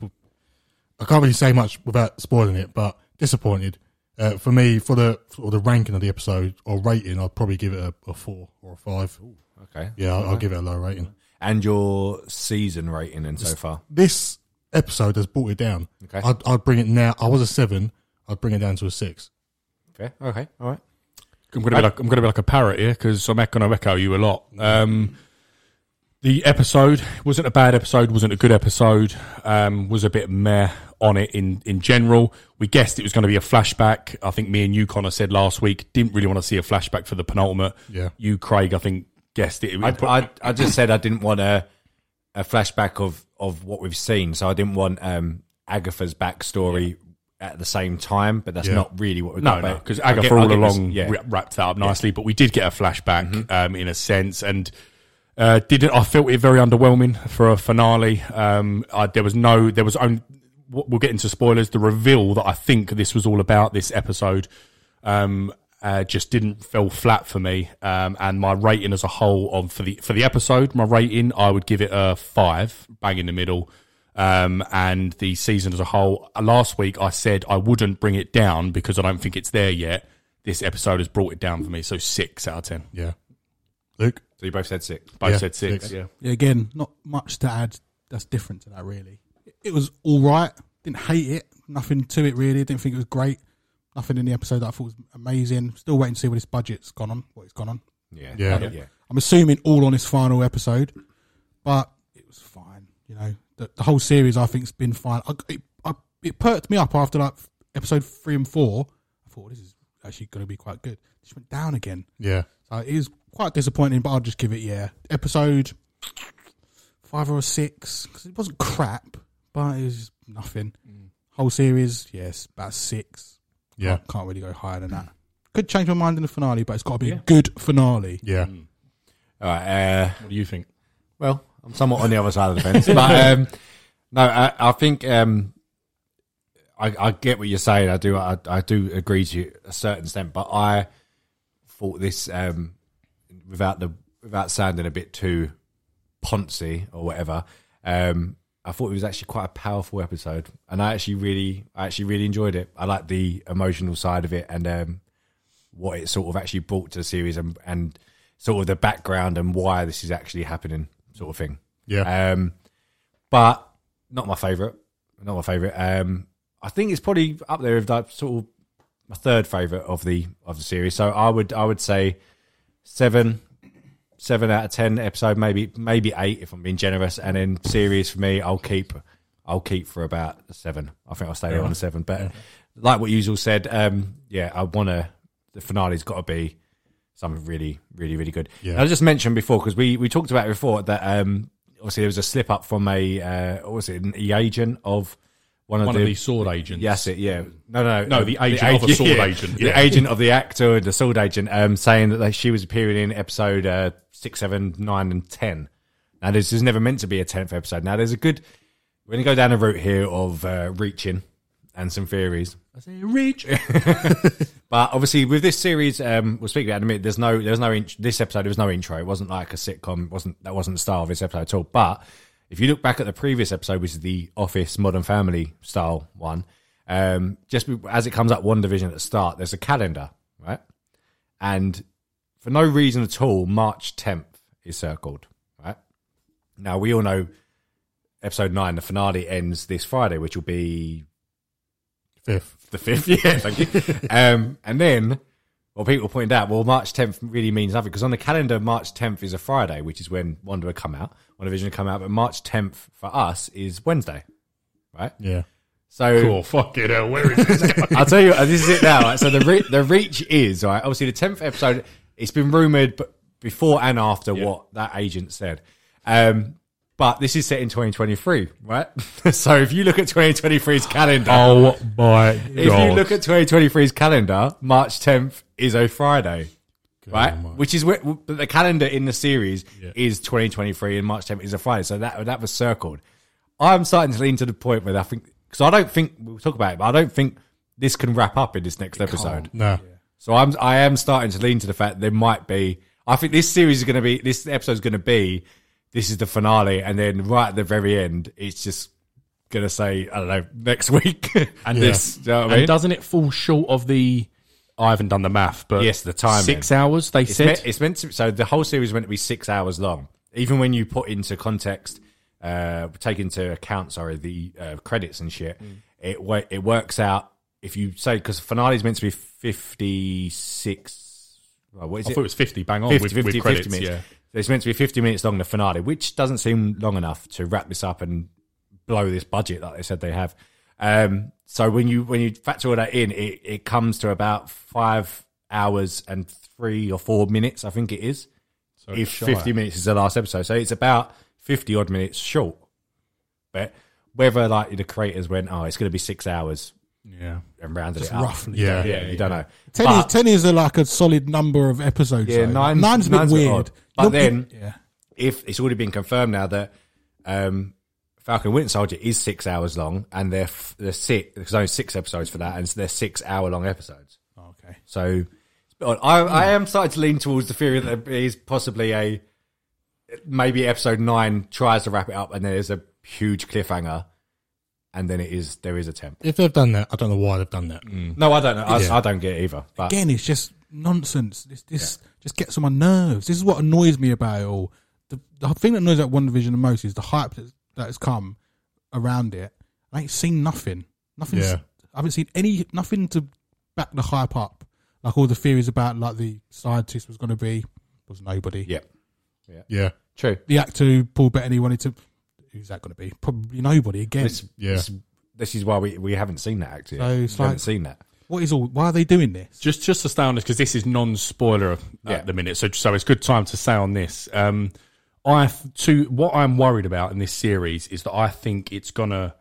S2: I can't really say much without spoiling it. But disappointed. Uh, for me, for the for the ranking of the episode or rating, I'd probably give it a, a four or a five.
S1: Okay.
S2: Yeah, I'll, I'll give it a low rating.
S1: And your season rating and so far.
S2: This episode has brought it down.
S1: Okay.
S2: I'd, I'd bring it now. I was a seven. I'd bring it down to a six.
S1: Okay. Okay. All right.
S3: I'm gonna be like I'm gonna be like a parrot here because I'm going to echo you a lot. Um, the episode wasn't a bad episode, wasn't a good episode, um, was a bit meh on it in in general. We guessed it was going to be a flashback. I think me and you, Connor, said last week didn't really want to see a flashback for the penultimate.
S2: Yeah.
S3: you, Craig, I think guessed it.
S1: I, I, I just said I didn't want a a flashback of of what we've seen, so I didn't want um, Agatha's backstory at the same time. But that's
S2: Yeah.
S1: not really what we're
S3: No,
S1: about.
S3: no, because
S1: I get-
S3: Agatha
S1: I
S3: all
S1: get this-
S3: along
S1: yeah, Mm-hmm.
S3: wra- wrapped that up nicely, but we did get a flashback um, in a sense, and uh, did it. I felt it very underwhelming for a finale. Um, I, there was no, there was only. w- We'll get into spoilers. The reveal that I think this was all about this episode um, uh, just didn't feel flat for me, um, and my rating as a whole on for the for the episode, my rating I would give it a five, bang in the middle. um, and the season as a whole. uh, Last week, I said I wouldn't bring it down because I don't think it's there yet. This episode has brought it down for me, so six out of ten.
S2: Yeah. Luke?
S1: So you both said six.
S3: Both
S2: Yeah,
S3: said six.
S2: six.
S3: Yeah,
S4: Yeah, again, not much to add that's different to that, really. It was all right. Didn't hate it. Nothing to it, really. Didn't think it was great. Nothing in the episode that I thought was amazing. Still waiting to see what his budget's gone on, what it's gone on.
S1: Yeah.
S2: Yeah.
S1: Yeah.
S4: I'm assuming all on this final episode, but it was fine. You know, the, the whole series I think's been fine. I, it, I, it perked me up after like episode three and four. I thought this is actually going to be quite good. It just went down again.
S2: Yeah.
S4: So it is quite disappointing, but I'll just give it yeah. Episode five or six 'cause it wasn't crap, but it was nothing. Whole series, yes, about six.
S2: Yeah.
S4: Can't, can't really go higher than that. Could change my mind in the finale, but it's got to be a good finale.
S2: Yeah.
S1: All right. Uh,
S3: Hmm. What do you think?
S1: Well, I'm somewhat on the other side of the fence, but um, no, I, I think um, I, I get what you're saying. I do, I, I do agree to you a certain extent, but I thought this um, without the without sounding a bit too poncy or whatever. Um, I thought it was actually quite a powerful episode, and I actually really, I actually really enjoyed it. I like the emotional side of it, and um, what it sort of actually brought to the series and, and sort of the background and why this is actually happening sort of thing.
S3: Uh,
S2: Yeah.
S1: Um, but not my favourite. Not my favourite. Um, I think it's probably up there with like sort of my third favourite of the of the series. So I would I would say seven seven out of ten episode, maybe maybe eight if I'm being generous. And then series for me, I'll keep I'll keep for about seven. I think I'll stay there on the seven. But like what usual said, um, yeah, I wanna the finale's gotta be something really, really, really good.
S2: Yeah.
S1: And I just mentioned before because we we talked about it before that um, obviously there was a slip up from a uh, what was it an E agent of one of
S3: One
S1: the
S3: of these sword agents.
S1: yes it yeah no no
S3: No, the agent of a sword agent,
S1: the
S3: yeah.
S1: agent of the actor the sword agent um, saying that they, she was appearing in episode uh, six seven nine and ten. Now this is never meant to be a tenth episode. Now there's a good we're going to go down a route here of uh, reaching and some theories.
S3: I say reach.
S1: But obviously, with this series, um, we'll speak about it in a minute. There's no, there's no int- this episode. There was no intro. It wasn't like a sitcom. It wasn't that wasn't the style of this episode at all. But if you look back at the previous episode, which is the Office Modern Family style one, um, just be- as it comes up one division at the start, there's a calendar, right? And for no reason at all, March 10th is circled, right? Now we all know episode nine, the finale ends this Friday, which will be
S2: Fifth.
S1: the fifth year. Thank you. um, and then, well, people pointed out, well, March 10th really means nothing because on the calendar, March 10th is a Friday, which is when Wanda would come out, Wanda Vision would come out, but March 10th for us is Wednesday, right?
S2: Yeah.
S1: So
S3: Cool. Fuck it. Hell, where is this? going?
S1: I'll tell you, uh, this is it now. Right? So the re- the reach is right. Obviously, the tenth episode. It's been rumored, but before and after what that agent said. Um, but this is set in 2023, right? so if you look at 2023's calendar,
S3: oh my god!
S1: if you look at 2023's calendar, March 10th is a Friday, right? Which is where but the calendar in the series is 2023 and March 10th is a Friday. So that that was circled. I'm starting to lean to the point where I think because I don't think we'll talk about it, but I don't think this can wrap up in this next episode.
S2: No.
S1: So I'm I am starting to lean to the fact there might be. I think this series is going to be this episode is going to be this is the finale, and then right at the very end, it's just going to say I don't know next week and this. you know what I mean?
S3: and doesn't it fall short of the? I haven't done the math, but
S1: Yes, the timing.
S3: six hours. They
S1: It's
S3: said
S1: meant, it's meant to. So the whole series is meant to be six hours long. Even when you put into context, uh, take into account, sorry, the uh, credits and shit,
S3: Mm.
S1: it wo- it works out if you say because finale is meant to be fifty six. Well, what is
S3: I
S1: it?
S3: thought it was fifty. Bang on
S1: 50,
S3: with,
S1: 50,
S3: with credits.
S1: 50 minutes.
S3: Yeah.
S1: So it's meant to be 50 minutes long, the finale, which doesn't seem long enough to wrap this up and blow this budget like they said they have. Um, so when you when you factor all that in, it, it comes to about five hours and three or four minutes, I think it is. if 50 minutes is the last episode, so it's about 50 odd minutes short. But whether like the creators went, oh, it's going to be six hours
S3: Yeah.
S1: and rounded it up.
S4: Roughly.
S1: Yeah,
S2: Yeah.
S1: you don't know.
S4: Ten
S1: But-
S4: is, ten is a, like a solid number of episodes.
S1: Yeah,
S4: though.
S1: nine-
S4: nine's a bit
S1: nine's a bit
S4: weird.
S1: odd. But
S4: Not-
S1: then-
S4: yeah,
S1: if it's already been confirmed now that um, Falcon Winter Soldier is six hours long, and they're f- they're six. There's only six episodes for that, and they're six hour long episodes.
S4: okay,
S1: So I, I am starting to lean towards the theory that there is possibly a maybe episode nine tries to wrap it up, and there's a huge cliffhanger, and then it is there is a temp.
S2: If they've done that, I don't know why they've done that.
S3: Hmm.
S1: No, I don't know. I,
S2: Yeah.
S1: I don't get it either. But
S4: Mm. Again, it's just nonsense. This this just gets on my nerves. This is what annoys me about it all. The, the thing that annoys about One Division the most is the hype that, that has come around it. I ain't seen nothing. Nothing.
S2: Yeah.
S4: I haven't seen any nothing to back the hype up. Like all the theories about like the scientist was going to be was nobody.
S1: yeah,
S2: Yeah.
S1: true.
S4: The act two Paul Bettany wanted to. Who's that going to be? Probably nobody again.
S1: This,
S2: Yeah.
S1: this, this is why we, we haven't seen that actually.
S4: So
S1: we
S4: it's
S1: haven't
S4: like-
S1: seen that.
S4: what is all? Why are they doing this?
S3: just just to stay on this because this is non-spoiler at
S1: Yeah.
S3: the minute, so so it's good time to say on this. Um, I to what I'm worried about in this series is that I think it's gonna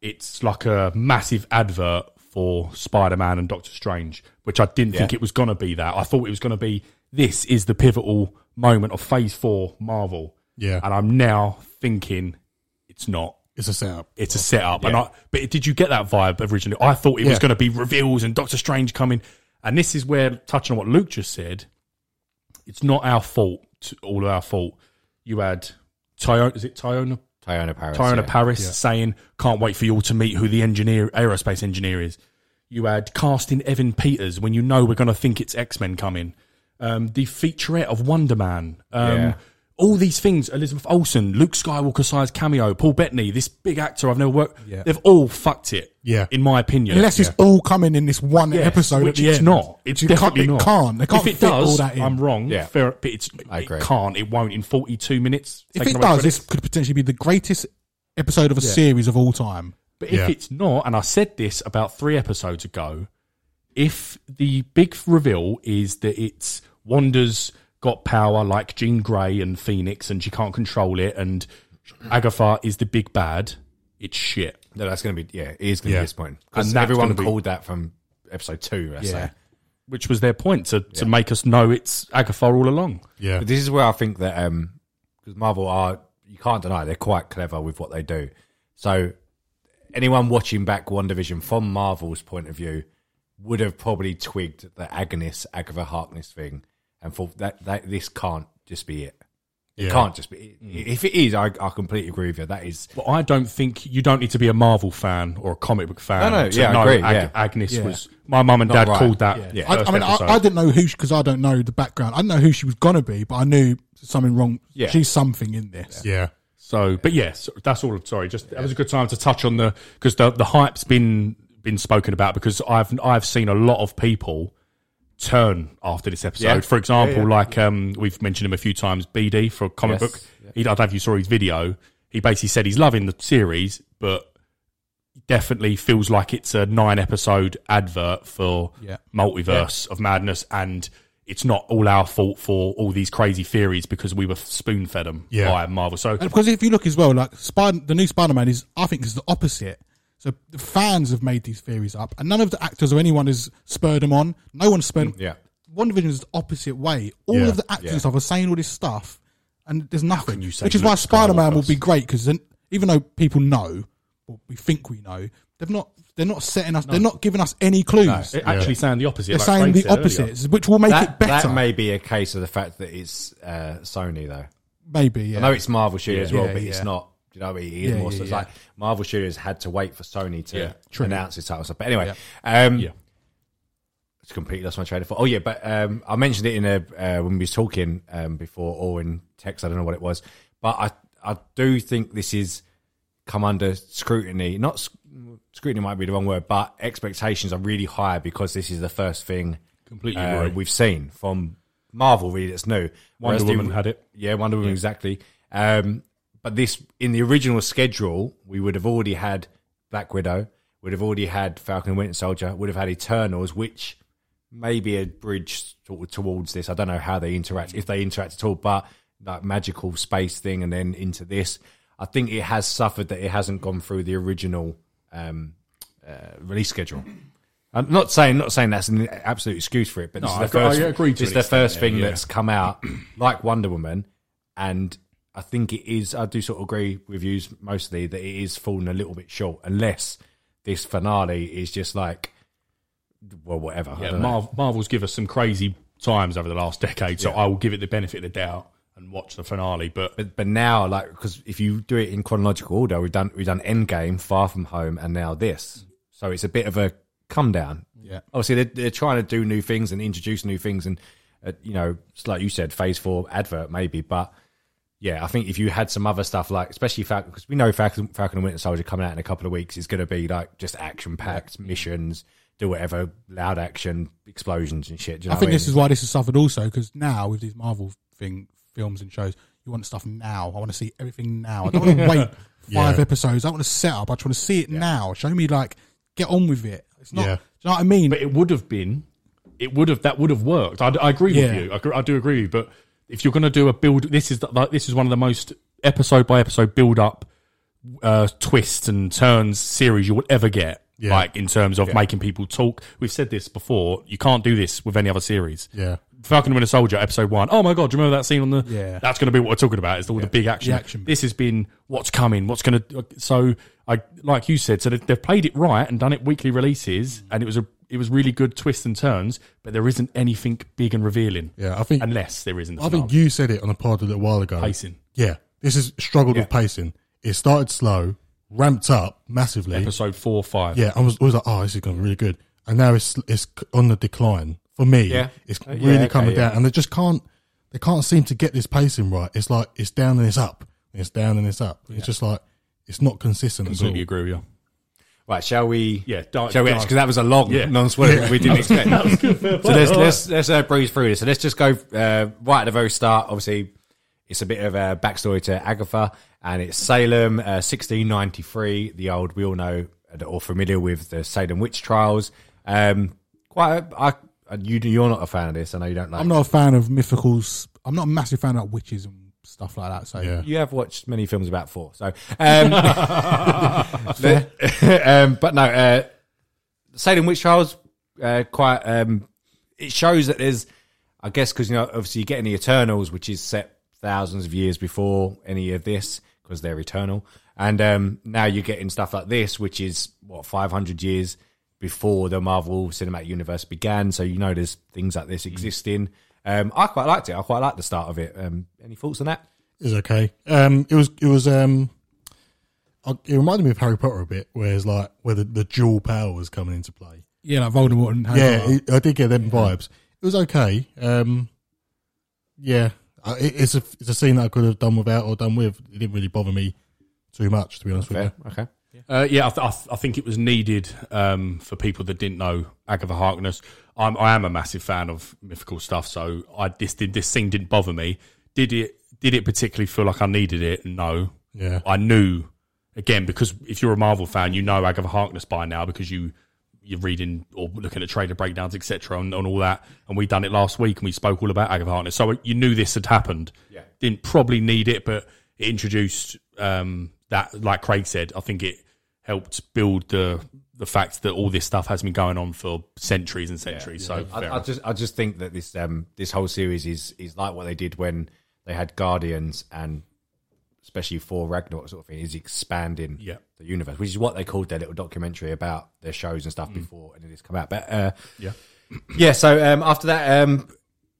S3: it's like a massive advert for Spider-Man and Doctor Strange, which I didn't think
S1: Yeah.
S3: it was gonna be that. I thought it was gonna be this is the pivotal moment of Phase Four Marvel,
S2: Yeah.
S3: and I'm now thinking it's not
S2: It's a setup.
S3: it's a setup. And I, but did you get that vibe originally? I thought it was
S2: Yeah.
S3: going to be reveals and Doctor Strange coming. And this is where, touching on what Luke just said, it's not our fault, all our fault. You had Tyone, is it Tyone?
S1: Tyrone Paris.
S3: Tyrone
S1: yeah.
S3: of Paris saying, "Can't wait for you all to meet who the engineer, aerospace engineer is." You had casting Evan Peters when you know we're going to think it's X Men coming. Um, the featurette of Wonder Man. Um,
S1: Yeah.
S3: All these things, Elizabeth Olsen, Luke Skywalker size cameo, Paul Bettany, this big actor I've never worked.
S4: Yeah.
S3: They've all fucked it.
S2: Yeah.
S3: in my opinion.
S4: Unless it's all coming in this one episode,
S3: which
S4: at the
S3: it's
S4: end.
S3: not. It's
S4: You can't-
S3: definitely
S4: it
S3: not.
S4: Can't. They can't
S3: if it
S4: fit
S3: does,
S4: all that in.
S3: I'm wrong.
S1: Yeah.
S3: fair, but it's
S1: I agree.
S3: it can't. It won't in 42 minutes.
S4: If it
S3: taking away
S4: does,
S3: credits.
S4: this could potentially be the greatest episode of a series of all time.
S3: But
S2: Yeah.
S3: if it's not, and I said this about three episodes ago, if the big reveal is that it's Wanda's got power like Jean Grey and Phoenix and she can't control it and Agatha is the big bad, it's shit.
S1: No, that's going to be yeah. It is going to
S2: Yeah.
S1: be disappointing because
S3: And that's
S1: everyone
S3: gonna be-
S1: called that from episode two. I say.
S3: Which was their point to, to make us know it's Agatha all along.
S2: Yeah.
S1: But this is where I think that um because Marvel are you can't deny they're quite clever with what they do. So anyone watching back One Division from Marvel's point of view would have probably twigged the Agnes Agatha Harkness thing and thought that that this can't just be it. It
S2: Yeah.
S1: can't just be. It. If it is, I, I completely agree with you. That is
S3: But I don't think you don't need to be a Marvel fan or a comic book fan.
S1: No, no,
S3: to
S1: yeah, I
S3: know
S1: agree, yeah.
S3: Agnes was my mum and
S1: Not
S3: dad
S1: right.
S3: called that.
S1: Yeah.
S4: I, I
S3: first
S4: mean, I,
S3: episode.
S4: I didn't know who because I don't know the background. I didn't know who she was gonna be, but I knew something wrong.
S1: Yeah.
S4: She's something in this.
S2: Yeah.
S3: So, but yes, that's all. Sorry, just that was a good time to touch on the because the the hype's been been spoken about because I've I've seen a lot of people turn after this episode.
S1: Yeah.
S3: For example,
S1: Yeah, yeah.
S3: like um, we've mentioned him a few times, BD for a comic
S1: Yes.
S3: book. He, I don't know if you saw his video. He basically said he's loving the series, but definitely feels like it's a nine episode advert for
S4: Yeah.
S3: multiverse of madness and. It's not all our fault for all these crazy theories because we were spoon fed them
S2: Yeah.
S3: by Marvel. So
S4: And because if you look as well, like Spider, the new Spider-Man is, I think, is the opposite. So the fans have made these theories up, and none of the actors or anyone has spurred them on. No one
S3: Mm,
S4: spurred.
S1: yeah.
S4: One Division is the opposite way. All
S2: Yeah.
S4: of the actors
S1: Yeah.
S4: and stuff are saying all this stuff, and there's nothing.
S3: you say
S4: Which is why
S3: Luke
S4: Spider Man will
S3: Skywalker's-
S4: be great because even though people know, or we think we know, they've not. They're not setting us. They're not giving us any clues.
S3: It actually saying the opposite.
S4: they're
S3: like
S4: saying
S3: Craig
S4: the
S3: said earlier.
S4: opposites, which will make
S1: That,
S4: it better.
S1: that may be a case of the fact that it's uh, Sony though.
S4: Maybe yeah.
S1: I know it's Marvel Studios
S4: Yeah.
S1: as well,
S4: Yeah,
S1: but it's
S4: yeah.
S1: not. You know, it is
S4: Yeah,
S1: more.
S4: yeah,
S1: so it's
S4: yeah.
S1: like Marvel Studios had to wait for Sony to
S3: Yeah,
S1: announce its title. stuff. But anyway, um,
S3: Yeah.
S1: it's completely lost my train of thought. Oh yeah, but um, I mentioned it in a uh, when we was talking um, before or in text. I don't know what it was, but I I do think this is come under scrutiny. Not sc- scrutiny might be the wrong word, but expectations are really high because this is the first thing
S3: Completely
S1: uh,
S3: agree.
S1: we've seen from Marvel. Really, that's new.
S3: Wonder
S1: Whereas the-
S3: Woman had it.
S1: yeah, Wonder Woman exactly. Um, but this in the original schedule, we would have already had Black Widow, would have already had Falcon and Winter Soldier, would have had Eternals, which may be a bridge sort of towards this. I don't know how they interact, if they interact at all, but that magical space thing and then into this. I think it has suffered that it hasn't gone through the original um, uh, release schedule. I'm not saying not saying that's an absolute excuse for it, but this
S3: No,
S1: is the
S3: I- I
S1: first,
S3: agree to
S1: this is
S3: an
S1: the
S3: extent,
S1: first
S3: yeah,
S1: thing
S3: yeah.
S1: that's come out like Wonder Woman, and I think it is. I do sort of agree with you mostly that it is falling a little bit short, unless this finale is just like, well, whatever. I
S3: Yeah,
S1: don't know.
S3: Marv- Marvel's give us some crazy times over the last decade, so I will give it the benefit of the doubt and watch the finale. But
S1: But but now, like, because if you do it in chronological order, we've done we've done Endgame, Far From Home, and now this. So it's a bit of a come down.
S4: Yeah.
S1: Obviously, they're, they're trying to do new things and introduce new things, and uh, you know, it's like you said, Phase Four advert maybe, but yeah, I think if you had some other stuff like, especially Falcon, because we know Falcon, Falcon and Winter Soldier coming out in a couple of weeks is going to be like just action packed missions, do whatever, loud action, explosions and shit. Do you know
S4: I think
S1: what
S4: this is why this has suffered also because now with these Marvel thing films and shows, you want stuff now. I want to see everything now. I don't want to wait five episodes. I want to set up. I just want to see it now. Show me like get on with it. It's not.
S2: Yeah.
S4: Do you know what I mean?
S3: but it would have been, it would have that would have worked. I, I agree
S4: Yeah.
S3: with you. I, gr- I do agree with you. But if you're going to do a build, this is the, like, this is one of the most episode by episode build up uh, twists and turns series you will ever get.
S2: Yeah.
S3: Like in terms of making people talk. We've said this before. You can't do this with any other series.
S2: Yeah.
S3: Falcon and Winter Soldier, episode one. Oh my god, do you remember that scene on the?
S4: Yeah.
S3: That's going to be what we're talking about. Is all the big action.
S4: The action bit.
S3: This has been what's coming. What's going to? So I, like you said, so they- they've played it right and done it weekly releases,
S2: Mm.
S3: and it was a, it was really good twists and turns, but there isn't anything big and revealing,
S2: Yeah, I think
S3: unless there isn't. The
S2: I think you said it on a pod a little while ago.
S3: pacing
S2: Yeah, this is struggled with pacing. It started slow, ramped up massively.
S3: episode four, five.
S2: Yeah, I was always like, oh, this is going to be really good, and now it's it's on the decline for me.
S1: Yeah.
S2: it's
S1: Uh,
S2: really
S1: yeah, okay,
S2: coming
S1: yeah.
S2: down, and they just can't they can't seem to get this pacing right. It's like it's down and it's up, and it's down and it's up. It's just like it's not consistent at all.
S3: Completely agree with you.
S1: Right, shall we?
S3: Yeah, dive-
S1: shall we?
S3: dive.
S1: Because that was a long
S3: Yeah.
S1: non-spoiler that we didn't expect. so let's let's let's uh, breeze through this. So let's just go uh, right at the very start. Obviously, it's a bit of a backstory to Agatha, and it's Salem, uh, sixteen ninety-three. The old we all know or familiar with the Salem witch trials. Um, quite. A, I, you you're not a fan of this. I know you don't like.
S4: I'm not a fan of mythicals. I'm not a massive fan of witches and stuff like that. So
S2: Yeah.
S1: You have watched many films about four, so. Um, um, but no, uh, Salem Witch Trials uh, quite. Um, it shows that there's, I guess, because you know, obviously you get in the Eternals, which is set thousands of years before any of this, because they're eternal, and um, now you're getting stuff like this, which is what 500 years before the Marvel Cinematic Universe began. So you know, there's things like this existing. Um, I quite liked it. I quite liked the start of it. Um, any thoughts on that?
S2: It's okay. Um, it was it was um, I- it reminded me of Harry Potter a bit, where it's like where the, the dual power was coming into play.
S4: yeah, like Voldemort and Harry
S2: yeah,
S4: Potter.
S2: it, I did get them vibes. It was okay. Um, yeah, I, it, it's a it's a scene that I could have done without or done with. It didn't really bother me too much, to be honest with
S1: Fair.
S2: you.
S1: Okay.
S3: Uh, yeah, I, th- I, th- I think it was needed um, for people that didn't know Agatha Harkness. I'm, I am a massive fan of mythical stuff, so I this did this thing didn't bother me. Did it? Did it particularly feel like I needed it? No,
S2: Yeah,
S3: I knew again because if you're a Marvel fan, you know Agatha Harkness by now because you you're reading or looking at trader breakdowns, etc., and, and all that. And we done it last week, and we spoke all about Agatha Harkness, so you knew this had happened. Yeah, didn't probably need it, but it introduced um, that. Like Craig said, I think it helped build the the fact that all this stuff has been going on for centuries and centuries. So fair
S1: I, I just I just think that this um this whole series is is like what they did when they had Guardians and especially for Ragnarok sort of thing is expanding
S3: Yeah.
S1: the universe, which is what they called their little documentary about their shows and stuff
S3: Mm.
S1: before any of this come out. But uh,
S3: Yeah.
S1: yeah. So um, after that, um,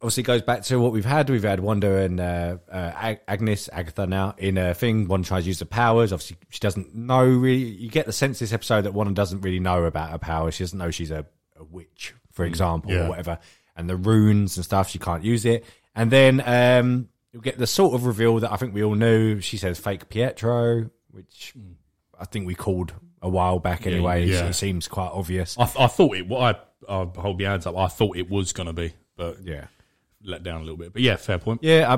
S1: obviously it goes back to what we've had. We've had Wanda and uh, uh, Ag- Agnes Agatha now in a thing. Wanda tries to use her powers. Obviously, she doesn't know really. You get the sense this episode that Wanda doesn't really know about her powers. She doesn't know she's a, a witch, for example,
S2: Mm, Yeah.
S1: or whatever. And the runes and stuff, she can't use it. And then um, you get the sort of reveal that I think we all knew. She says fake Pietro, which I think we called a while back anyway.
S2: Mm. yeah.
S1: It seems quite obvious.
S3: I, th- I thought it. I I'll hold the hands up. I thought it was going to be, but
S1: Yeah.
S3: let down a little bit. But yeah, fair point.
S1: Yeah,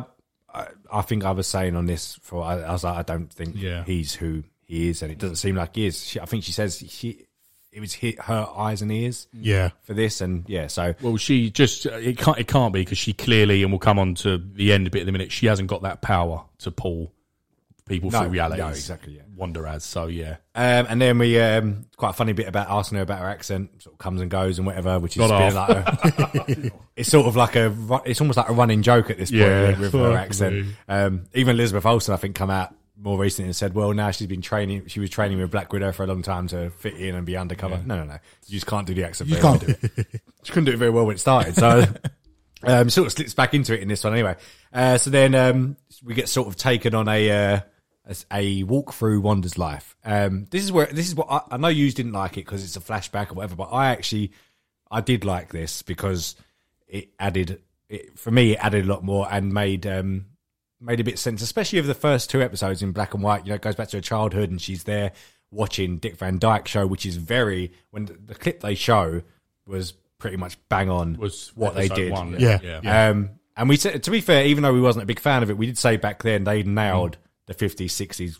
S1: I, I, I think I was saying on this for I, I was like, I don't think
S3: Yeah.
S1: he's who he is, and it doesn't seem like he is. She, I think she says she, it was hit her eyes and ears
S2: yeah,
S1: for this, and yeah, so
S3: Well, she just uh, it can't it can't be because she clearly, and we'll come on to the end a bit in a minute. She hasn't got that power to pull people
S1: No,
S3: through reality.
S1: no, exactly, yeah.
S3: Wonder as so yeah.
S1: Um, and then we um, quite a funny bit about asking her about her accent, sort of comes and goes and whatever, which is a
S3: Got
S1: bit like a, it's sort of like a ru- it's almost like a running joke at this point
S3: Yeah,
S1: with, with her
S3: fuck
S1: accent.
S3: me.
S1: Um, even Elizabeth Olsen, I think, come out more recently and said, "Well, now she's been training. She was training with Black Widow for a long time to fit in and be undercover." No, no, no, you just can't do the accent.
S4: You
S1: very well,
S4: can't.
S1: do it. She couldn't do it very well when it started, so Um, sort of slips back into it in this one anyway. Uh, so then um, we get sort of taken on a uh, as a walk through Wander's life. Um, this is where this is what I, I know you didn't like it because it's a flashback or whatever, but I actually I did like this because it added it for me it added a lot more and made um, made a bit sense, especially over the first two episodes in black and white. You know, it goes back to her childhood and she's there watching Dick Van Dyke show, which is very when the, the clip they show was pretty much bang on
S3: Was
S1: what they
S3: episode
S1: did.
S3: one,
S2: Yeah.
S3: yeah.
S1: Um, and we said, to be fair, even though we wasn't a big fan of it, we did say back then they nailed the 50s, 60s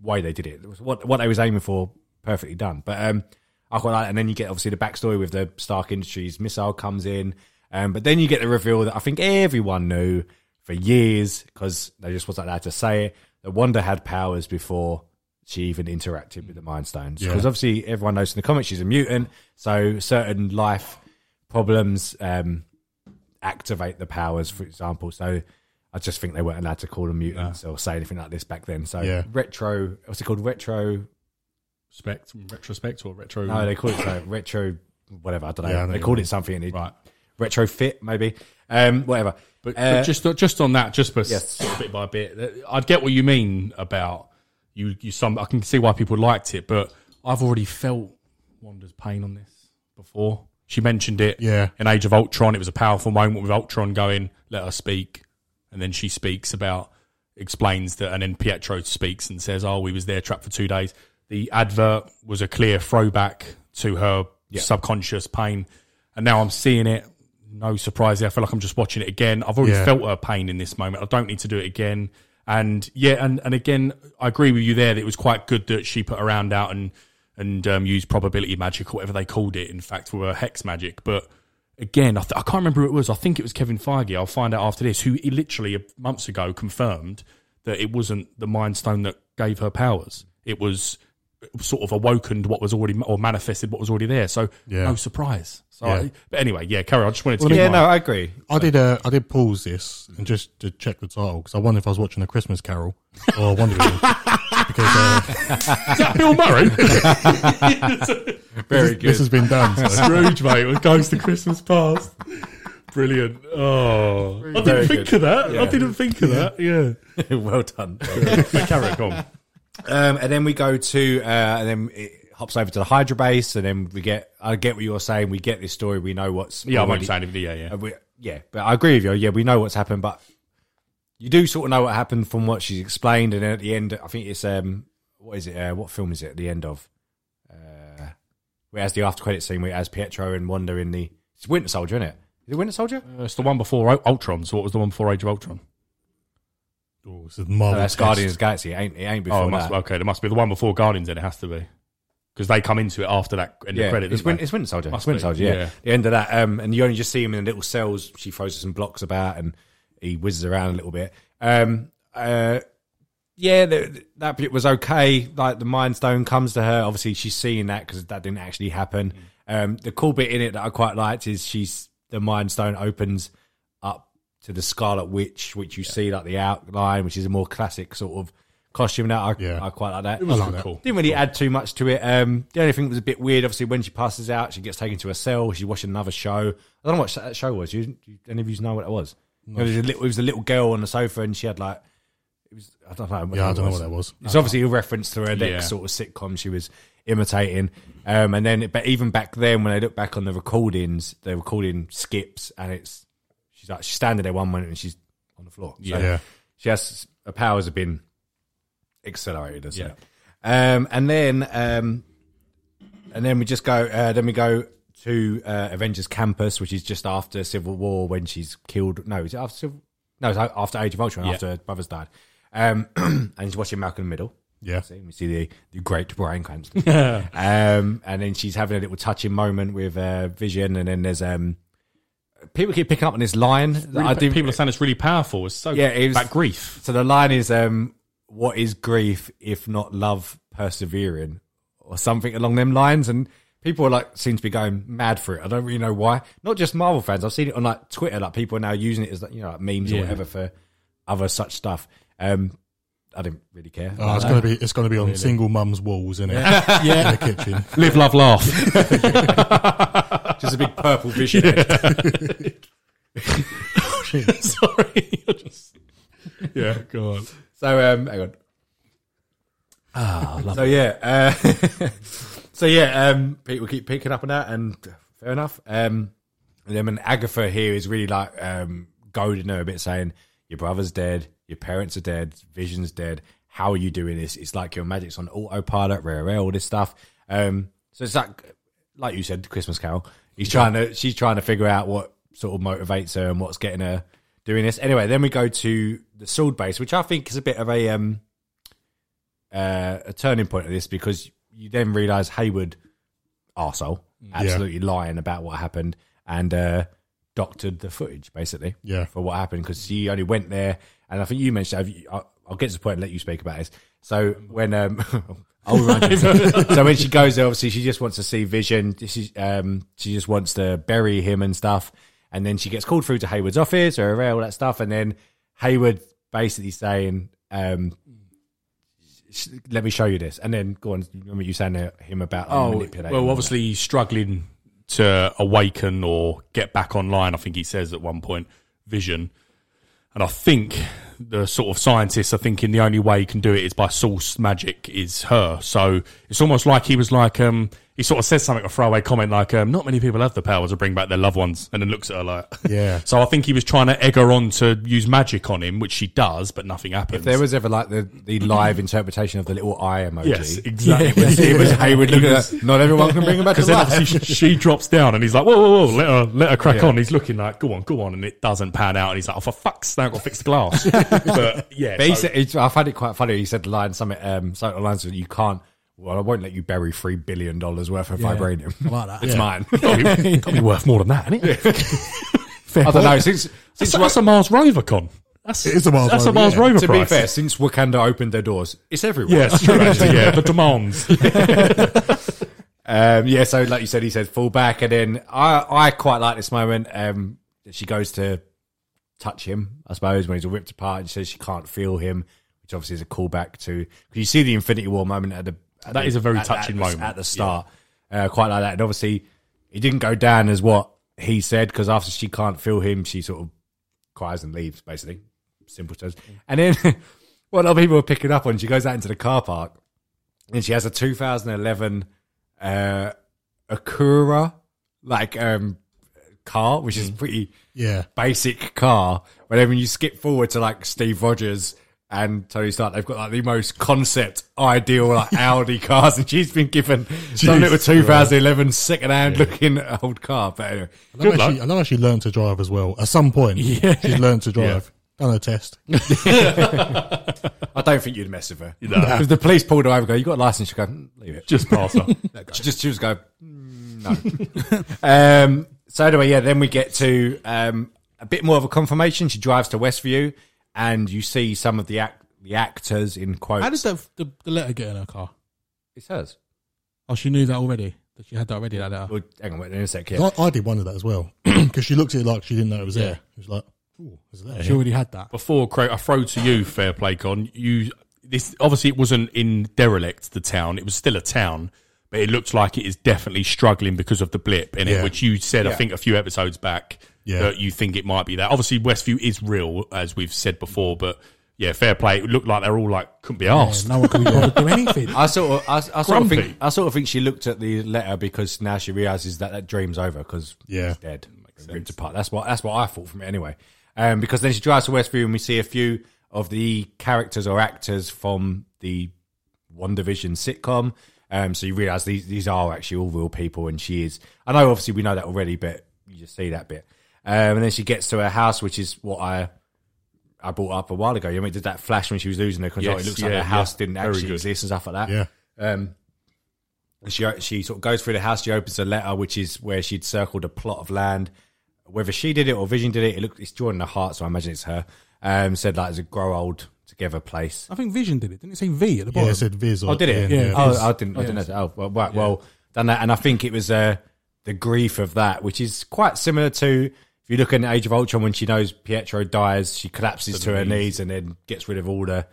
S1: way they did it. It was what what they was aiming for, perfectly done. But um, I quite like. It. And then you get obviously the backstory with the Stark Industries missile comes in, um, but then you get the reveal that I think everyone knew for years because they just wasn't allowed to say it. That Wanda had powers before she even interacted with the Mind Stones because obviously everyone knows in the comics she's a mutant, so certain life problems. Um, activate the powers, for example. So I just think they weren't allowed to call them mutants or say anything like this back then. So
S2: Yeah.
S1: retro, what's it called? Retro?
S3: Spect, retrospect or retro.
S1: No, they call it so, retro, whatever. I don't know.
S2: Yeah, I know
S1: they
S2: you
S1: called it something. and it-
S3: right.
S1: Retrofit, maybe. Um, whatever.
S3: But,
S1: Uh,
S3: but just just on that, just for s-
S1: Yes.
S3: sort of bit by bit, I'd get what you mean about you. You some I can see why people liked it, but I've already felt Wanda's pain on this before. She mentioned it,
S2: Yeah.
S3: In Age of Ultron, it was a powerful moment with Ultron going, "Let her speak," and then she speaks about explains that, and then Pietro speaks and says, "Oh, we was there trapped for two days." The advert was a clear throwback to her subconscious pain, and now I'm seeing it. No surprise, there. I feel like I'm just watching it again. I've already
S2: Yeah.
S3: felt her pain in this moment. I don't need to do it again. And yeah, and, and again, I agree with you there. That it was quite good that she put her hand out and and um, used probability magic or whatever they called it. In fact, for her hex magic, but again, I, th- I can't remember who it was. I think it was Kevin Feige. I'll find out after this. Who he literally months ago confirmed that it wasn't the Mind Stone that gave her powers. It was sort of awokened what was already or manifested what was already there. So
S2: Yeah.
S3: no surprise. So,
S2: Yeah.
S3: I, but anyway, yeah, carry on. I just wanted to. give
S1: yeah,
S3: my-
S1: no, I agree.
S2: I did. Uh, I did pause this and just to check the title because I wondered if I was watching a Christmas Carol or Wonder Woman. because uh,
S3: Bill Murray.
S1: Very good.
S2: this has been done. So.
S3: Scrooge, mate, with Ghost of Christmas Past. Brilliant. Oh, I
S1: Very
S3: didn't think
S1: good.
S3: of that. I didn't think of that. Yeah.
S1: well done.
S3: But carry on.
S1: Um, and then we go to, uh, and then it hops over to the Hydra base, and then we get. I get what you're saying. We get this story. We know what's.
S3: Yeah, I won't
S1: already-
S3: say anything. Yeah, yeah.
S1: Uh, we, yeah, but I agree with you. Yeah, we know what's happened, but you do sort of know what happened from what she's explained, and then at the end, I think it's um, what is it? Uh, what film is it? At the end of, uh, where it has the after credit scene where it has Pietro and Wanda in the it's Winter Soldier, isn't it? Is it Winter Soldier?
S3: Uh, it's the one before Ul- Ultron. So what was the one before Age of Ultron?
S2: Oh, this is Marvel
S1: No, that's
S2: test.
S1: Uh, Guardians of the Galaxy. It ain't it ain't before
S3: oh, it must
S1: that?
S3: be, okay. There must be the one before Guardians. Then it has to be because they come into it after that in
S1: yeah,
S3: the credit.
S1: it's,
S3: don't
S1: win,
S3: they?
S1: it's Winter Soldier.
S3: Must
S1: it's Winter
S3: be,
S1: Soldier. Yeah.
S3: yeah.
S1: the end of that, um, and you only just see him in little cells. She throws some blocks about, and he whizzes around a little bit. Um, uh, yeah, the, that bit was okay. Like the Mind Stone comes to her. Obviously, she's seeing that because that didn't actually happen.
S3: Mm.
S1: Um, the cool bit in it that I quite liked is she's the Mind Stone opens up to the Scarlet Witch, which you see like the outline, which is a more classic sort of costume. Now I,
S2: Yeah.
S1: I quite like that.
S3: was
S2: like that.
S3: cool.
S1: Didn't really add too much to it. Um, the only thing that was a bit weird, obviously, when she passes out, she gets taken to a cell. She's watching another show. I don't know what that show was. You, you, any of you know what it was? It, was a little, it was a little girl on the sofa, and she had like it was. I don't know.
S2: Yeah, I don't know what that was.
S1: It's obviously a reference to her next
S3: Yeah.
S1: sort of sitcom she was imitating. Um, and then, but even back then, when I look back on the recordings, the recording skips, and it's she's like she's standing there one minute and she's on the floor. So
S2: Yeah.
S1: she has her powers have been accelerated. As
S3: Yeah.
S1: yeah. Um, and then, um, and then we just go. Uh, then we go to uh, Avengers Campus, which is just after Civil War when she's killed. No, is it after Civil? No, it's after Age of Ultron,
S3: Yeah.
S1: after her brother's died. Um, and he's watching Malcolm in the Middle.
S2: Yeah,
S1: See, we see the, the great Brian Cranston. um, and then she's having a little touching moment with uh, Vision, and then there's um, people keep picking up on this line. that
S3: Really,
S1: I didn't-
S3: people are saying it's really powerful. It's so
S1: Yeah, it was-
S3: that grief.
S1: so the line is, um, "What is grief if not love persevering?" or something along them lines, and people are like seem to be going mad for it. I don't really know why. Not just Marvel fans. I've seen it on like Twitter. Like people are now using it as like, you know like memes or
S3: Yeah.
S1: whatever for other such stuff. Um, I didn't really care.
S2: Oh, it's gonna be it's gonna be on single mum's walls, isn't it? in the kitchen.
S3: Live, love, laugh.
S1: Just a big purple vision.
S2: shit.
S3: Sorry, I just yeah, go on.
S1: So um, hang on. Ah, so yeah, uh, so yeah, um, Pete will keep picking up on that, and fair enough. Um, and then when Agatha here is really like um, goading her a bit, saying, "Your brother's dead, your parents are dead, Vision's dead. How are you doing this? It's like your magic's on autopilot, rare, rare, all this stuff." Um, so it's like, like you said, Christmas Carol. He's trying to, she's trying to figure out what sort of motivates her and what's getting her doing this. Anyway, then we go to the sword base, which I think is a bit of a um, uh, a turning point of this because you then realise Hayward, arsehole, absolutely lying about what happened and uh, doctored the footage basically
S2: Yeah.
S1: for what happened because she only went there and I think you mentioned. Have you, I, I'll get to the point and let you speak about this. So when um. I'll remind you. so when she goes there, obviously she just wants to see Vision. She um she just wants to bury him and stuff. And then she gets called through to Hayward's office or all that stuff. And then Hayward basically saying, um, "Sh- "Let me show you this." And then go on. Remember you saying to him about um,
S3: Oh,
S1: manipulating
S3: well,
S1: him.
S3: obviously he's struggling to awaken or get back online. I think he says at one point, vision. And I think the sort of scientists are thinking the only way he can do it is by source magic is her. So it's almost like he was like, um, he sort of says something, a throwaway comment like, um, not many people have the power to bring back their loved ones. And then looks at her like,
S2: Yeah.
S3: so I think he was trying to egg her on to use magic on him, which she does, but nothing happens.
S1: If there was ever like the, the live interpretation of the little eye emoji.
S3: yes, exactly.
S1: It was Hayward looking at not everyone can bring him back to
S3: Because then
S1: life.
S3: obviously she she drops down and he's like, whoa, whoa, whoa, let her, let her crack on. He's looking like, go on, go on. And it doesn't pan out. And he's like, oh, for fuck's sake, I've got to fix the glass. but yeah.
S1: But he
S3: so-
S1: said, it's- I found it quite funny. He said the line, something, um, something lines that you can't. Well, I won't let you bury three billion dollars worth of vibranium.
S2: like that.
S1: It's
S2: Yeah.
S1: mine.
S3: Got to be- got to be worth more than that, isn't it?
S1: I don't know. Since,
S3: That's,
S1: since
S3: that's a Mars Rover con. That's,
S2: It is a Mars
S3: that's
S2: Rover,
S3: a Mars
S2: yeah.
S3: Rover
S1: to be
S3: price.
S1: fair, since Wakanda opened their doors, it's everywhere.
S3: Yes, true, actually, yeah, the demands.
S1: Um, yeah. So, like you said, he said fall back, and then I, I quite like this moment. Um, that she goes to touch him, I suppose, when he's all ripped apart, and she says she can't feel him, which obviously is a callback to because you see the Infinity War moment at the at
S3: That
S1: the-
S3: is a very
S1: at-
S3: touching
S1: at the-
S3: moment,
S1: at the start. Uh, quite like that, and obviously it didn't go down as what he said because after she can't feel him, she sort of cries and leaves, basically, simple terms. And then what a lot of people are picking up on, she goes out into the car park and she has a 2011 uh, Acura like um car, which is pretty
S2: Yeah.
S1: basic car. But then when you skip forward to like Steve Rogers and Tony Stark, they've got like the most concept ideal like Audi cars, and she's been given some little 2011 second-hand looking old car. But anyway,
S2: I love, how she, I love how she learned to drive as well. At some point, she's learned to drive. Done her test.
S1: I don't think you'd mess with her because the police pulled her over. and Go, you got a license? She go, "Mm, leave it.
S3: Just pass up.
S1: She just she just go, "Mm, no. um, so anyway, yeah. Then we get to um, a bit more of a confirmation. She drives to Westview, and you see some of the act the actors in quotes.
S4: How does the, the the letter get in her car?
S1: it's hers.
S4: Oh, she knew that already. That she had that already. That letter.
S1: Well, hang on, wait in a sec. Yeah.
S2: I, I did wonder that as well. Because she looked at it like she didn't know it was there. She was like, ooh, is that
S4: She already had that.
S3: before Craig, I throw to you, fair play con. You this obviously it wasn't in derelict the town; it was still a town, but it looked like it is definitely struggling because of the blip in
S2: Yeah.
S3: it, which you said I
S1: Yeah.
S3: think a few episodes back
S2: Yeah.
S3: that you think it might be that. Obviously, Westview is real as we've said before, but yeah, fair play. It looked like they're all like couldn't be asked.
S4: No one could be bothered to do anything.
S1: I sort of, I, I sort of
S3: Grumpy.
S1: think, I sort of think she looked at the letter because now she realizes that that dream's over because
S2: Yeah.
S1: he's dead, ripped apart. That's what that's what I thought from it anyway. Um, because then she drives to Westview and we see a few of the characters or actors from the One Division sitcom. Um, so you realise these these are actually all real people, and she is. I know, obviously, we know that already, but you just see that bit. Um, and then she gets to her house, which is what I I brought up a while ago. You know, it did that flash when she was losing her control.
S3: Yes,
S1: it looks
S3: yeah,
S1: like her house
S3: yeah.
S1: didn't
S3: Very
S1: actually
S3: good.
S1: exist and stuff like that.
S2: Yeah.
S1: Um, and she she sort of goes through the house. She opens a letter, which is where she'd circled a plot of land. Whether she did it or Vision did it, it looked it's drawn in the heart, so I imagine it's her. Um, said like it's a grow old together place.
S4: I think Vision did it. Didn't it say V at the
S2: Yeah,
S4: bottom?
S2: it said Viz. Or,
S1: Oh, did it?
S2: Yeah. yeah.
S1: Oh, I didn't. I didn't. Know. Oh, well, right, well done that. And I think it was uh, the grief of that, which is quite similar to if you look in Age of Ultron when she knows Pietro dies, she collapses to her knees and then gets rid of all the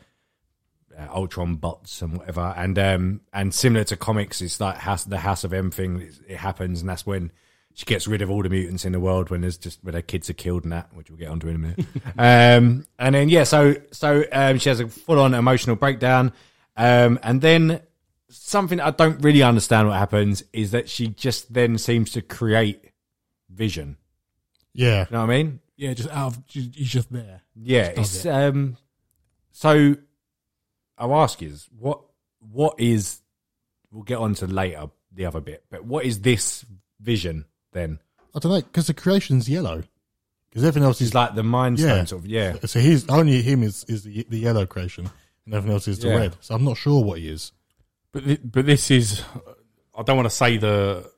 S1: uh, Ultron bots and whatever. And um, and similar to comics, it's like house, the House of M thing. It, it happens, and that's when she gets rid of all the mutants in the world when there's just when their kids are killed and that, which we'll get onto in a minute. um, and then yeah, so so um, she has a full on emotional breakdown, um, and then something I don't really understand what happens is that she just then seems to create vision.
S2: Yeah.
S1: You know what I mean?
S4: Yeah, just out of ju- he's just there.
S1: Yeah,
S4: does
S1: it's um. So, I'll ask you what what is we'll get on to later the other bit, but what is this vision then?
S2: I don't know because the creation's yellow. Because everything else is
S1: It's like the mind stone
S2: Yeah.
S1: sort of yeah.
S2: So he's only him is, is the, the yellow creation, and everything else is the
S1: Yeah.
S2: red. So I'm not sure what he is.
S3: But thi- but this is I don't want to say the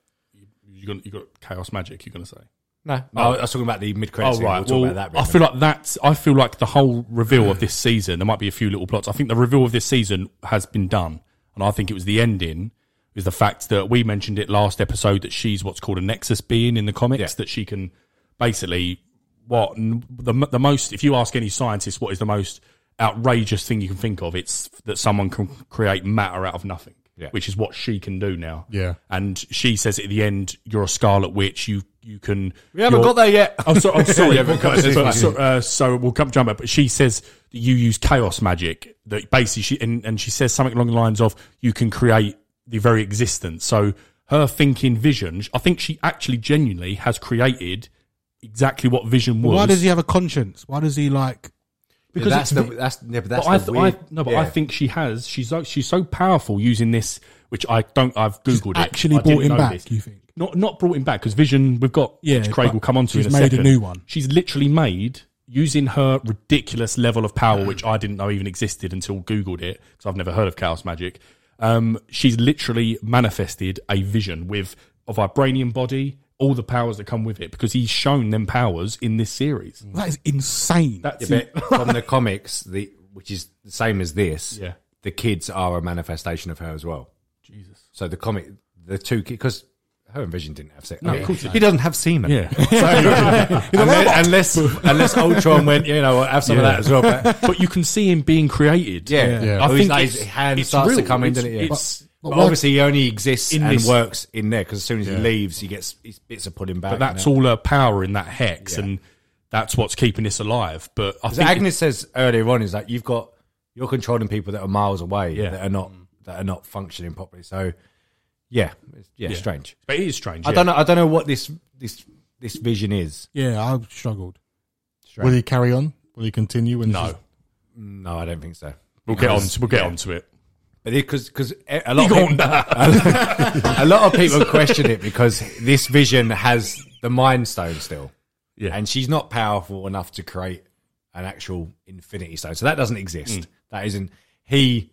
S3: you got you got chaos magic. You're going to say.
S1: No, no, I was talking about the mid credits.
S3: Oh right,
S1: we'll talk
S3: well,
S1: about that. Hmm.
S3: I
S1: bit.
S3: feel like that's I feel like the whole reveal of this season. There might be a few little plots. I think the reveal of this season has been done, and I think it was the ending is the fact that we mentioned it last episode that she's what's called a nexus being in the comics
S1: Yeah.
S3: that she can basically what n- the m- the most if you ask any scientist what is the most outrageous thing you can think of it's that someone can create matter out of nothing
S1: Yeah.
S3: which is what she can do now
S2: Yeah.
S3: and she says at the end you're a scarlet witch you you can
S1: we haven't
S3: you're-
S1: got there yet.
S3: I'm sorry. I'm Oh, sorry.
S1: Yeah, we've got this
S3: But
S1: one.
S3: so, uh, so we'll come jump up. But she says that you use chaos magic. That basically, she and, and she says something along the lines of you can create the very existence. So her thinking vision. I think she actually genuinely has created exactly what vision was.
S4: Why does he have a conscience? Why does he like?
S1: because that's the
S3: it's-
S1: that's yeah, but
S3: But
S1: that's
S3: I,
S1: the
S3: th-
S1: weird,
S3: I no, but
S1: yeah.
S3: I think she has. She's so, she's so powerful using this, which I don't. I've googled it.
S4: actually
S3: I didn't
S4: brought him
S3: know
S4: back,
S3: this.
S4: you think?
S3: Not not brought him back because Vision. We've got
S4: Yeah,
S3: which Craig
S4: but
S3: will come on to.
S4: she's
S3: in a
S4: made a
S3: second.
S4: new one.
S3: She's literally made using her ridiculous level of power, which I didn't know even existed until googled it because I've never heard of chaos magic. Um, she's literally manifested a vision with a vibranium body, all the powers that come with it, because he's shown them powers in this series.
S4: That is insane.
S3: That's
S1: Yeah, but from the comics, the which is the same as this.
S3: Yeah.
S1: the kids are a manifestation of her as well. Jesus. So the comic, the two because her and Vision didn't have sex. No,
S3: of course
S1: he doesn't have semen.
S3: Yeah.
S1: unless, unless unless Ultron went, you know, I'll have some
S3: Yeah.
S1: of that as well. But
S3: but you can see him being created.
S1: yeah,
S2: Yeah.
S1: I
S3: I
S1: think
S3: think
S1: his
S3: it's-
S1: hand
S3: it's
S1: starts to
S3: real.
S1: come in,
S3: It's-
S1: doesn't it? Yeah.
S3: it's-
S1: But,
S2: what-
S1: obviously, he only exists
S3: In
S1: and
S3: this-
S1: works in there because as soon as
S2: Yeah.
S1: he leaves, he gets his bits are pulling back.
S3: But that's
S1: and
S3: all her power in that hex,
S1: Yeah.
S3: and that's what's keeping this alive. But I
S1: that. So
S3: think
S1: Agnes says earlier on is like you've got you're controlling people that are miles away
S3: Yeah.
S1: that are not that are not functioning properly. So yeah, it's- yeah, strange.
S3: but it is strange.
S1: I don't know. I don't know what this this this vision is.
S4: yeah, I struggled.
S2: Will he carry on? Will he continue? And
S3: No,
S1: No, I don't think so.
S3: we'll get on. To, we'll get on to it.
S1: But because because a lot of
S3: Go
S1: people,
S3: on, nah.
S1: a lot of people question it because this vision has the mind stone still.
S3: Yeah.
S1: And she's not powerful enough to create an actual infinity stone. So that doesn't exist.
S3: Mm.
S1: That isn't he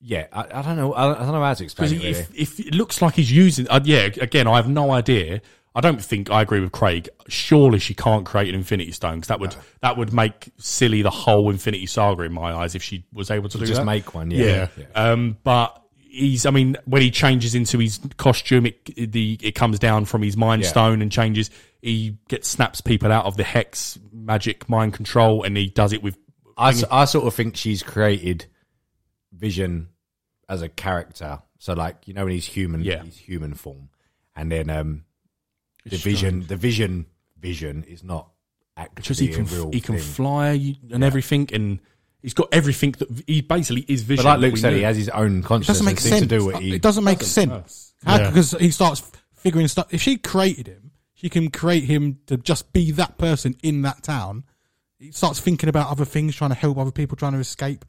S1: yeah, I, I don't know. I, I don't know how to explain it. Really.
S3: If, if it looks like he's using, uh, yeah. Again, I have no idea. I don't think I agree with Craig. Surely she can't create an Infinity Stone because that would that would make silly the whole Infinity Saga in my eyes if she was able to do
S1: Just
S3: that.
S1: make one.
S3: Yeah.
S1: Yeah. yeah.
S3: Um, but he's, I mean, when he changes into his costume, it the it comes down from his mind
S1: Yeah.
S3: stone and changes. He gets snaps people out of the hex magic mind control, and he does it with.
S1: I, s- I sort of think she's created Vision as a character. So like you know when he's human,
S3: Yeah.
S1: he's human form, and then um, the Vision, the Vision, Vision is not
S3: Because
S1: actually
S3: he can,
S1: a real
S3: he can
S1: thing.
S3: fly and everything, and he's got everything that he basically is vision.
S1: but like
S3: that
S1: Luke
S3: we
S1: said,
S3: knew.
S1: he has his own
S4: It doesn't
S1: consciousness
S4: make
S1: and
S4: sense.
S1: seems to do what he.
S4: it doesn't make sense How-
S2: Yeah.
S4: because he starts f- figuring stuff. If she created him, she can create him to just be that person in that town. He starts thinking about other things, trying to help other people, trying to escape.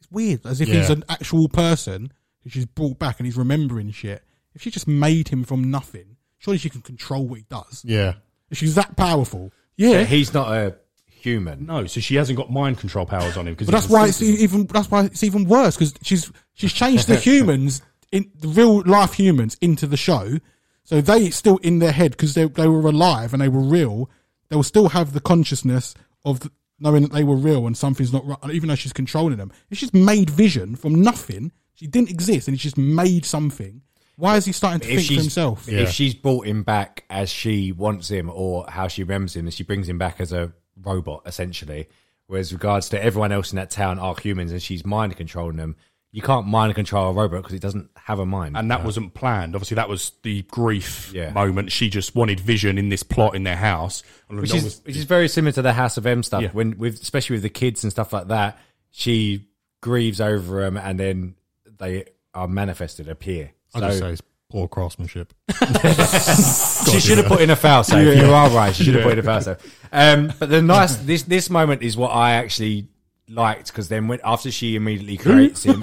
S4: It's weird, as if he's
S2: Yeah.
S4: an actual person who she's brought back and he's remembering shit. If she just made him from nothing, surely she can control what he does.
S2: Yeah.
S4: If she's that powerful,
S1: But he's not a human.
S3: no, so she hasn't got mind control powers on him because
S4: But that's why it's e-, even that's why it's even worse because she's she's changed the humans in the real life humans into the show, so they still in their head because they they were alive and they were real. They will still have the consciousness of the, knowing that they were real and something's not right, even though she's controlling them. If she's made vision from nothing, she didn't exist, and she's just made something. Why is he starting to
S1: If
S4: think for
S1: she's
S4: himself?
S1: if she's brought him back as she wants him or how she remembers him, and she brings him back as a robot essentially. Whereas regards to everyone else in that town are humans, and she's mind controlling them. you can't mind and control a robot because it doesn't have a mind.
S3: and that wasn't planned. Obviously, that was the grief
S1: Yeah.
S3: moment. She just wanted Vision in this plot in their house, and
S1: which
S3: that
S1: is
S3: was-
S1: which is very similar to the House of M stuff.
S3: Yeah.
S1: When with especially with the kids and stuff like that, she grieves over them, and then they are manifested, appear.
S2: I
S1: So
S2: just say it's poor craftsmanship.
S1: she should have put in a foul save. You are right. She should have put in a foul save. Um, but the nice this this moment is what I actually liked because then when after she immediately creates him,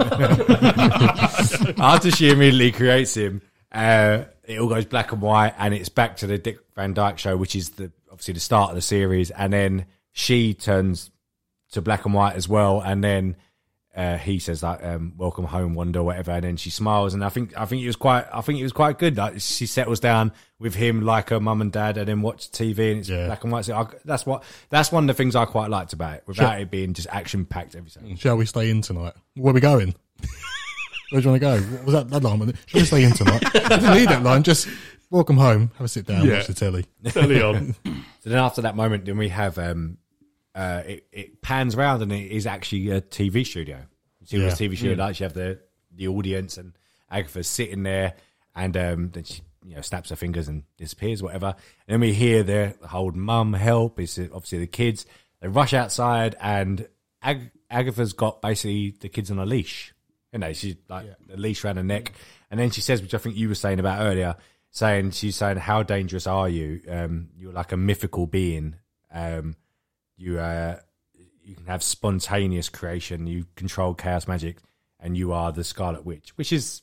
S1: after she immediately creates him, uh, it all goes black and white, and it's back to the Dick Van Dyke show, which is the obviously the start of the series, and then she turns to black and white as well, and then. Uh, he says like um, "Welcome home, Wanda," or whatever, and then she smiles, and I think I think it was quite I think it was quite good. Like she settles down with him, like her mum and dad, and then watch TV, and it's
S2: Yeah.
S1: black and white. So I, that's what that's one of the things I quite liked about it, without it being just action packed every second.
S2: Shall we stay in tonight? Where we going? Where do you want to go? What was that, that line? wasn't it? Shall we stay in tonight? I didn't need that line. Just welcome home, have a sit down,
S3: Yeah.
S2: watch the telly.
S3: Early on.
S1: So then after that moment, then we have um, uh, it, it pans round and it is actually a TV studio. You see what a
S2: Yeah.
S1: TV studio like you have the the audience and Agatha's sitting there, and um, then she you know snaps her fingers and disappears, whatever. And then we hear the whole mum help. It's uh, obviously the kids. They rush outside and Ag- Agatha's got basically the kids on a leash. You know, she's like a leash around her neck, and then she says, which I think you were saying about earlier, saying she's saying, "How dangerous are you? Um, you're like a mythical being. Um, you uh, you can have spontaneous creation. You control chaos magic, and you are the Scarlet Witch, which is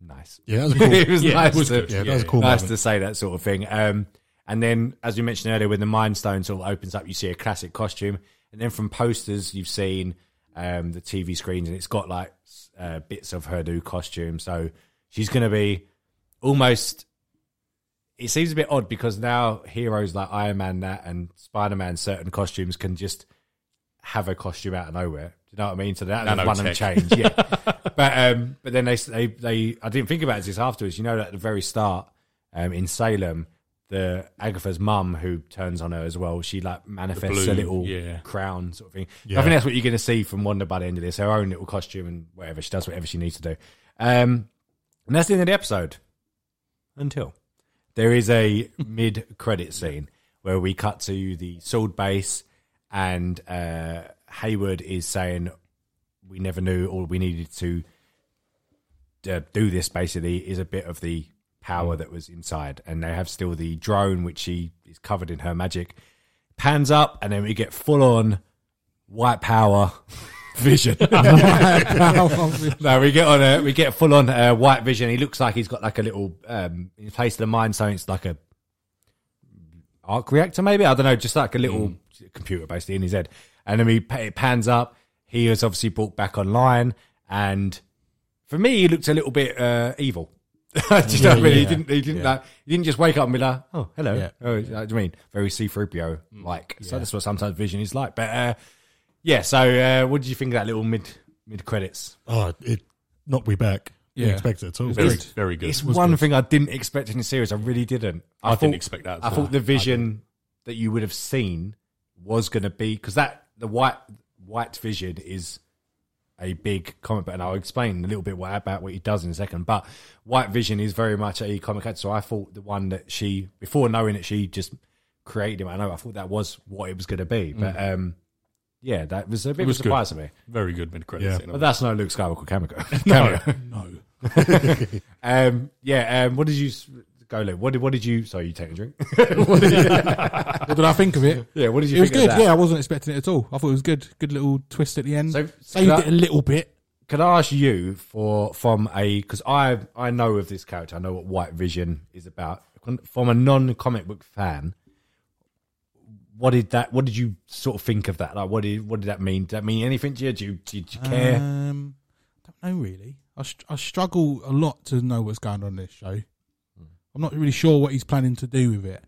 S1: nice.
S2: Yeah, that was cool.
S1: it was
S3: Yeah,
S1: nice.
S3: it was
S1: to,
S3: good.
S2: Yeah, that was a cool.
S1: nice
S2: moment.
S1: to say that sort of thing. Um, and then, as we mentioned earlier, when the Mind Stone sort of opens up, you see a classic costume, and then from posters you've seen um, the TV screens, and it's got like s- uh, bits of her new costume. So she's going to be almost. It seems a bit odd because now heroes like Iron Man that and Spider Man certain costumes can just have a costume out of nowhere. Do you know what I mean? So that that's one of them
S3: Nanotech.
S1: change, yeah. but um, but then they they they I didn't think about this afterwards. You know, at the very start, um, in Salem, the Agatha's mum who turns on her as well. She like manifests
S3: blue,
S1: a little
S3: yeah.
S1: crown sort of thing.
S2: Yeah.
S1: I think that's what you're going to see from Wanda by the end of this. Her own little costume and whatever she does, whatever she needs to do. Um, and that's the end of the episode. Until there is a mid credit scene where we cut to the sword base and uh, Hayward is saying we never knew all we needed to uh, do this basically is a bit of the power that was inside and they have still the drone which she is covered in her magic pans up and then we get full on white power vision no, we get on a we get full on uh, white vision. He looks like he's got like a little um in place of the mind, so it's like a arc reactor, maybe I don't know, just like a little computer basically in his head. And then he pa- it pans up. He is obviously brought back online, and for me, he looked a little bit uh, evil. Do you know what I mean? He didn't. He didn't. Like, he didn't just wake up and be like, "Oh, hello."
S4: Yeah.
S1: Oh, do you know what I mean, very C-3PO like. So that's what sometimes Vision is like. But uh, yeah. So uh, what did you think of that little mid mid credits?
S2: Oh, it knocked me back. Didn't
S4: Yeah.
S2: expect it at all.
S3: Very, very good.
S1: It's one thing I didn't expect in the series. I really didn't. I,
S3: didn't expect that at
S1: I
S3: all.
S1: thought the vision that you would have seen was going to be because that the white white vision is a big comic book, and I'll explain a little bit what, about what he does in a second. But White Vision is very much a comic character, so I thought the one that she before knowing that she just created him, I know I thought that was what it was going to be. But um, yeah, that was a bit
S3: Mm. was
S1: of a surprise to me.
S3: very good mid credit
S2: Yeah.
S3: scene.
S1: But that's no Luke Skywalker cameo.
S3: no,
S1: cameo.
S3: no.
S1: Um, yeah. Um, what did you s- go, Luke? What did What did you? Sorry, you take a drink.
S4: What did I think of it?
S1: yeah. What did you?
S4: It was
S1: think
S4: good.
S1: Of that?
S4: Yeah, I wasn't expecting it at all. I thought it was good. Good little twist at the end.
S1: So-
S4: Saved
S1: so-
S4: it a little bit.
S1: Can I ask you for from a because I I know of this character. I know what White Vision is about. From a non comic book fan, what did that? What did you sort of think of that? Like, what did what did that mean? Did that mean anything to you? Do you, did you care?
S4: Um, I don't know really. I, str- I struggle a lot to know what's going on in this show.
S1: Hmm.
S4: I'm not really sure what he's planning to do with it.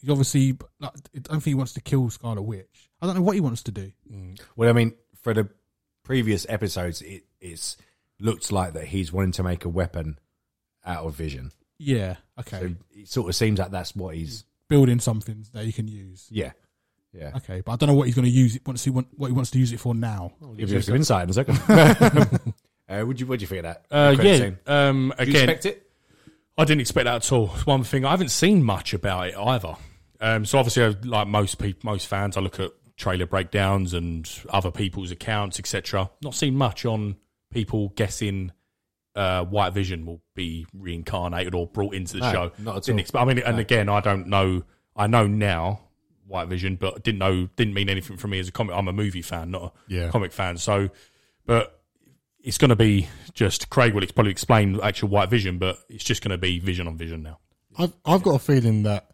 S4: He's obviously, like, I don't think he wants to kill Scarlet Witch. I don't know what he wants to do.
S1: Well, I mean, for the previous episodes, it it's looked like that he's wanting to make a weapon out of Vision.
S4: Yeah, okay.
S1: So it sort of seems like that's what he's.
S4: Building something that he can use.
S1: Yeah, yeah.
S4: Okay,
S1: Oh,
S4: but I don't know what he's going to use it. Wants he want, what he wants to use it for now?
S1: I'll give you some insight in a second. Uh, would you What do you think of that?
S3: Uh,
S1: The credit
S3: yeah.
S1: scene?
S3: Um,
S1: Did you
S3: again,
S1: expect it?
S3: I didn't expect that at all. It's one thing I haven't seen much about it either. Um, so obviously, uh, like most people, most fans, I look at trailer breakdowns and other people's accounts, etc. Not seen much on people guessing uh, White Vision will be reincarnated or brought into the
S1: No,
S3: show.
S1: not at
S3: didn't
S1: all.
S3: Expect, I mean, and again, I don't know. I know now White Vision, but didn't know didn't mean anything for me as a comic. I'm a movie fan, not a
S2: Yeah.
S3: comic fan. So, but it's going to be just Craig will ex- probably explain actual White Vision, but it's just going to be Vision on Vision now.
S2: I've I've got a feeling that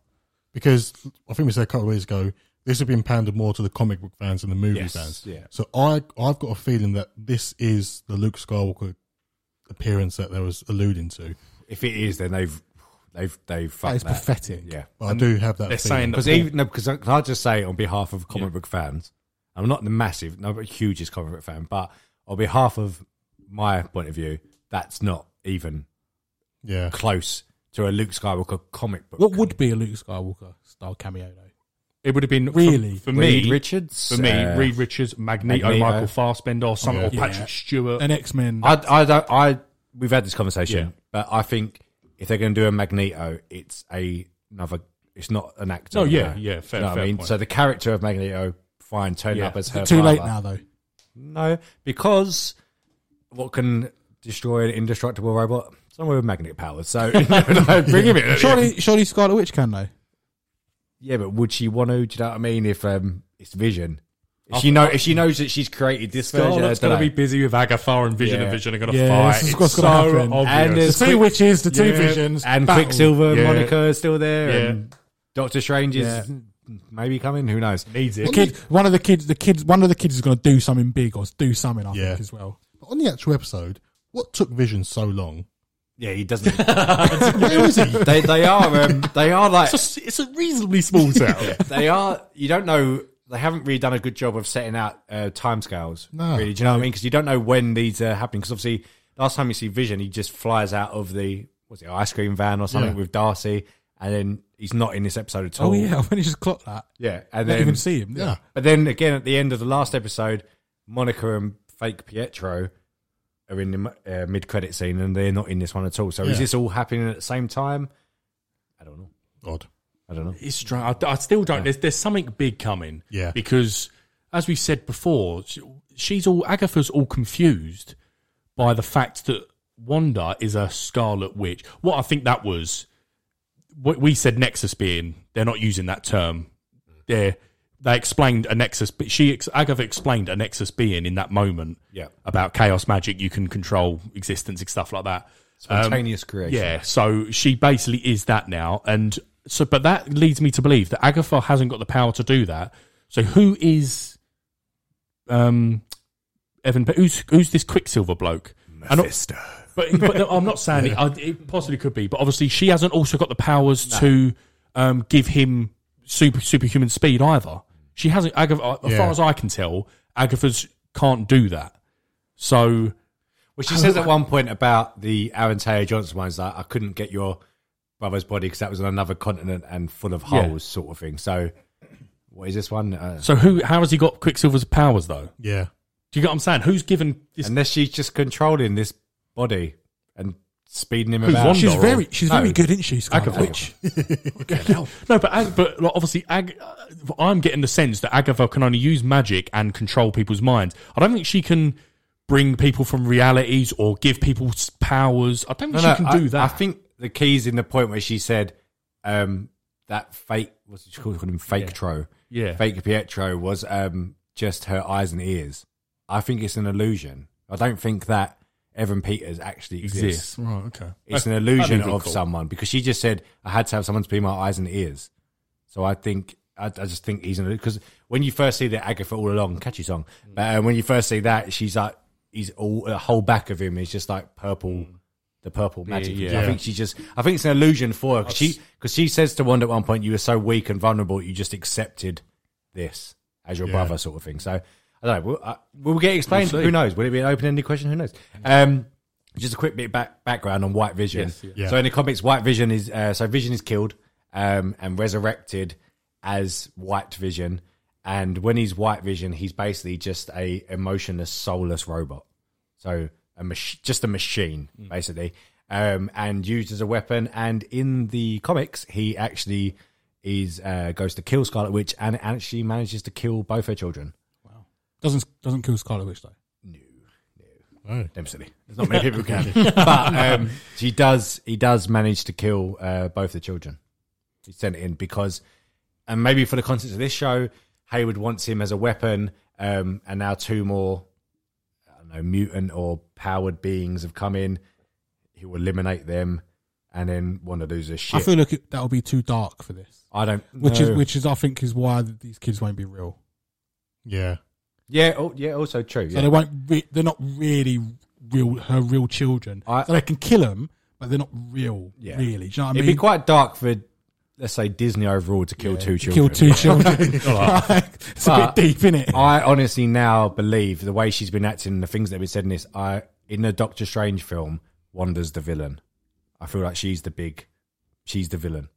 S2: because I think we said a couple of weeks ago this has been pandered more to the comic book fans than the movie
S3: Yes,
S2: fans.
S1: yeah.
S2: So I I've got a feeling that this is the Luke Skywalker appearance that they was alluding to.
S1: If it is, then they've they've they've fucked
S4: That is
S1: that.
S4: pathetic.
S1: Yeah,
S2: But I do have that.
S3: They're
S2: feeling.
S3: saying that
S1: because even no, because I, 'cause I'll just say it on behalf of comic book fans. I'm not the massive, no, but hugest comic book fan, but on behalf of my point of view, that's not even
S2: yeah,
S1: close to a Luke Skywalker comic book.
S4: What would be a Luke Skywalker style cameo though?
S3: it would have been for-
S4: Really?
S3: for, me.
S1: Reed Richards
S3: for me,
S1: Uh,
S3: Reed Richards, Magneto,
S1: Magneto.
S3: Michael Fassbender, or something, or
S2: Yeah.
S3: Patrick Stewart.
S4: An X Men.
S1: Uh, I, I don't. I we've had this conversation,
S3: Yeah.
S1: but I think if they're going to do a Magneto, it's a another. It's not an actor.
S3: No, yeah,
S1: no.
S3: yeah, fair,
S1: You know what
S3: fair
S1: I mean,
S3: point.
S1: so the character of Magneto, fine, turn
S3: Yeah.
S1: up as her.
S4: Too late
S1: father.
S4: now though.
S1: No, because what can destroy an indestructible robot? Someone with magnetic powers. So no, bring him in.
S4: Surely, surely Scarlet Witch can though.
S1: Yeah, but would she want to? Do you know what I mean? If um, it's Vision,
S3: Oh,
S1: if she know, if she knows that she's created this version, I
S3: Scarlet's
S1: don't
S3: going to be
S1: know.
S3: busy with Agatha and Vision,
S1: Yeah.
S3: and Vision are going to
S4: Yeah,
S3: fight.
S4: this is
S3: It's
S4: what's
S3: so
S4: gonna happen.
S1: And
S3: obvious.
S1: there's-
S2: the two
S1: Quick-
S2: witches, the two
S3: Yeah.
S2: visions,
S1: and
S2: battle.
S1: Quicksilver,
S3: Yeah.
S1: Monica is still there,
S3: Yeah.
S1: and Doctor Strange is
S4: Yeah.
S1: maybe coming. Who knows?
S3: Needs
S4: The
S3: it.
S4: kid, one of the kids, the kids, one of the kids is going to do something big or do something. I
S2: Yeah.
S4: think as well.
S2: But on the actual episode, what took Vision so long?
S1: Yeah, he doesn't.
S2: Where is he?
S1: they they are um, they are like
S3: It's a, it's a reasonably small town.
S1: they are. You don't know. They haven't really done a good job of setting out uh, timescales.
S2: No.
S1: really, do you know what I mean? Because you don't know when these are happening. Because obviously, last time you see Vision, he just flies out of the what's it, ice cream van or something
S2: Yeah.
S1: with Darcy, and then he's not in this episode at all.
S4: Oh yeah, when he just clocked that,
S1: yeah. And
S4: I didn't
S1: then,
S4: even see him.
S2: Yeah.
S1: but then again, at the end of the last episode, Monica and fake Pietro are in the uh, mid-credit scene, and they're not in this one at all. So
S2: Yeah.
S1: is this all happening at the same time? I don't know.
S2: Odd.
S1: I don't know.
S3: It's strange. I, I still don't. There's, there's something big coming.
S2: Yeah.
S3: Because, as we said before, she, she's all Agatha's all confused by the fact that Wanda is a Scarlet Witch. What I think that was, what we said Nexus being. They're not using that term. They they explained a Nexus, but she ex- Agatha explained a Nexus being in that moment.
S1: Yeah.
S3: About chaos magic, you can control existence and stuff like that. Um,
S1: Spontaneous creation.
S3: yeah, so she basically is that now, and so but that leads me to believe that Agatha hasn't got the power to do that. So who is um Evan? But who's who's this Quicksilver bloke? And- but, but no, I'm not saying it, I, it possibly could be. But obviously, she hasn't also got the powers to um, give him super superhuman speed either. She hasn't. Agatha, uh, as
S2: Yeah.
S3: far as I can tell, Agatha's can't do that. So
S1: Well, she says at one point about the Aaron Taylor Johnson ones like, I couldn't get your brother's body because that was on another continent and full of
S3: Yeah.
S1: holes, sort of thing. So, what is this one? Uh,
S3: so who? How has he got Quicksilver's powers though?
S2: Yeah.
S3: Do you get what I'm saying? Who's given this?
S1: unless she's just controlling this body and speeding him about.
S3: Wanda?
S4: She's
S3: Laurel.
S4: very, she's
S1: No.
S4: very good, isn't she? Scarlet
S1: Agatha.
S4: Witch.
S3: No, but Ag- but like, obviously, Ag- uh, I'm getting the sense that Agatha can only use magic and control people's minds. I don't think she can bring people from realities or give people s- powers. I don't think
S1: No,
S3: she
S1: no,
S3: can
S1: I,
S3: do that.
S1: I think the key's in the point where she said um, that fake, what's she called him? Fake Tro.
S3: Yeah.
S1: Fake Pietro was um, just her eyes and ears. I think it's an illusion. I don't think that Evan Peters actually exists.
S3: exists.
S2: Right. Okay.
S1: It's an
S3: that'd
S1: illusion
S3: be a good
S1: of
S3: call.
S1: someone because she just said I had to have someone to be my eyes and ears. So I think I, I just think he's an because when you first see the Agatha all along catchy song, but uh, when you first see that she's like he's all the whole back of him is just like purple,
S3: Mm.
S1: the purple magic.
S3: yeah.
S1: I think she just I think it's an illusion for her because she because she says to Wanda at one point you were so weak and vulnerable you just accepted this as your brother sort of thing. So I don't know. Will, uh, will we get explained? Who knows? Will it be an open-ended question? Who knows? Um, just a quick bit of back, background on White Vision.
S2: Yeah.
S1: So in the comics, White Vision is uh, so Vision is killed um, and resurrected as White Vision, and when he's White Vision, he's basically just a emotionless, soulless robot. So a mach- just a machine basically, um, and used as a weapon. And in the comics, he actually is uh, goes to kill Scarlet Witch and actually manages to kill both her children.
S5: Doesn't doesn't kill Scarlet Witch though.
S1: Them silly. There's not many people who can, but um, she does. He does manage to kill uh, both the children. He sent it in because, and maybe for the context of this show, Hayward wants him as a weapon, um, and now two more, I don't know, mutant or powered beings have come in. He will eliminate them, and then want to lose his shit.
S5: I feel like it, that'll be too dark for this.
S1: I don't.
S5: Which
S1: know.
S5: is which is I think is why th- these kids won't be real.
S2: Yeah.
S1: yeah, oh, yeah, also true.
S5: So
S1: yeah.
S5: they won't. Re- they're not really real. Her real children.
S1: I-
S5: so they can kill them, but they're not real.
S1: Yeah.
S5: Really. Do you know what I
S1: It'd
S5: mean?
S1: be quite dark for, let's say, Disney overall to kill two children.
S5: Kill two children. Like, it's a
S1: But-
S5: bit deep in it.
S1: I honestly now believe the way she's been acting and the things that have been said in this, I in the Doctor Strange film, Wanda's the villain. I feel like she's the big she's the villain.